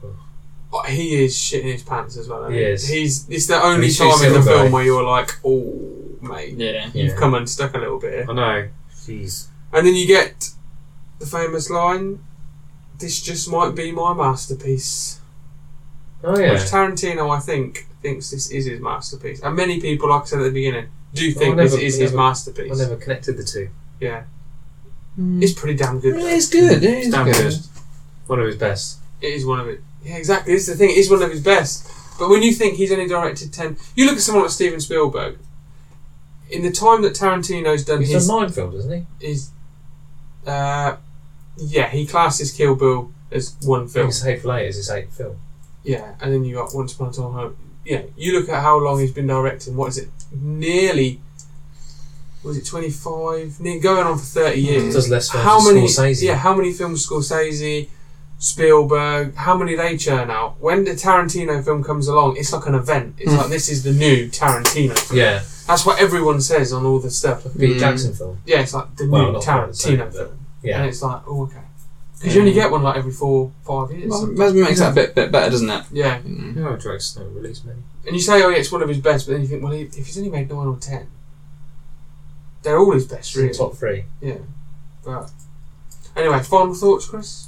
Speaker 1: Oh, he is shitting his pants as well. isn't
Speaker 2: He is.
Speaker 1: He's. It's the only
Speaker 2: He's too
Speaker 1: time in the
Speaker 2: silly,
Speaker 1: film
Speaker 2: though.
Speaker 1: where you're like, oh, mate,
Speaker 3: Yeah.
Speaker 2: Yeah.
Speaker 1: you've come unstuck a little bit. here."
Speaker 2: I know. Jeez.
Speaker 1: And then you get the famous line, "This just might be my masterpiece,"
Speaker 2: Oh yeah.
Speaker 1: which Tarantino, I think, thinks this is his masterpiece, and many people, like I said at the beginning, do
Speaker 2: Well,
Speaker 1: think
Speaker 2: I
Speaker 1: this
Speaker 2: never-
Speaker 1: is
Speaker 2: I
Speaker 1: his
Speaker 2: never-
Speaker 1: masterpiece.
Speaker 2: I never connected the two.
Speaker 1: Yeah,
Speaker 3: Mm.
Speaker 1: it's pretty damn good.
Speaker 3: It
Speaker 1: though.
Speaker 3: is good. It
Speaker 2: It's
Speaker 3: is
Speaker 2: damn
Speaker 3: good.
Speaker 2: good. One of his best.
Speaker 1: It is one of it. Yeah, exactly. It's the thing. It is one of his best. But when you think he's only directed ten, you look at someone like Steven Spielberg. In the time that Tarantino's done
Speaker 2: He's
Speaker 1: his
Speaker 2: done nine films, isn't he?
Speaker 1: his, uh, yeah, he classes Kill Bill as one
Speaker 2: I think
Speaker 1: film.
Speaker 2: it's Hateful Eight is his eighth film.
Speaker 1: Yeah, and then you got Once Upon a Time in Hollywood. Yeah, you look at how long he's been directing. What is it? Nearly. Was it twenty five? Near going on for thirty years.
Speaker 2: Mm. Does less films
Speaker 1: how
Speaker 2: than
Speaker 1: many?
Speaker 2: Scorsese.
Speaker 1: Yeah, how many films Scorsese, Spielberg? How many they churn out? When the Tarantino film comes along, it's like an event. It's
Speaker 2: Mm.
Speaker 3: Hmm.
Speaker 1: like this is the new Tarantino.
Speaker 2: Yeah.
Speaker 1: That's what everyone says on all the stuff.
Speaker 2: Pete
Speaker 3: Mm.
Speaker 2: Jackson film.
Speaker 1: Yeah, it's like the
Speaker 2: Well,
Speaker 1: new
Speaker 2: not quite the same,
Speaker 1: Tarantino
Speaker 2: but-
Speaker 1: film, and
Speaker 2: Yeah.
Speaker 1: it's like oh okay, because you only get one like every four, five years.
Speaker 3: Well, that makes that a bit, bit better, doesn't it?
Speaker 1: yeah,
Speaker 3: Mm.
Speaker 2: No, Drake's not released many.
Speaker 1: And you say, oh, yeah, it's one of his best, but then you think, well, he- if he's only made nine or ten, they're all his best, really.
Speaker 2: Top three.
Speaker 1: Yeah. But anyway, final thoughts, Chris?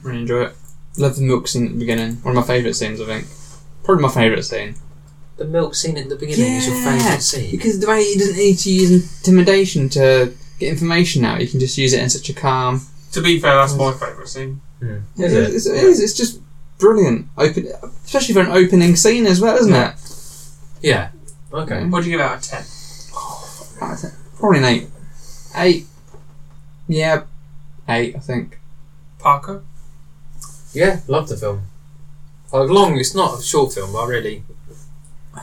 Speaker 3: Really enjoy it. Love the milk scene at the beginning. One of my favourite scenes, I think. Probably my favourite scene.
Speaker 2: The milk scene at the beginning is your
Speaker 3: Yeah.
Speaker 2: favourite scene.
Speaker 3: Because the way he doesn't need to use intimidation to get information out, you can just use it in such a calm,
Speaker 1: To be fair, that's my favourite scene.
Speaker 2: Hmm.
Speaker 3: It
Speaker 2: Is
Speaker 3: is.
Speaker 2: it?
Speaker 3: It's, it is. It's just brilliant. Open, especially for an opening scene as well, isn't it?
Speaker 2: Yeah. Okay.
Speaker 1: What do you give out of ten?
Speaker 3: Probably an eight. Eight. Yeah, eight. I think.
Speaker 1: Parker?
Speaker 2: Yeah, love the film. Like long, it's not a short film. I really,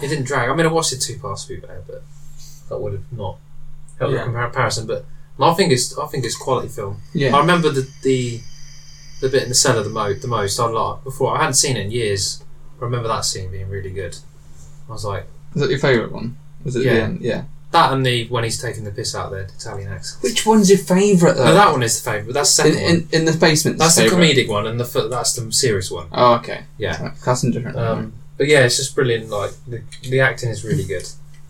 Speaker 2: it didn't drag. I mean, I watched it two parts through there, but that would have not helped
Speaker 1: Yeah.
Speaker 2: the compar- comparison. But no, I think it's, I think it's quality film. I
Speaker 3: Yeah.
Speaker 2: remember the the, the bit in the cellar the, mo- the most. I like before I hadn't seen it in years. I remember that scene being really good. I was like
Speaker 3: Is that your favourite one? Was it?
Speaker 2: Yeah.
Speaker 3: The end? Yeah.
Speaker 2: that, and the when he's taking the piss out of the Italian accent.
Speaker 3: Which one's your favourite though?
Speaker 2: No, that one is the favourite. That's the
Speaker 3: in,
Speaker 2: second one.
Speaker 3: in, in the basement.
Speaker 2: That's the
Speaker 3: favourite.
Speaker 2: comedic one, and the f- that's the serious one.
Speaker 3: Oh, okay.
Speaker 2: Yeah.
Speaker 3: That's a different.
Speaker 2: Um, but yeah, it's just brilliant. Like the, the acting is really good,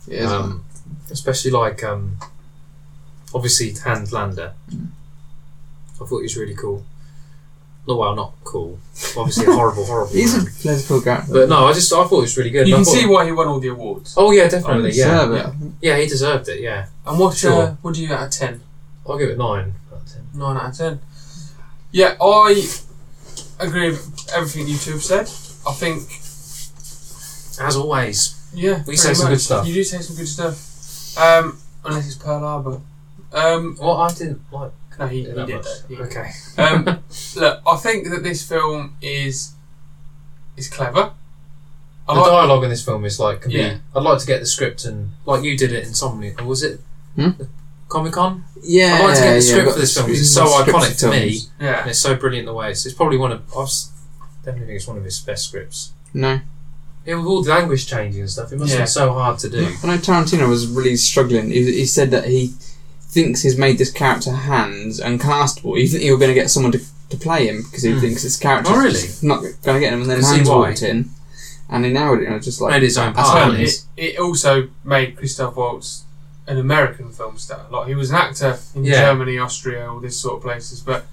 Speaker 3: yeah. isn't
Speaker 2: um, especially like um, obviously Hans Lander. I thought he was really cool. No, well, not cool. Obviously, a horrible, horrible.
Speaker 3: it? He's
Speaker 2: man.
Speaker 3: a political guy.
Speaker 2: But no, I just I thought it was really good.
Speaker 1: You
Speaker 2: and I
Speaker 1: can
Speaker 2: thought-
Speaker 1: see why he won all the awards.
Speaker 2: Oh yeah, definitely. Yeah,
Speaker 3: Deserve it.
Speaker 2: yeah, he deserved it. Yeah,
Speaker 1: And what, uh,
Speaker 2: Sure.
Speaker 1: what do you give out of ten?
Speaker 2: I'll give it nine out of ten.
Speaker 1: Nine out of ten. Yeah, I agree with everything you two have said. I think,
Speaker 2: As always,
Speaker 1: yeah.
Speaker 2: We
Speaker 1: pretty
Speaker 2: say some
Speaker 1: much.
Speaker 2: good stuff.
Speaker 1: You do say some good stuff. Um, unless it's Pearl Harbor. Um,
Speaker 2: well, I didn't like
Speaker 1: no, he,
Speaker 2: it
Speaker 1: he
Speaker 2: that
Speaker 1: did.
Speaker 2: much.
Speaker 1: He did.
Speaker 2: Okay.
Speaker 1: Um, [LAUGHS] look, I think that this film is is clever. I
Speaker 2: the
Speaker 1: like,
Speaker 2: dialogue in this film is like can
Speaker 1: Yeah.
Speaker 2: be. I'd like to get the script and like you did it in Somni. Or was it
Speaker 3: Hmm?
Speaker 2: Comic Con?
Speaker 3: Yeah.
Speaker 2: I'd like to get the
Speaker 3: yeah,
Speaker 2: script
Speaker 3: got
Speaker 2: for this film
Speaker 3: script-
Speaker 2: because it's so
Speaker 3: script
Speaker 2: iconic to me.
Speaker 3: films.
Speaker 1: yeah,
Speaker 2: And it's so brilliant the way it's. It's probably one of. I s- definitely think it's one of his best scripts.
Speaker 3: No.
Speaker 2: Yeah, with all the language changing and stuff, it must
Speaker 4: Yeah.
Speaker 2: be so hard to do.
Speaker 3: I know Tarantino was really struggling. He, he said that he thinks he's made this character hands uncastable. He think he was going to get someone to, to play him because he
Speaker 2: Hmm.
Speaker 3: thinks this character
Speaker 2: Oh, really?
Speaker 3: not going to get him, and then
Speaker 2: Can see
Speaker 3: hands
Speaker 2: why.
Speaker 3: walked in, and he now you know, just like
Speaker 2: Made his own
Speaker 3: that's
Speaker 2: path.
Speaker 3: hands.
Speaker 2: Well,
Speaker 1: it, it also made Christoph Waltz an American film star. Like he was an actor in
Speaker 2: Yeah.
Speaker 1: Germany, Austria, all these sort of places, but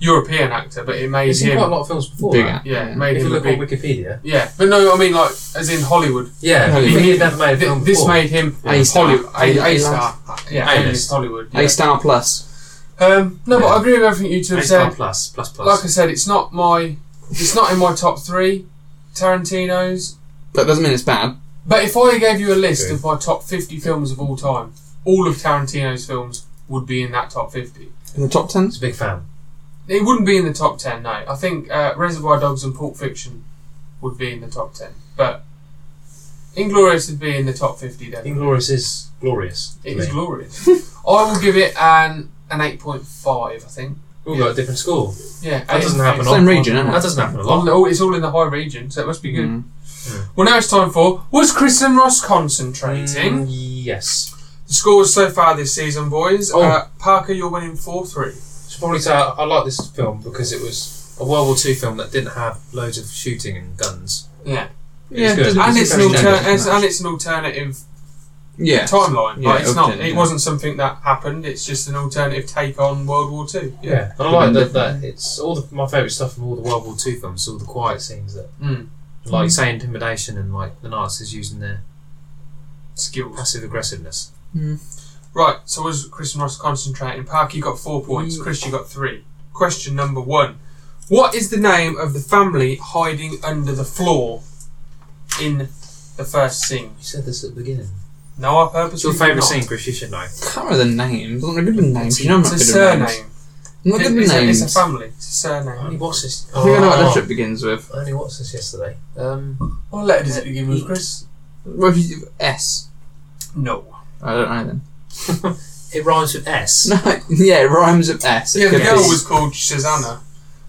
Speaker 1: European actor. But it made
Speaker 2: He's seen
Speaker 1: him.
Speaker 2: quite a lot of films before.
Speaker 3: bigger.
Speaker 2: that.
Speaker 1: yeah, it made
Speaker 2: If you
Speaker 1: him a
Speaker 2: look
Speaker 1: big.
Speaker 2: on Wikipedia,
Speaker 1: yeah, but no, I mean like as in Hollywood.
Speaker 2: yeah,
Speaker 3: No,
Speaker 2: he
Speaker 1: he-
Speaker 2: he'd never made a
Speaker 1: Th-
Speaker 2: film
Speaker 1: this
Speaker 2: before.
Speaker 1: made him
Speaker 3: A star.
Speaker 1: Hollywood A,
Speaker 3: A- A
Speaker 1: a star. Yeah,
Speaker 2: A-list.
Speaker 1: A-list Hollywood.
Speaker 3: A
Speaker 1: yeah.
Speaker 3: star plus.
Speaker 1: Um, no, but
Speaker 2: Yeah.
Speaker 1: I agree with everything you two have
Speaker 2: A star
Speaker 1: said.
Speaker 2: plus plus plus.
Speaker 1: Like I said, it's not my, it's not in my top three Tarantino's.
Speaker 3: That doesn't mean it's bad.
Speaker 1: But if I gave you a list
Speaker 2: Okay.
Speaker 1: of my top fifty films of all time, all of Tarantino's films would be in that top fifty.
Speaker 3: In the top ten,
Speaker 2: He's a big fan.
Speaker 1: It wouldn't be in the top ten, no. I think uh, Reservoir Dogs and Pulp Fiction would be in the top ten, but Inglorious would be in the top fifty. Then
Speaker 2: Inglorious is glorious. to
Speaker 1: it is
Speaker 2: me.
Speaker 1: glorious. [LAUGHS] I will give it an an eight point five. I think.
Speaker 2: We've got a different school.
Speaker 1: Yeah,
Speaker 2: That doesn't happen
Speaker 1: it's
Speaker 2: often.
Speaker 3: same region, isn't
Speaker 2: That
Speaker 3: it?
Speaker 2: doesn't happen a
Speaker 1: all-
Speaker 2: lot.
Speaker 1: all- oh, It's all in the high region, so it must be good.
Speaker 3: Mm.
Speaker 1: Well, now it's time for Was Chris and Ross concentrating?
Speaker 2: Mm, yes.
Speaker 4: The scores so far this season, boys.
Speaker 2: Oh.
Speaker 4: Uh, Parker, you're winning 4 3.
Speaker 2: Should probably say I, I like this film because it was a World War II film that didn't have loads of shooting and guns.
Speaker 1: Yeah,
Speaker 2: It was
Speaker 3: Yeah,
Speaker 2: good.
Speaker 3: doesn't-
Speaker 1: and
Speaker 3: It's
Speaker 1: it's, an
Speaker 3: very
Speaker 1: alter-
Speaker 3: generic,
Speaker 1: it's-
Speaker 3: isn't it?
Speaker 1: and it's an alternative
Speaker 3: Yeah.
Speaker 1: timeline.
Speaker 3: Yeah,
Speaker 1: like, it's not.
Speaker 3: alternative.
Speaker 1: It wasn't something that happened. It's just an alternative take on World War Two.
Speaker 2: Yeah, and I like that, that it's all the, my favourite stuff from all the World War II films, all the quiet scenes that,
Speaker 1: Mm.
Speaker 2: like, say intimidation and like the Nazis using their
Speaker 1: Skills.
Speaker 2: passive aggressiveness.
Speaker 1: Right. So was Chris and Ross concentrating? Park, you got four points. Chris, you got three. Question number one: What is the name of the family hiding under the floor in the first scene?
Speaker 2: You said this at the beginning.
Speaker 1: No, I
Speaker 2: What's
Speaker 1: purposely
Speaker 2: your favourite
Speaker 1: did not.
Speaker 2: scene, Chris? You should know.
Speaker 3: can't remember the names. I'm not good with names. You know I'm
Speaker 1: It's
Speaker 3: not
Speaker 1: a
Speaker 3: good with names.
Speaker 1: surname.
Speaker 3: I'm not good with
Speaker 1: It's a-
Speaker 3: names.
Speaker 1: It's a family. It's a
Speaker 2: I only
Speaker 1: surname.
Speaker 2: watched this.
Speaker 3: I think I know what
Speaker 2: Oh,
Speaker 3: letter it begins with.
Speaker 2: I only watched this yesterday. Um,
Speaker 1: What letter does it begin with, Chris?
Speaker 3: Well, if you, S.
Speaker 1: No.
Speaker 3: I don't know then. [LAUGHS]
Speaker 2: it rhymes with S.
Speaker 3: No, yeah, it rhymes with S. It
Speaker 1: Yeah, the
Speaker 3: could
Speaker 1: girl
Speaker 3: be.
Speaker 1: was called Susanna,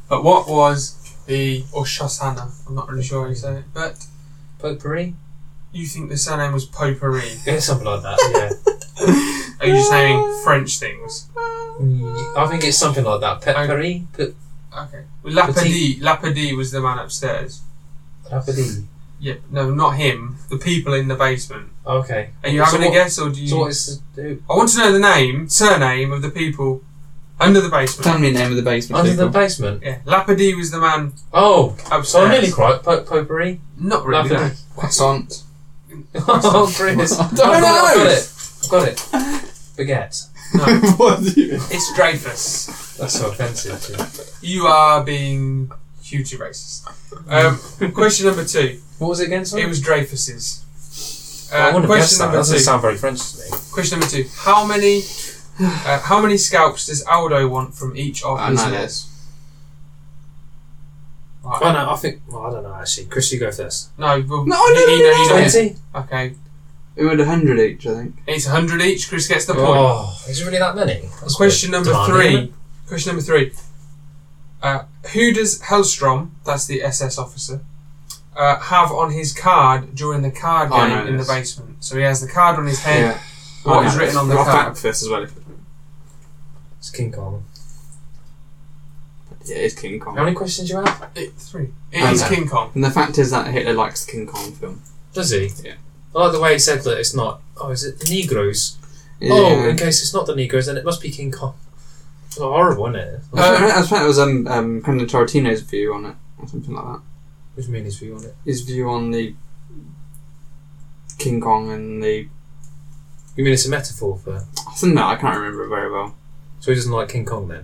Speaker 1: but what was the or Shosanna? I'm not really sure how you say it, but
Speaker 2: Potpourri?
Speaker 1: you think the surname was Potpourri?
Speaker 2: Yeah, something like that, yeah.
Speaker 1: Are you just naming French things?
Speaker 2: Mm, [LAUGHS] I think it's something like that. Potpourri? Pot-
Speaker 1: Okay. Well, Lapidie, Lapidie was the man upstairs.
Speaker 2: Potpourri.
Speaker 1: Yeah, no, not him. The people in the basement.
Speaker 2: Okay.
Speaker 1: Are you
Speaker 2: So
Speaker 1: having
Speaker 2: what-
Speaker 1: a guess, or do you?
Speaker 2: So what is the... who-
Speaker 1: I want to know the name, surname of the people under the basement.
Speaker 3: Tell me the name of the basement.
Speaker 2: Under the
Speaker 3: people.
Speaker 2: basement?
Speaker 1: Yeah, Lapidie was the man
Speaker 2: Oh,
Speaker 1: upstairs.
Speaker 2: so I nearly cried. Po- potpourri?
Speaker 1: Not really.
Speaker 2: Lapidie.
Speaker 1: No. [LAUGHS]
Speaker 3: Croissant.
Speaker 2: [LAUGHS] oh, Chris.
Speaker 3: I
Speaker 2: I've
Speaker 3: don't
Speaker 2: got it, I've
Speaker 3: know.
Speaker 2: got it. I've got it. Baguette.
Speaker 3: What do you-
Speaker 1: It's Dreyfus.
Speaker 2: That's so offensive. Too.
Speaker 1: You are being hugely racist. Um, question number two.
Speaker 2: What was it again, sorry? Oh,
Speaker 1: It was Dreyfus's.
Speaker 2: I
Speaker 1: Uh,
Speaker 2: wouldn't have
Speaker 1: question
Speaker 2: guessed that. That
Speaker 1: number
Speaker 2: doesn't
Speaker 1: two.
Speaker 2: sound very French to me.
Speaker 1: Question number two. How many? Uh, how many scalps does Aldo want from each of
Speaker 3: I
Speaker 1: his
Speaker 3: know
Speaker 1: men?
Speaker 3: this.
Speaker 2: I know, I think... Well, I don't know, actually. Chris, you go first.
Speaker 1: No, well,
Speaker 3: No, I
Speaker 1: he- he
Speaker 3: know,
Speaker 1: know- he
Speaker 3: no, no,
Speaker 1: knows.
Speaker 2: 20?
Speaker 1: Okay,
Speaker 3: It would 100 each, I think.
Speaker 1: it's hundred each. Chris gets the point.
Speaker 2: Oh, is it really that many? That's
Speaker 1: Question
Speaker 2: good.
Speaker 1: number
Speaker 2: Demanding, isn't
Speaker 1: three.
Speaker 2: it?
Speaker 1: Question number three. Uh, who does Hellstrom, that's the SS officer, uh, have on his card during the card
Speaker 3: I
Speaker 1: game
Speaker 3: know
Speaker 1: in
Speaker 3: this.
Speaker 1: the basement? So he has the card on his head.
Speaker 3: Oh,
Speaker 1: What is written on the
Speaker 3: Well,
Speaker 1: card?
Speaker 3: Backfist as well.
Speaker 2: It's King Kong.
Speaker 3: Yeah, it's King
Speaker 2: How
Speaker 3: Kong.
Speaker 2: many questions do you have?
Speaker 1: It, three.
Speaker 3: I
Speaker 1: It is
Speaker 3: know.
Speaker 1: King Kong.
Speaker 3: And the fact is that Hitler likes the King Kong film.
Speaker 2: Does he?
Speaker 3: Yeah.
Speaker 2: I like the way he said that it's not. Oh, is it the Negroes? Oh, in
Speaker 3: Yeah.
Speaker 2: case it's not the Negroes, then it must be King Kong. It's horrible, isn't it?
Speaker 3: I
Speaker 1: Uh,
Speaker 3: was trying- I was trying- it was um, um, Quentin Tarantino's view on it, or something like that.
Speaker 2: Which means view on it.
Speaker 3: His view on the King Kong and the.
Speaker 2: You mean it's a metaphor for?
Speaker 3: Something that I can't remember it very well. [LAUGHS]
Speaker 2: So he doesn't like King Kong then?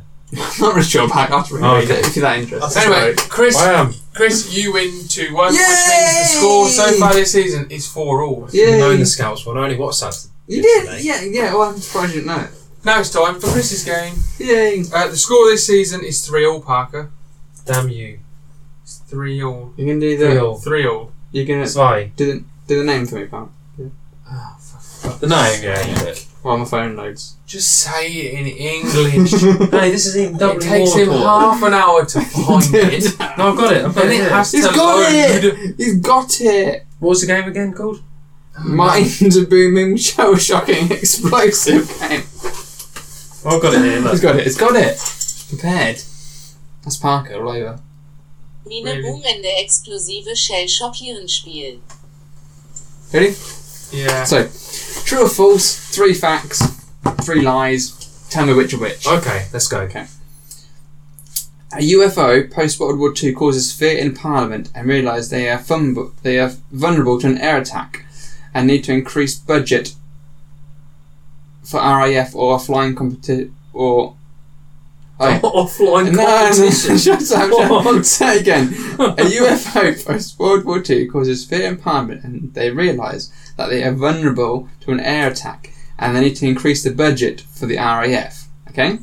Speaker 3: Not really sure about that.
Speaker 2: Oh,
Speaker 3: Really,
Speaker 2: okay.
Speaker 3: If you're that interested.
Speaker 1: Anyway, Chris,
Speaker 2: am.
Speaker 1: Chris, you win two one, which
Speaker 3: Yay!
Speaker 1: means the score so far this season is four all.
Speaker 2: Yeah. Knowing
Speaker 3: yeah,
Speaker 2: the scouts one, I only watched that.
Speaker 3: you did.
Speaker 2: yesterday.
Speaker 3: Yeah, yeah. Well, I'm surprised you didn't know. it.
Speaker 1: Now it's time for Chris's game.
Speaker 3: Yay!
Speaker 1: Uh, the score this season is three all. Parker,
Speaker 2: Damn you,
Speaker 1: it's three all.
Speaker 3: You're gonna do the.
Speaker 2: real
Speaker 1: Three all.
Speaker 3: You're gonna
Speaker 2: Zwei.
Speaker 3: do the do the name for me, pal.
Speaker 1: Ah,
Speaker 2: The name, yeah. you did.
Speaker 3: While my phone [LAUGHS] loads.
Speaker 1: Just say it in English.
Speaker 3: [LAUGHS]
Speaker 2: hey, this is even
Speaker 1: it
Speaker 2: doubly
Speaker 1: takes
Speaker 2: more
Speaker 1: him
Speaker 2: important.
Speaker 1: half an hour to find it.
Speaker 2: No, I've got it. I've got
Speaker 1: Then
Speaker 2: it.
Speaker 1: it
Speaker 2: here.
Speaker 1: has
Speaker 3: He's
Speaker 1: to
Speaker 3: got
Speaker 1: load.
Speaker 3: it. He's got it.
Speaker 2: What was the game again called?
Speaker 3: Mind [LAUGHS] a booming, shell shocking, explosive game.
Speaker 2: I've got it here.
Speaker 3: It's
Speaker 2: Look.
Speaker 3: got it. It's got it. Prepared. That's Parker all over.
Speaker 7: Mine
Speaker 1: Really?
Speaker 7: boomende explosive Shell schockieren Spiel.
Speaker 3: Ready?
Speaker 1: Yeah.
Speaker 3: So, true or false? Three facts, three lies. Tell me which are which.
Speaker 2: Okay, let's go.
Speaker 3: A UFO post World War II causes fear in Parliament and realise they are fun- they are vulnerable to an air attack and need to increase budget for RAF or flying competition or. Oh,
Speaker 2: [LAUGHS] Offline
Speaker 3: No, no, no,
Speaker 2: competition.
Speaker 3: [LAUGHS] shut up, shut
Speaker 2: What?
Speaker 3: up. Say again. A UFO post World War II causes fear in Parliament and they realise that they are vulnerable to an air attack and they need to increase the budget for the RAF. Okay?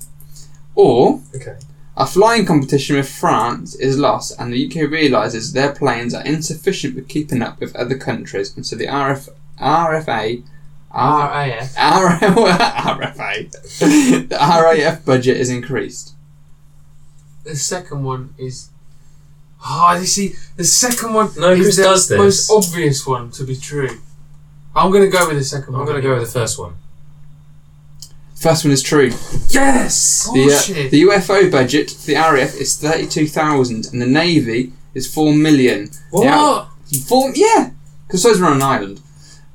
Speaker 3: Or
Speaker 2: [LAUGHS] Okay.
Speaker 3: a flying competition with France is lost and the UK realises their planes are insufficient for keeping up with other countries and so the RF, RFA
Speaker 1: Ah,
Speaker 3: R,
Speaker 1: RAF.
Speaker 3: [LAUGHS] R, RFA [LAUGHS] the RAF budget is increased.
Speaker 1: The second one is. Ah, you see, the second one
Speaker 2: No,
Speaker 1: is
Speaker 2: Chris
Speaker 1: the
Speaker 2: does this.
Speaker 1: most obvious one to be true. I'm going to go with the second
Speaker 2: I'm
Speaker 1: one.
Speaker 2: gonna go with the first one.
Speaker 3: First one is true.
Speaker 2: Yes.
Speaker 3: The, uh,
Speaker 1: Bullshit.
Speaker 3: the UFO budget for the RAF is thirty-two thousand, and the Navy is four million.
Speaker 2: What?
Speaker 3: Yeah. Four, yeah, because those were on an island.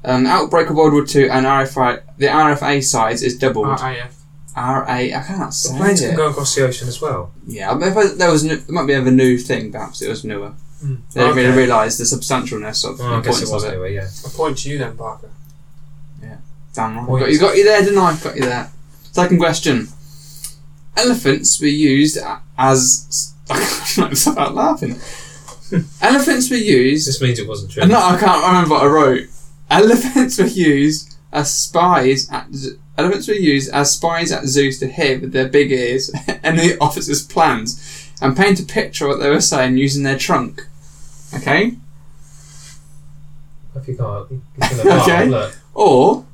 Speaker 3: Um, outbreak of World War Two and RFA, the RFA size is doubled.
Speaker 1: Ah, RAF.
Speaker 3: RA, I can't
Speaker 2: The
Speaker 3: say
Speaker 2: Uh, planes can
Speaker 3: it.
Speaker 2: go across the ocean as well.
Speaker 3: Yeah, but if I- there was new, there might be a new thing. Perhaps it was newer.
Speaker 1: Mm.
Speaker 3: They didn't
Speaker 2: Okay.
Speaker 3: really realise the substantialness of
Speaker 2: Oh, I
Speaker 3: the
Speaker 2: guess
Speaker 3: importance
Speaker 2: it was
Speaker 3: of it.
Speaker 2: anyway. Yeah.
Speaker 1: A point to you then, Parker.
Speaker 3: Damn right.
Speaker 2: Points.
Speaker 3: Got you got you there, didn't I? Got you there. Second question. Elephants were used a- as. [LAUGHS] I can't stop laughing. Elephants were used.
Speaker 2: This means it wasn't true.
Speaker 3: No, I can't remember what I wrote. Elephants were used as spies at. Z- Elephants were used as spies at zoos to hear with their big ears [LAUGHS] any officers' plans and paint a picture of what they were saying using their trunk. Okay?
Speaker 2: If you can't, you can look.
Speaker 3: Okay.
Speaker 2: Look.
Speaker 3: or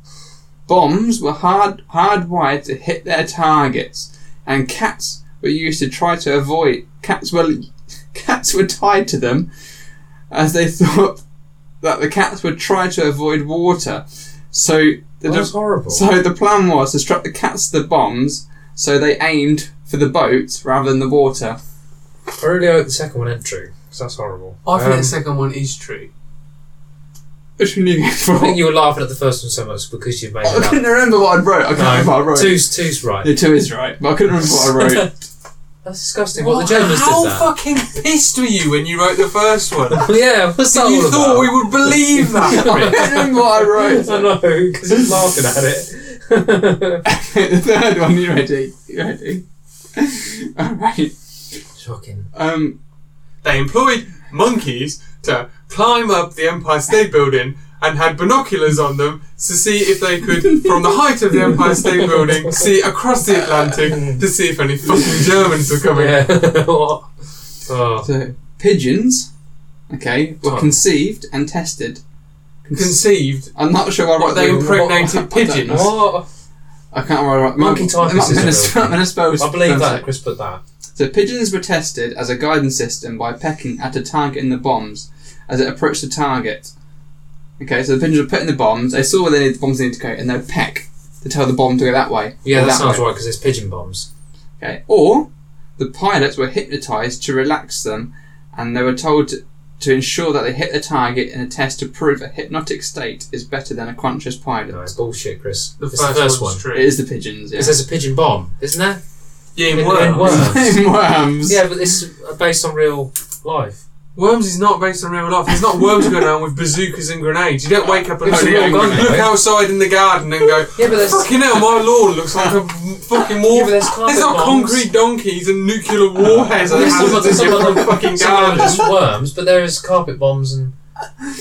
Speaker 3: bombs were hard hardwired to hit their targets, and cats were used to try to avoid. Cats were [LAUGHS] cats were tied to them, as they [LAUGHS] thought that the cats would try to avoid water. So the
Speaker 2: That was horrible.
Speaker 3: so the plan was to strap the cats to the bombs, so they aimed for the boats rather than the water.
Speaker 2: I really hope the second one ain't true, 'cause that's horrible.
Speaker 1: I think
Speaker 2: Um,
Speaker 1: the second one is true.
Speaker 3: Which [LAUGHS] one are you going
Speaker 2: I
Speaker 3: for?
Speaker 2: think you were laughing at the first one so much because you made [LAUGHS]
Speaker 3: I
Speaker 2: it
Speaker 3: couldn't
Speaker 2: up.
Speaker 3: remember what I wrote. I can't remember what I wrote.
Speaker 2: two's two's right.
Speaker 3: The two is right, but I couldn't remember what I wrote.
Speaker 2: That's disgusting. What,
Speaker 1: What-
Speaker 2: the Germans
Speaker 1: How
Speaker 2: did that.
Speaker 1: fucking pissed were you when you wrote the first
Speaker 2: [LAUGHS]
Speaker 1: one?
Speaker 2: yeah, what's that all
Speaker 1: you thought
Speaker 2: about?
Speaker 1: we would believe
Speaker 3: I
Speaker 1: that?
Speaker 3: don't remember what I wrote.
Speaker 2: [LAUGHS] I know because he's laughing at it.
Speaker 3: the third one, you ready? You ready? [LAUGHS] Alright.
Speaker 2: Shocking.
Speaker 3: Um,
Speaker 1: they employed monkeys to climb up the Empire State Building and had binoculars on them to see if they could, from the height of the Empire State Building, see across the Atlantic to see if any fucking Germans were coming.
Speaker 2: Yeah. [LAUGHS] What? oh.
Speaker 3: so, pigeons, okay, were
Speaker 2: Oh.
Speaker 3: conceived and tested. Con-
Speaker 1: Conceived.
Speaker 3: I'm not sure why I
Speaker 1: What,
Speaker 3: wrote
Speaker 1: they
Speaker 3: the-
Speaker 1: impregnated
Speaker 3: I don't know.
Speaker 1: pigeons?
Speaker 2: What?
Speaker 3: I can't remember. what I wrote.
Speaker 2: Monkey typhus
Speaker 3: I'm
Speaker 2: is
Speaker 3: not
Speaker 2: a
Speaker 3: gonna-
Speaker 2: real
Speaker 3: I'm not gonna spell-
Speaker 2: I believe
Speaker 3: spell
Speaker 2: that.
Speaker 3: check.
Speaker 2: Chris put that.
Speaker 3: So pigeons were tested as a guidance system by pecking at a target in the bombs as it approached the target. Okay, so the pigeons were put in the bombs. They saw where they needed the bombs needed to go, and they would peck to tell the bomb to go that way.
Speaker 2: Yeah,
Speaker 3: or
Speaker 2: that
Speaker 3: that way.
Speaker 2: sounds right because it's pigeon bombs.
Speaker 3: Okay. Or the pilots were hypnotized to relax them and they were told to, to ensure that they hit the target in a test to prove a hypnotic state is better than a conscious pilot.
Speaker 2: No, it's bullshit, Chris.
Speaker 1: The
Speaker 2: it's
Speaker 1: first,
Speaker 2: the first
Speaker 1: one's
Speaker 2: one.
Speaker 3: It
Speaker 1: true.
Speaker 3: is the pigeons, yeah.
Speaker 2: It
Speaker 3: [LAUGHS]
Speaker 2: says a pigeon bomb, isn't there?
Speaker 1: yeah, in
Speaker 2: In- in
Speaker 1: worms.
Speaker 2: worms.
Speaker 3: In worms.
Speaker 2: Yeah, but this is uh, based on real
Speaker 1: [LAUGHS]
Speaker 2: life.
Speaker 1: Worms is not based on real life. There's not worms going around with bazookas and grenades. You don't wake up and
Speaker 3: It's
Speaker 1: look,
Speaker 3: a real
Speaker 1: look
Speaker 3: grenade.
Speaker 1: outside in the garden and go,
Speaker 2: Yeah, but that's
Speaker 1: fucking hell, my lawn looks like a fucking
Speaker 2: yeah,
Speaker 1: war.
Speaker 2: but there's carpet
Speaker 1: There's not
Speaker 2: bombs.
Speaker 1: concrete donkeys and nuclear warheads that
Speaker 2: There's some
Speaker 1: happens
Speaker 2: of them-
Speaker 1: in
Speaker 2: some
Speaker 1: your
Speaker 2: of them-
Speaker 1: [LAUGHS] fucking
Speaker 2: some of them
Speaker 1: garden.
Speaker 2: just worms, but there is carpet bombs and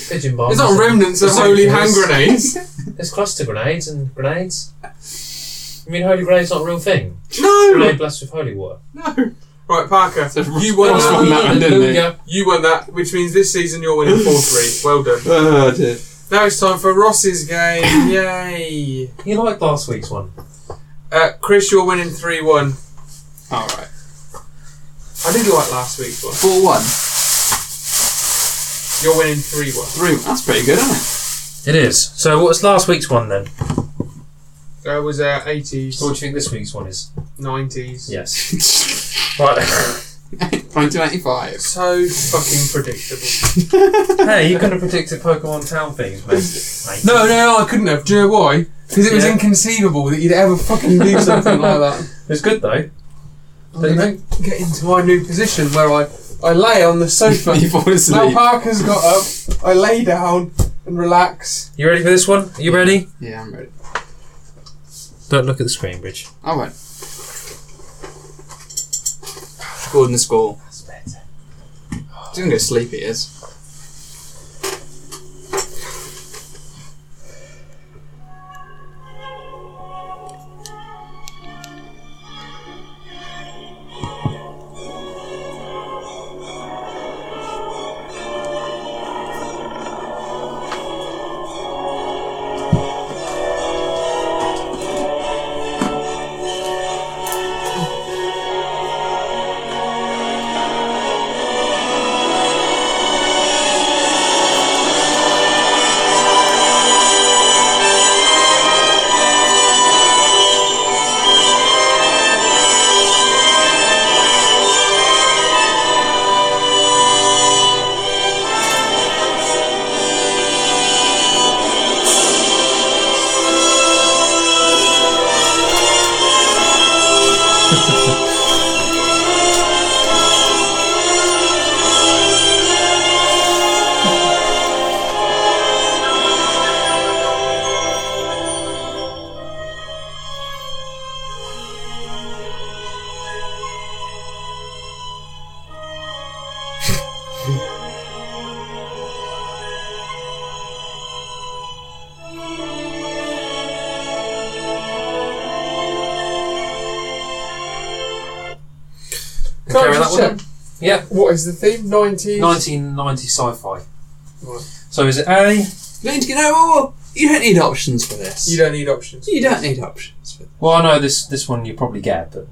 Speaker 2: pigeon bombs.
Speaker 1: There's not
Speaker 2: and-
Speaker 1: remnants of
Speaker 2: there's
Speaker 1: holy hand
Speaker 2: there's-
Speaker 1: grenades.
Speaker 2: There's cluster grenades and grenades. I mean, holy grenade's not a real thing.
Speaker 1: [LAUGHS] No,
Speaker 2: Grenade blessed with holy water.
Speaker 1: no. Right, Parker,
Speaker 3: So
Speaker 1: you won
Speaker 3: Ross
Speaker 1: that.
Speaker 3: won that one, didn't he?
Speaker 2: Hallelujah.
Speaker 1: You won that, which means this season you're winning four
Speaker 3: [LAUGHS]
Speaker 1: three. Well done.
Speaker 3: Oh, dear.
Speaker 1: Now it's time for Ross's game. Yay!
Speaker 2: You liked last week's one.
Speaker 1: Uh, Chris, you're winning three one.
Speaker 3: Alright.
Speaker 1: I did like last week's one.
Speaker 3: 4 1.
Speaker 4: You're winning 3 1.
Speaker 3: Three. That's pretty good, isn't it?
Speaker 2: It is. So what's last week's one then?
Speaker 4: That was uh,
Speaker 2: What do
Speaker 4: 80s,
Speaker 2: you think this week's one is?
Speaker 4: 90s.
Speaker 2: Yes. [LAUGHS] right.
Speaker 3: [LAUGHS] 1985. [LAUGHS]
Speaker 4: So fucking predictable.
Speaker 2: hey, you could have predicted Pokemon Town themes, [LAUGHS] mate.
Speaker 1: No, no, I couldn't have. Do you know why? Because it was
Speaker 2: Yeah.
Speaker 1: inconceivable that you'd ever fucking
Speaker 4: [LAUGHS]
Speaker 1: do something like that.
Speaker 2: It's good though.
Speaker 1: But you don't get into my new position where I, I lay on the
Speaker 2: [LAUGHS]
Speaker 1: sofa.
Speaker 3: You fall
Speaker 1: now
Speaker 3: asleep.
Speaker 1: Parker's got up, I lay down and relax.
Speaker 2: You ready for this one? Are you ready?
Speaker 3: Yeah, I'm ready.
Speaker 2: Don't look at the screen, Bridge.
Speaker 3: I went. Gordon the score. He's gonna go sleep. He is.
Speaker 1: Can I
Speaker 2: carry
Speaker 1: just
Speaker 2: that one
Speaker 1: check?
Speaker 2: Yeah.
Speaker 1: What is the theme? 90s?
Speaker 2: 1990 sci-fi. So is it A?
Speaker 3: You don't need to get over. You don't need options for this.
Speaker 4: You don't need options.
Speaker 3: You don't need options for.
Speaker 2: Well, I know this this one you probably get, but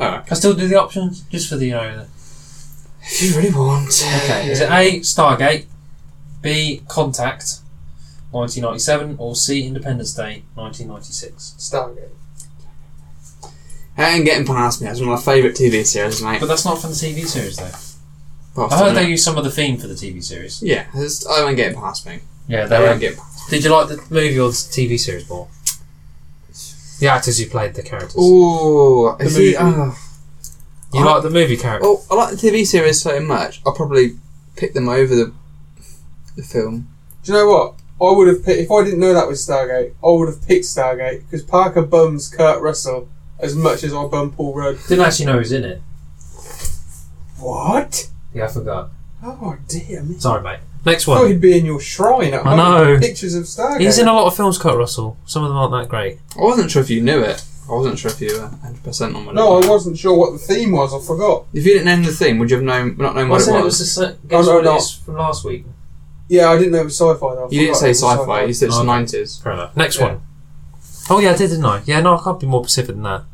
Speaker 3: Oh, okay.
Speaker 2: I still do the options just for the you know. the-
Speaker 3: If you really want.
Speaker 2: Okay. Is it A Stargate, B Contact, 1997, or C Independence Day, 1996?
Speaker 4: Stargate.
Speaker 3: And getting past me. That's one of my favourite TV series, mate.
Speaker 2: But that's not from the TV series though.
Speaker 3: Boston,
Speaker 2: I heard
Speaker 3: isn't
Speaker 2: they
Speaker 3: it?
Speaker 2: used some of the theme for the TV series.
Speaker 3: Yeah, it's- I won't get past me.
Speaker 2: Yeah, they
Speaker 3: I
Speaker 2: were.
Speaker 3: won't get. Past.
Speaker 2: Did you like the movie or the TV series more? The actors who played the characters.
Speaker 3: Ooh,
Speaker 4: The
Speaker 3: is
Speaker 4: movie.
Speaker 3: he, ah.
Speaker 2: you like the movie character?
Speaker 3: Well, I like the TV series so much. I'll probably pick them over the the film.
Speaker 4: Do you know what? I would have picked, if I didn't know that was Stargate, I would have picked Stargate because Parker bums Kurt Russell as much as I bum Paul Rudd.
Speaker 2: Didn't actually know who was in it.
Speaker 4: What?
Speaker 2: Yeah, I forgot.
Speaker 4: Oh dear me.
Speaker 2: Sorry, mate. Oh, Next
Speaker 4: I thought
Speaker 2: one.
Speaker 4: he'd be in your shrine. at
Speaker 2: I
Speaker 4: home.
Speaker 2: know.
Speaker 4: Pictures of Stargate.
Speaker 2: He's in a lot of films, Kurt Russell. Some of them aren't that great.
Speaker 3: I wasn't sure if you knew it. I wasn't sure if you were 100 percent on what.
Speaker 4: no,
Speaker 3: it
Speaker 4: I
Speaker 3: was.
Speaker 4: wasn't sure what the theme was. I forgot.
Speaker 3: If you didn't name the theme, would you have known not known
Speaker 2: I
Speaker 3: what it
Speaker 2: said
Speaker 3: was?
Speaker 2: it was the same.
Speaker 4: Oh,
Speaker 2: Guess
Speaker 4: no,
Speaker 2: what
Speaker 4: no.
Speaker 2: it is from last week.
Speaker 4: Yeah, I didn't know it was sci-fi. Though. I
Speaker 3: you didn't
Speaker 4: forgot
Speaker 3: say
Speaker 4: it was
Speaker 3: sci-fi. You said it's
Speaker 2: Okay.
Speaker 3: 90s.
Speaker 2: Fair enough. Next
Speaker 4: Yeah.
Speaker 2: one. Oh yeah, I did, didn't I? Yeah, no, I can't be more specific than that.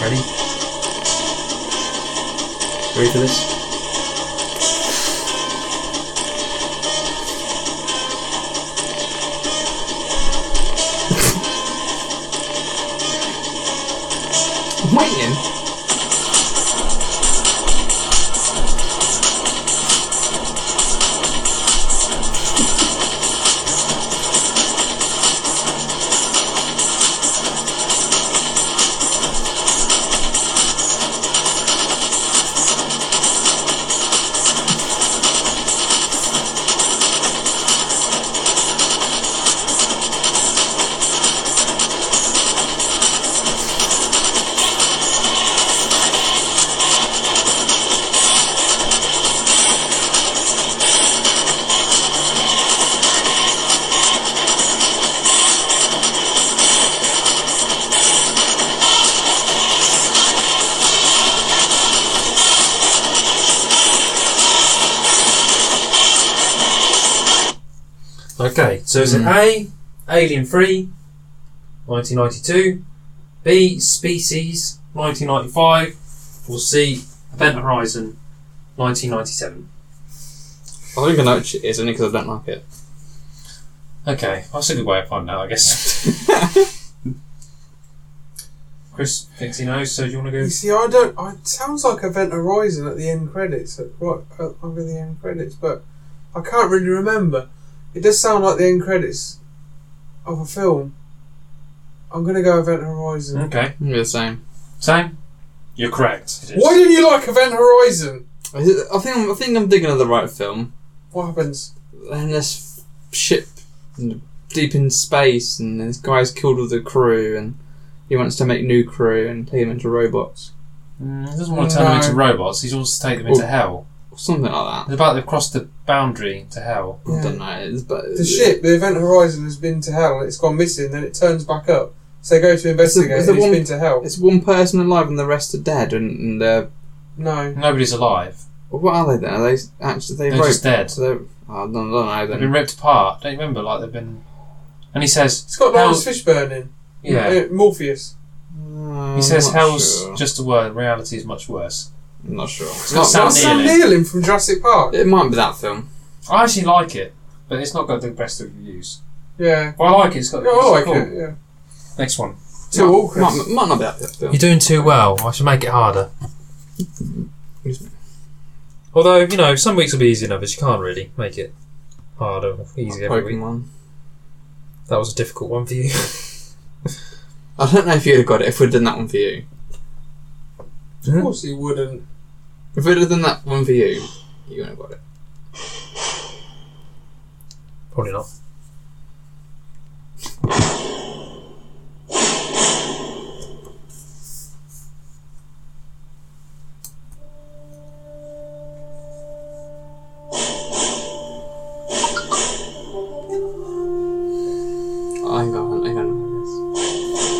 Speaker 2: Ready? Ready for this?
Speaker 3: I'm [LAUGHS] waiting.
Speaker 2: Okay, so is it A, Alien 3, 1992, B, Species, 1995, or C, Event Horizon, 1997?
Speaker 3: I don't even know which it is, only because I don't [LAUGHS] like it.
Speaker 2: Okay, that's a good way of finding out, I guess. [LAUGHS] Chris thinks he knows, so do you want to
Speaker 1: You
Speaker 2: go?
Speaker 1: see, I don't. I, it sounds like Event Horizon at the end credits, at right at- under the end credits, but I can't really remember. It does sound like the end credits of a film. I'm gonna go Event Horizon.
Speaker 2: Okay,
Speaker 3: It'll be the same.
Speaker 2: same. Mm-hmm. You're correct. It is.
Speaker 1: Why didn't you like Event Horizon?
Speaker 3: Is it- I think I'm, I think I'm digging at the right film.
Speaker 1: What happens?
Speaker 3: And this ship in- deep in space, and this guy's killed all the crew, and he wants to make new crew and take them into robots
Speaker 2: Mm, he doesn't want to turn them
Speaker 1: No.
Speaker 2: into robots, he wants to take them into
Speaker 3: Oh.
Speaker 2: hell.
Speaker 3: or something like that.
Speaker 2: It's about they've crossed the boundary to hell.
Speaker 3: I don't know. It's, but
Speaker 1: The ship, the Event Horizon, has been to hell. It's gone missing. Then it turns back up. So they go to investigate. It's,
Speaker 3: is the
Speaker 1: and it's
Speaker 3: one-
Speaker 1: been to hell.
Speaker 3: It's one person alive, and the rest are dead. And, and they're
Speaker 1: No.
Speaker 2: Nobody's alive.
Speaker 3: well, what are they then? Are they actually they
Speaker 2: They're
Speaker 3: rope-
Speaker 2: just dead.
Speaker 3: So they're, I don't, don't know.
Speaker 2: They've been
Speaker 3: Then
Speaker 2: ripped apart. Don't you remember? Like they've been. And he says,
Speaker 1: It's got
Speaker 2: Hell-
Speaker 1: Lars Fishburne in.
Speaker 2: "Yeah."
Speaker 1: Uh, Morpheus.
Speaker 3: Uh,
Speaker 2: He says,
Speaker 3: I'm not
Speaker 2: "Hell's
Speaker 3: sure.
Speaker 2: just a word. Reality is much worse."
Speaker 3: I'm not sure. It's
Speaker 2: got
Speaker 3: not-
Speaker 2: Sam
Speaker 1: That's Sam
Speaker 2: Neill in.
Speaker 1: Neill in from Jurassic Park.
Speaker 3: It might be that film.
Speaker 2: I actually like it, but it's not got the best of reviews.
Speaker 1: Yeah.
Speaker 2: But I like it. It's got.
Speaker 1: Oh, I
Speaker 2: it's
Speaker 1: like
Speaker 2: cool.
Speaker 1: it. Yeah.
Speaker 2: Next one.
Speaker 1: Two all,
Speaker 3: might,
Speaker 1: Chris.
Speaker 3: might, might not be that film.
Speaker 8: You're doing too well. I should make it harder. Although, you know, some weeks will be easy than others. You can't really make it harder or easy every week.
Speaker 3: Pokemon.
Speaker 8: That was a difficult one for you. [LAUGHS]
Speaker 3: I don't know if you'd have got it if we'd done that one for you.
Speaker 1: Of course he wouldn't.
Speaker 3: If we'd have done that one for you, you wouldn't have got it.
Speaker 8: Probably not.
Speaker 3: I think I, I don't know this.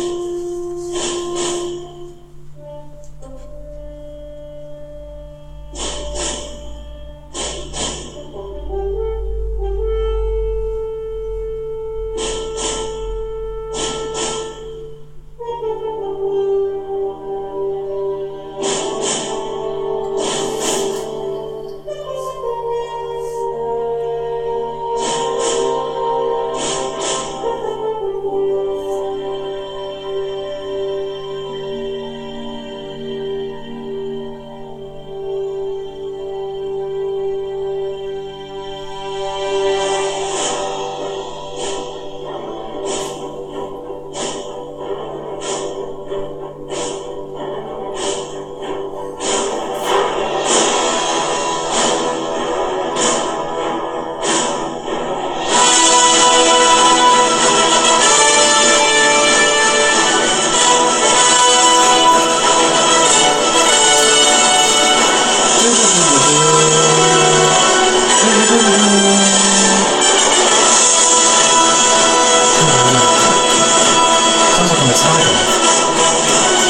Speaker 2: Sounds like a Metallica.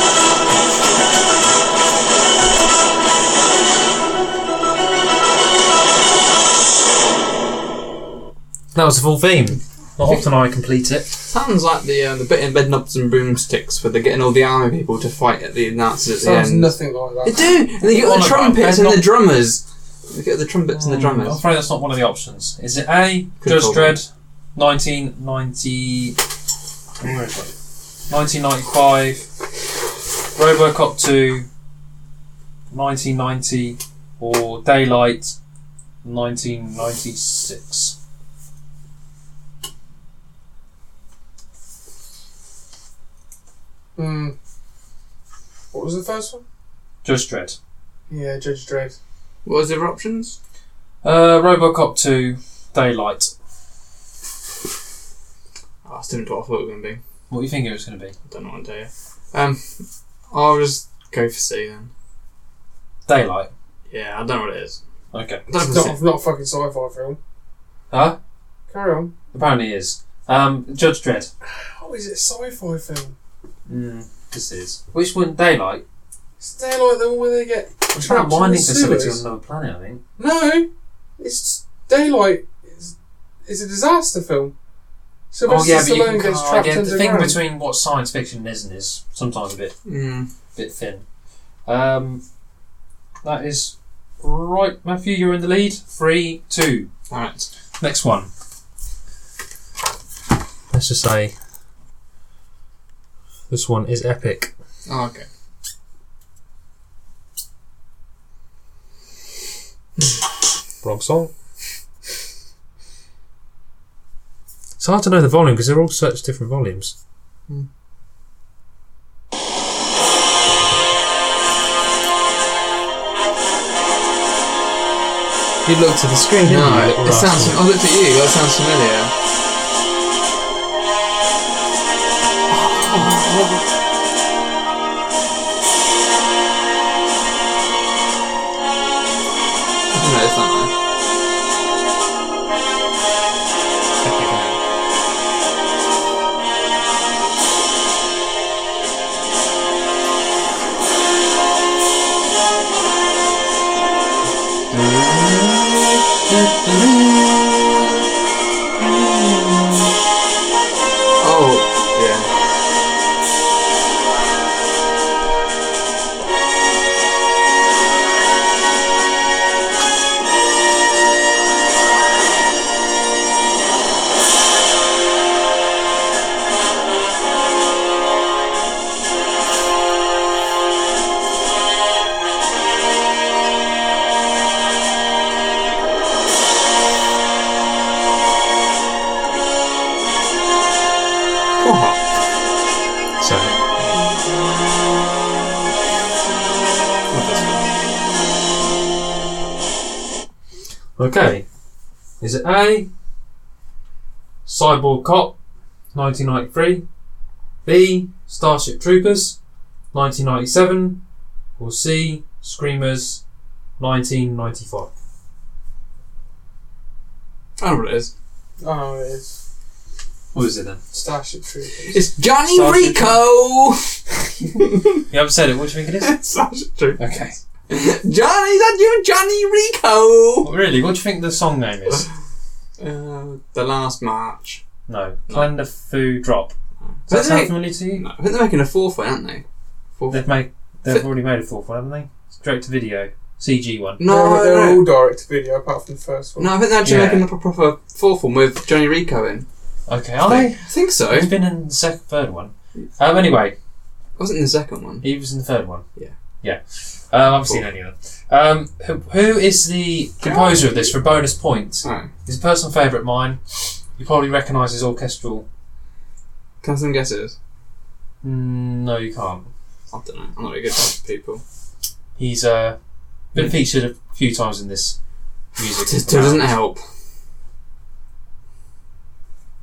Speaker 8: That was the full theme. Not often I complete it.
Speaker 3: Sounds like the uh, the bit in Bed Knobs and Broomsticks where they're getting all the army people to fight at the Nazis at the
Speaker 1: Sounds
Speaker 3: end.
Speaker 1: nothing like Oh,
Speaker 3: They
Speaker 1: that.
Speaker 3: do! And they
Speaker 2: What
Speaker 3: get the
Speaker 2: about Bed
Speaker 3: trumpets and the
Speaker 2: Knob-
Speaker 3: drummers. They get the trumpets and the
Speaker 2: I'm
Speaker 3: drummers.
Speaker 2: afraid that's not one of the options. Is it A?
Speaker 3: Good
Speaker 2: Judge
Speaker 3: call.
Speaker 2: Dredd, 1990. Where is it? 1995. Robocop 2, 1990, or Daylight, 1996.
Speaker 1: Hmm. What was the first one?
Speaker 2: Judge Dredd.
Speaker 1: Yeah, Judge Dredd.
Speaker 3: What was the other options?
Speaker 2: Uh, Robocop 2, Daylight.
Speaker 3: Oh, I still don't know what I thought it was going to be.
Speaker 2: What do you think it was going to be?
Speaker 3: I don't know what to tell you. Um, I'll just go for C then.
Speaker 2: Daylight.
Speaker 3: Yeah, I don't know what it is.
Speaker 2: Okay.
Speaker 3: I don't
Speaker 1: It's
Speaker 3: know
Speaker 1: not,
Speaker 3: if
Speaker 1: it's not a fucking sci-fi film.
Speaker 2: Huh?
Speaker 1: Carry on.
Speaker 2: Apparently it is. Um, Judge Dredd.
Speaker 1: How is it a sci-fi film?
Speaker 2: Mm, this is. Which one? Daylight?
Speaker 1: It's Daylight, the one where they get
Speaker 2: It's
Speaker 1: trapped
Speaker 2: about mining
Speaker 1: in the
Speaker 2: facility on
Speaker 1: sewers.
Speaker 2: another planet, I think.
Speaker 1: No, it's Daylight. It's, It's a disaster film.
Speaker 2: Oh
Speaker 1: Sylvester
Speaker 2: yeah, but you
Speaker 1: Stallone
Speaker 2: can,
Speaker 1: gets
Speaker 2: oh,
Speaker 1: trapped
Speaker 2: again, the thing
Speaker 1: underground.
Speaker 2: between what's science fiction and isn't is sometimes a bit
Speaker 3: Mm.
Speaker 2: bit thin. Um, that is right, Matthew. You're in the lead. Three, two.
Speaker 3: Alright.
Speaker 2: Next one.
Speaker 9: Let's just say this one is epic.
Speaker 3: Oh, okay.
Speaker 9: Wrong song. It's hard to know the volume because they're all such different volumes. You looked at the screen, didn't you?
Speaker 3: No,
Speaker 9: little
Speaker 3: it sounds.
Speaker 9: rascal?
Speaker 3: I looked at you. That sounds familiar. Oh, I don't know, it's not mine. Oh, yeah. Oh,
Speaker 9: So,
Speaker 2: Okay. Is it A? Cyborg Cop, 1993. B. Starship Troopers, 1997. Or C. Screamers, 1995.
Speaker 3: I don't know what it is.
Speaker 1: Oh, it is.
Speaker 2: What is it then?
Speaker 1: Starship Troopers.
Speaker 3: It's Johnny
Speaker 2: Sausage.
Speaker 3: Rico!
Speaker 2: You haven't said it. What do you think it
Speaker 3: [LAUGHS]
Speaker 2: is?
Speaker 3: Sausage Troopers.
Speaker 2: [LAUGHS] Okay.
Speaker 3: Johnny, that you, Johnny Rico!
Speaker 2: really? What do you think the song name is?
Speaker 3: Uh, the last march.
Speaker 2: No. Calendar Foo Drop. Does
Speaker 3: But
Speaker 2: that sound
Speaker 3: they-
Speaker 2: familiar to you?
Speaker 3: No, I think they're making a fourth one, aren't they? Fourth.
Speaker 2: They've made. They've already made a fourth one, haven't they? It's direct to video, CG one.
Speaker 3: no,
Speaker 1: they're, they're
Speaker 3: no.
Speaker 1: all direct to video apart from the first one.
Speaker 3: No, I think they're actually
Speaker 2: Yeah.
Speaker 3: making up a proper fourth one with Johnny Rico in.
Speaker 2: Okay, are they?
Speaker 3: I think so.
Speaker 2: He's been in the second, third one. Um, anyway,
Speaker 3: Wasn't in the second one.
Speaker 2: He was in the third one.
Speaker 3: Yeah.
Speaker 2: Yeah. Um, I've seen any of them. Um, who, who is the composer of this for bonus points?
Speaker 3: Alright.
Speaker 2: His personal favourite, mine. You probably recognise his orchestral.
Speaker 3: Can I have some guesses?
Speaker 2: Mm, no, you can't.
Speaker 3: I don't know. I'm not very good at people.
Speaker 2: He's uh, been featured a few times in this music.
Speaker 3: It doesn't help.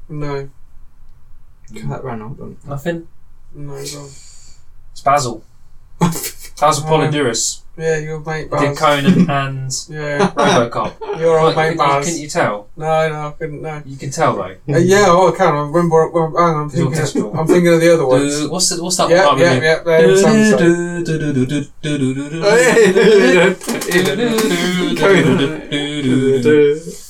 Speaker 1: No,
Speaker 3: Kurt Reynolds. [LAUGHS]
Speaker 2: Nothing.
Speaker 1: no, wrong.
Speaker 2: It's Basil. Basil
Speaker 1: Oh.
Speaker 2: Polidorus.
Speaker 1: Yeah, your mate
Speaker 2: He Did
Speaker 1: Baz.
Speaker 2: Conan and
Speaker 1: [LAUGHS] Yeah,
Speaker 2: RoboCop.
Speaker 1: your old
Speaker 2: Like,
Speaker 1: mate
Speaker 2: you-
Speaker 1: Baz.
Speaker 2: Couldn't you tell?
Speaker 1: No, no, I couldn't. No.
Speaker 2: You can tell though.
Speaker 1: Uh,
Speaker 2: [LAUGHS]
Speaker 1: yeah, oh, I can. I remember. Well, hang on, I'm
Speaker 2: His
Speaker 1: thinking.
Speaker 2: orchestral.
Speaker 1: Of, I'm thinking of the other ones.
Speaker 2: Do- What's the, what's that
Speaker 1: yeah,
Speaker 2: one? I
Speaker 1: yeah,
Speaker 2: remember.
Speaker 1: yeah. They're in Samsung.
Speaker 2: Oh,
Speaker 3: Yes.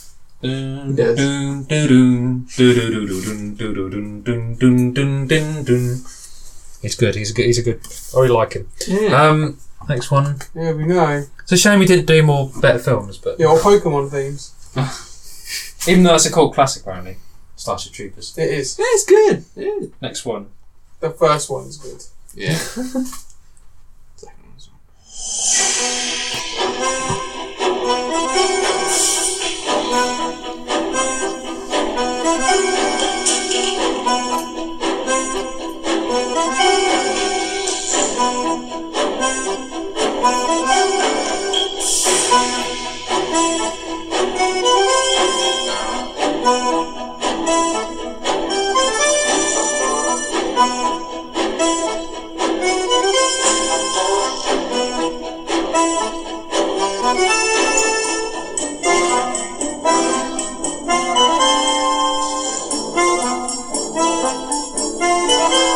Speaker 9: He's good. He's a good. He's a good. I really Oh, like him.
Speaker 3: Yeah.
Speaker 2: [LAUGHS]
Speaker 9: Um, next one.
Speaker 1: Yeah, we know.
Speaker 9: It's a shame we didn't do more better films, but
Speaker 1: Yeah, or Pokemon themes.
Speaker 2: Even though that's a cult classic, apparently. Starship Troopers.
Speaker 1: It is.
Speaker 3: yeah, it's good. Yeah.
Speaker 2: Next one.
Speaker 1: The first one's good.
Speaker 2: [LAUGHS]
Speaker 3: Yeah. Second one's-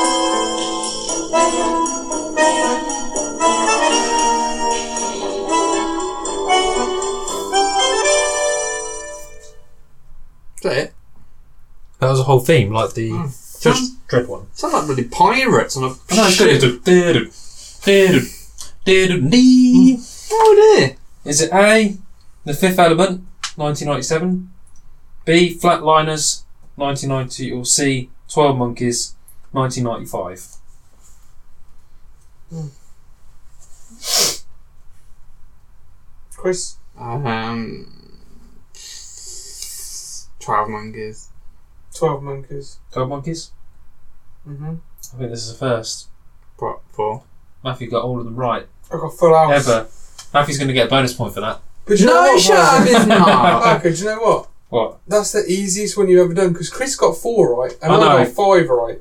Speaker 10: Thank
Speaker 3: Is that it?
Speaker 2: That was a whole theme, like the
Speaker 1: Mm.
Speaker 2: Judge
Speaker 3: Sounds,
Speaker 2: Dread one.
Speaker 3: sounds like bloody pirates on a.
Speaker 9: Mm.
Speaker 2: Is
Speaker 3: Oh dear.
Speaker 2: it A, The Fifth Element, 1997? B, Flatliners, 1990? Or C, 12 Monkeys, 1995?
Speaker 1: Chris.
Speaker 3: Um. Twelve monkeys.
Speaker 1: 12 monkeys.
Speaker 2: 12 Monkeys?
Speaker 1: Mm-hmm.
Speaker 2: I think this is the first.
Speaker 3: What for?
Speaker 2: Matthew got all of them right.
Speaker 1: I got full hours.
Speaker 2: Ever. Matthew's going to get a bonus point for that.
Speaker 1: But you know
Speaker 3: No,
Speaker 1: what,
Speaker 3: shut
Speaker 1: Mark?
Speaker 3: up!
Speaker 1: [LAUGHS]
Speaker 3: It's not.
Speaker 1: Parker, do you know what?
Speaker 2: What?
Speaker 1: That's the easiest one you've ever done because Chris got four right and
Speaker 2: I
Speaker 1: I,
Speaker 2: know.
Speaker 1: got five right.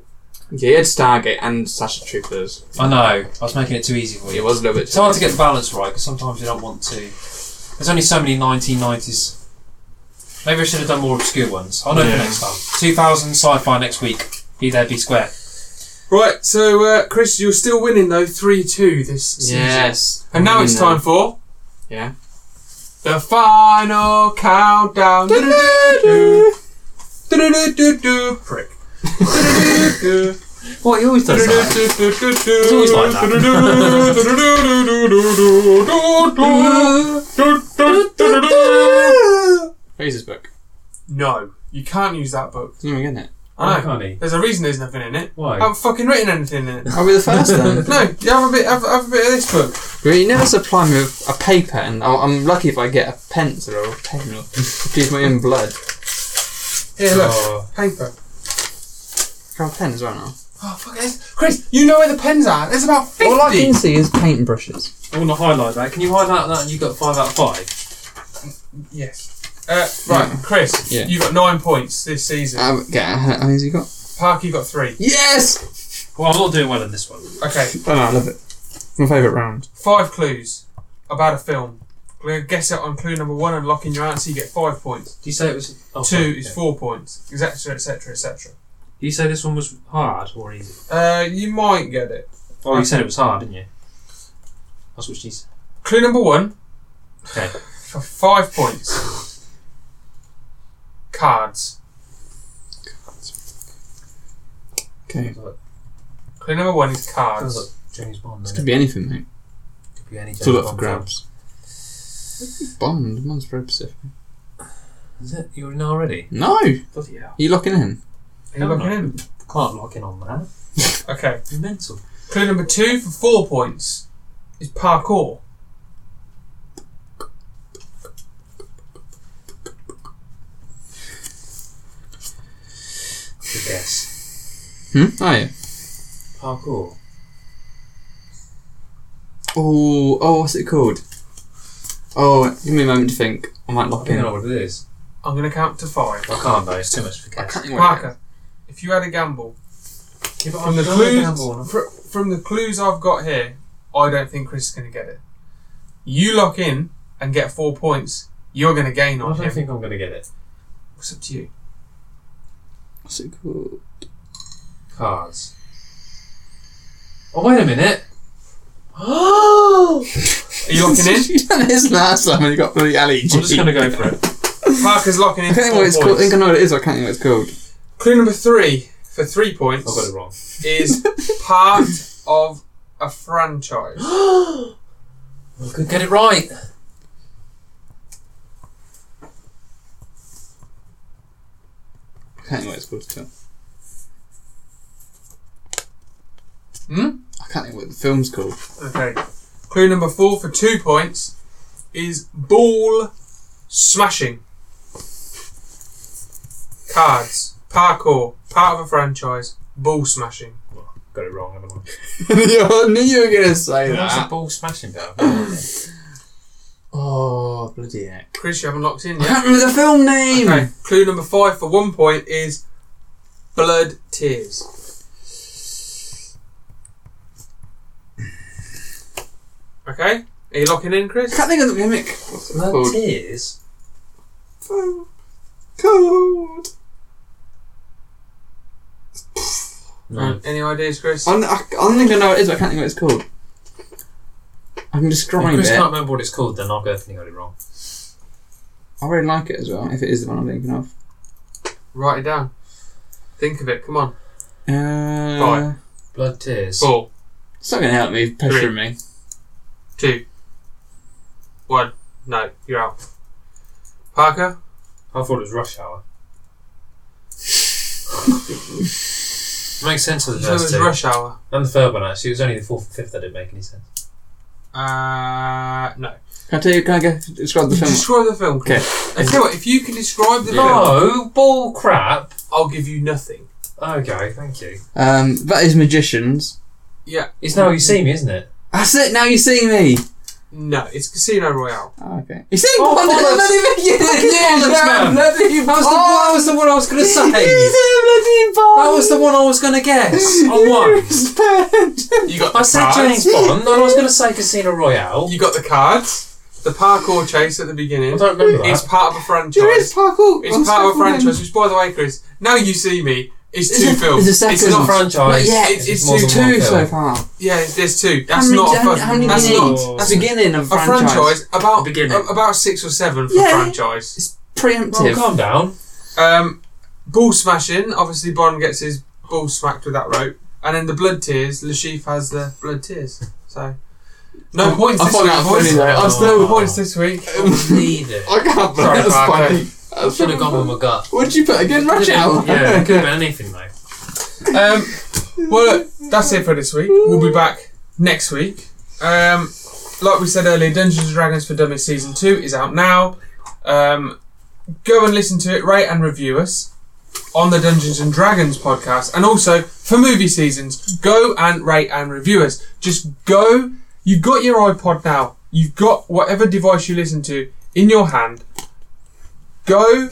Speaker 3: yeah, you had Stargate and Sasha Troopers.
Speaker 2: I know. I was making it too easy for
Speaker 3: It
Speaker 2: you.
Speaker 3: was a little bit.
Speaker 2: It's hard to get the balance right because sometimes you don't want to. There's only so many 1990s. Maybe I should have done more obscure ones. I'll know for
Speaker 3: Yeah.
Speaker 2: next time. 2000 sci-fi next week. Be there, be square.
Speaker 1: Right, so uh, Chris, you're still winning though 3 2 this season.
Speaker 3: Yes. uh,
Speaker 1: And now it's time for.
Speaker 3: Yeah.
Speaker 1: The final countdown. Do-do-do-do. Do-do-do-do-do. Prick. Do-do-do-do.
Speaker 2: What, you always does
Speaker 1: It's
Speaker 2: always like that.
Speaker 3: Who's this book?
Speaker 1: No, you can't use that book.
Speaker 3: Didn't even get it.
Speaker 1: I know. There's a reason there's nothing in it. I
Speaker 2: Why?
Speaker 1: haven't fucking written anything in it.
Speaker 3: I'll be the first then.
Speaker 1: No, you have a bit, have, have a bit of this book.
Speaker 3: You never supply me with a paper, and I'll, I'm lucky if I get a pencil or a pen or [LAUGHS] use my own blood.
Speaker 1: Here, look, paper.
Speaker 3: Can I have a pen as well now?
Speaker 1: Oh fuck it, Chris! You know where the pens are. There's about fifty.
Speaker 3: All I can see is paint brushes.
Speaker 2: I want to highlight that. Can you highlight that and you got 5 out of 5?
Speaker 1: Yes. Uh, right, Chris.
Speaker 3: Yeah.
Speaker 1: You got nine points this season.
Speaker 3: Um, okay, how many has he got?
Speaker 1: Parker, you got three.
Speaker 3: Yes!
Speaker 2: Well, I'm not doing well in this one.
Speaker 1: Okay.
Speaker 3: Oh, no, I love it. My favourite round.
Speaker 1: Five clues about a film. We're gonna guess it on clue number one and lock in your answer. You get five points.
Speaker 2: Do you say it was... Oh,
Speaker 1: Two
Speaker 2: sorry,
Speaker 1: is
Speaker 2: yeah.
Speaker 1: four points, etc., etc., etc.
Speaker 2: Do you say this one was hard or easy?
Speaker 1: Uh, you might get it.
Speaker 2: Oh, you said it was hard, didn't you? That's what she said.
Speaker 1: Clue number one
Speaker 2: Okay.
Speaker 1: [LAUGHS] for five points. Cards.
Speaker 3: Okay.
Speaker 1: Clue number one is
Speaker 2: Sounds
Speaker 1: cards.
Speaker 2: like James Bond.
Speaker 3: This
Speaker 2: doesn't
Speaker 3: could
Speaker 2: it?
Speaker 3: be anything, mate.
Speaker 2: Could be any
Speaker 3: It's all
Speaker 2: James
Speaker 3: up for
Speaker 2: Bond
Speaker 3: grabs. Bond. Bond's very Pacific.
Speaker 2: film. Is it? You're in already?
Speaker 3: No! Are
Speaker 2: Bloody hell.
Speaker 3: you locking in?
Speaker 1: Are you
Speaker 2: No,
Speaker 1: looking
Speaker 2: no.
Speaker 1: in?
Speaker 2: Can't lock in on that.
Speaker 1: Okay.
Speaker 2: You're mental.
Speaker 1: Clue number two for four points is parkour.
Speaker 2: Good guess.
Speaker 3: Hmm? Oh, yeah.
Speaker 2: Parkour.
Speaker 3: Oh, oh, what's it called? Oh, give me a moment to think. I might
Speaker 2: I
Speaker 3: lock
Speaker 2: think I
Speaker 3: in.
Speaker 2: know what it is.
Speaker 1: I'm gonna count to five.
Speaker 2: I can't though. It's too much for
Speaker 3: I
Speaker 2: guess.
Speaker 3: can't even
Speaker 1: Parker, if you had a gamble
Speaker 2: Give it
Speaker 1: from the clues fr- from the clues I've got here, I don't think Chris is gonna get it. You lock in and get four points. You're gonna gain
Speaker 2: I
Speaker 1: on
Speaker 2: don't
Speaker 1: him.
Speaker 2: think I'm going to get it.
Speaker 1: It's up to you.
Speaker 3: What's it called?
Speaker 2: Cards. Oh wait a minute.
Speaker 1: Oh! Are you locking
Speaker 3: [LAUGHS]
Speaker 1: in?
Speaker 3: you done this last time when you got bloody Ali G.
Speaker 2: I'm just going to go for it.
Speaker 1: Parker's locking
Speaker 3: I
Speaker 1: in.
Speaker 3: can't
Speaker 1: for
Speaker 3: think what it's
Speaker 1: four
Speaker 3: called. I think I
Speaker 1: points.
Speaker 3: know what it is, but I can't think what it's called.
Speaker 1: Clue number three for three
Speaker 2: I got
Speaker 1: points
Speaker 2: it wrong.
Speaker 1: is part of a franchise.
Speaker 2: I could get it right.
Speaker 3: I can't think what it's called still.
Speaker 1: Hmm?
Speaker 3: I can't think what the film's called. [LAUGHS]
Speaker 1: Okay. Clue number four for two points is ball smashing. Cards, parkour, part of a franchise, ball smashing.
Speaker 2: Got it wrong. haven't
Speaker 3: I knew you were going to say
Speaker 2: I? What's the
Speaker 3: that.
Speaker 2: ball smashing bell?
Speaker 3: Oh, bloody heck.
Speaker 1: Chris, you haven't locked in
Speaker 3: I
Speaker 1: yet.
Speaker 3: [LAUGHS] can't remember the film name!
Speaker 1: Okay. Clue number five for one point is blood tears. Okay. Are you locking in,
Speaker 3: I
Speaker 1: Chris?
Speaker 3: can't think of the gimmick. What's it
Speaker 2: Blood
Speaker 3: called?
Speaker 2: tears.
Speaker 3: Cold.
Speaker 2: No.
Speaker 1: Any ideas, Chris?
Speaker 3: I, I, I think I know what it is, but I can't think what it's called. I'm
Speaker 2: If
Speaker 3: describing
Speaker 2: Chris
Speaker 3: it.
Speaker 2: can't remember what it's called, then I'll go and think I got it wrong.
Speaker 3: I really like it as well, if it is the one I'm thinking of.
Speaker 1: Write it down. Think of it. Come on.
Speaker 3: Uh,
Speaker 1: Right.
Speaker 2: Blood tears.
Speaker 1: Four,
Speaker 3: It's not going to help me, pressuring me.
Speaker 1: two, one. No, you're out. Parker,
Speaker 2: I thought it was rush hour. Makes sense for the
Speaker 1: so it
Speaker 2: first
Speaker 1: was
Speaker 2: two.
Speaker 1: rush hour.
Speaker 2: and the third one actually. It was only the fourth and fifth that didn't make any sense.
Speaker 1: Uh, no.
Speaker 3: Can I tell you? Can I go describe the
Speaker 1: [LAUGHS]
Speaker 3: film?
Speaker 1: Describe the film.
Speaker 3: Hmm. Okay.
Speaker 1: I tell you what, if you can describe the film,
Speaker 2: No, ball crap.
Speaker 1: I'll give you nothing.
Speaker 2: Okay, thank you.
Speaker 3: Um, that is magicians.
Speaker 1: Yeah.
Speaker 2: It's now you see me, isn't it?
Speaker 3: That's it. Now you see me.
Speaker 1: No, it's Casino Royale.
Speaker 3: Oh, okay. You see
Speaker 2: Oh,
Speaker 3: one that
Speaker 2: bollocks.
Speaker 3: [LAUGHS] bloody you
Speaker 2: Bollocks,
Speaker 1: [LAUGHS]
Speaker 2: man. That was, the, Oh, that was the one I was going to
Speaker 3: [LAUGHS]
Speaker 2: say. That was
Speaker 1: [LAUGHS]
Speaker 2: the one I was going to guess. I
Speaker 1: Oh,
Speaker 2: won.
Speaker 3: [LAUGHS]
Speaker 1: You got the
Speaker 2: I said
Speaker 1: cards.
Speaker 2: James Bond, and I was going to say Casino Royale.
Speaker 1: You got the cards. The parkour chase at the beginning.
Speaker 2: I don't remember that.
Speaker 1: It's part of a franchise.
Speaker 3: There is parkour.
Speaker 1: It's part of a franchise, which, by the way, Chris, now you see me, it's
Speaker 3: It's
Speaker 1: two
Speaker 3: a-
Speaker 1: films.
Speaker 3: it's a
Speaker 2: It's
Speaker 3: second.
Speaker 2: not franchise.
Speaker 3: Yeah,
Speaker 1: it's- it's
Speaker 2: more than one
Speaker 3: Two so
Speaker 2: film.
Speaker 3: far.
Speaker 1: Yeah, it's- there's two.
Speaker 3: How
Speaker 1: That's
Speaker 3: many-
Speaker 1: not a
Speaker 3: how,
Speaker 1: first.
Speaker 3: how many
Speaker 1: that's
Speaker 3: do you
Speaker 1: not
Speaker 3: need? That's the beginning of
Speaker 1: a franchise. About
Speaker 2: Beginning.
Speaker 1: a- about six or seven for
Speaker 3: Yeah.
Speaker 1: franchise.
Speaker 2: Well,
Speaker 3: Preemptive.
Speaker 2: calm down.
Speaker 1: Um, ball smashing. Obviously, Bond gets his ball smacked with that rope, and then the blood tears. Lashif has the blood tears. So no points
Speaker 3: I
Speaker 1: this
Speaker 3: thought
Speaker 1: week.
Speaker 3: that was
Speaker 1: boys.
Speaker 3: funny though.
Speaker 1: [LAUGHS]
Speaker 3: I'm still
Speaker 1: No
Speaker 2: Oh.
Speaker 1: points this week.
Speaker 2: Need it.
Speaker 3: I can't believe
Speaker 2: Sorry,
Speaker 3: that was
Speaker 2: Parker.
Speaker 3: funny.
Speaker 2: I should have gone with my gut.
Speaker 3: What did you put again? Rush hour.
Speaker 2: Yeah, it could have been anything though.
Speaker 1: Um, well, look, that's it for this week. We'll be back next week. Um, like we said earlier, Dungeons and Dragons for Dummies season two is out now. Um, go and listen to it, rate and review us on the Dungeons and Dragons podcast, and also for movie seasons, go and rate and review us. Just go. You've got your iPod now. You've got whatever device you listen to in your hand. Go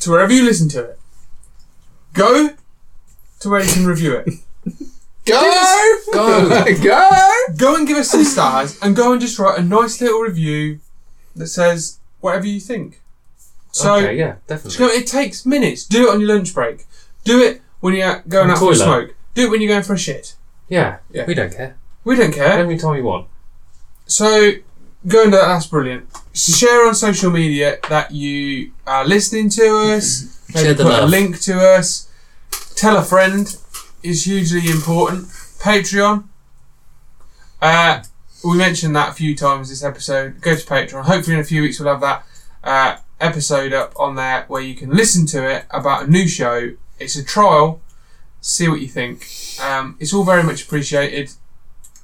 Speaker 1: to wherever you listen to it. Go to where you can review
Speaker 2: [LAUGHS]
Speaker 1: it.
Speaker 3: [LAUGHS] Go!
Speaker 2: Go.
Speaker 3: [LAUGHS] Go!
Speaker 1: Go and give us some stars and go and just write a nice little review that says whatever you think. So
Speaker 2: okay, yeah,
Speaker 1: just
Speaker 2: definitely.
Speaker 1: go- it takes minutes. Do it on your lunch break. Do it when you're out- going
Speaker 2: On
Speaker 1: out for a
Speaker 2: toilet.
Speaker 1: smoke. Do it when you're going for a shit.
Speaker 2: Yeah,
Speaker 1: Yeah.
Speaker 2: we don't care.
Speaker 1: We don't care.
Speaker 2: Every time you want.
Speaker 1: So go and do that. That's brilliant. Share on social media that you are listening to us.
Speaker 2: [LAUGHS]
Speaker 1: Maybe
Speaker 2: Share the
Speaker 1: put a
Speaker 2: love.
Speaker 1: link to us. Tell a friend is hugely important. Patreon. Uh, we mentioned that a few times this episode. Go to Patreon. Hopefully, in a few weeks, we'll have that uh, episode up on there where you can listen to it about a new show. It's a trial. See what you think. Um, it's all very much appreciated.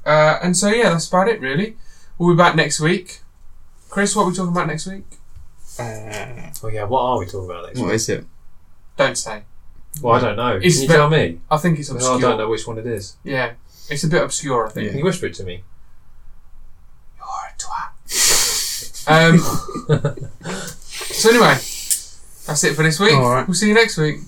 Speaker 1: Uh, and so, yeah, that's about it, really. We'll be back next week. Chris, what are we talking about next week?
Speaker 3: Uh,
Speaker 2: Oh yeah, what are we talking about next?
Speaker 3: what is it?
Speaker 1: Don't say.
Speaker 2: Well, I don't know.
Speaker 1: It's
Speaker 2: Can you
Speaker 1: ve-
Speaker 2: tell me?
Speaker 1: I think it's
Speaker 2: Well,
Speaker 1: obscure.
Speaker 2: I don't know which one it is.
Speaker 1: Yeah, it's a bit obscure, I think.
Speaker 2: Can you whisper it to me?
Speaker 1: Um, so anyway, that's it for this week.
Speaker 3: All right.
Speaker 1: We'll see you next week.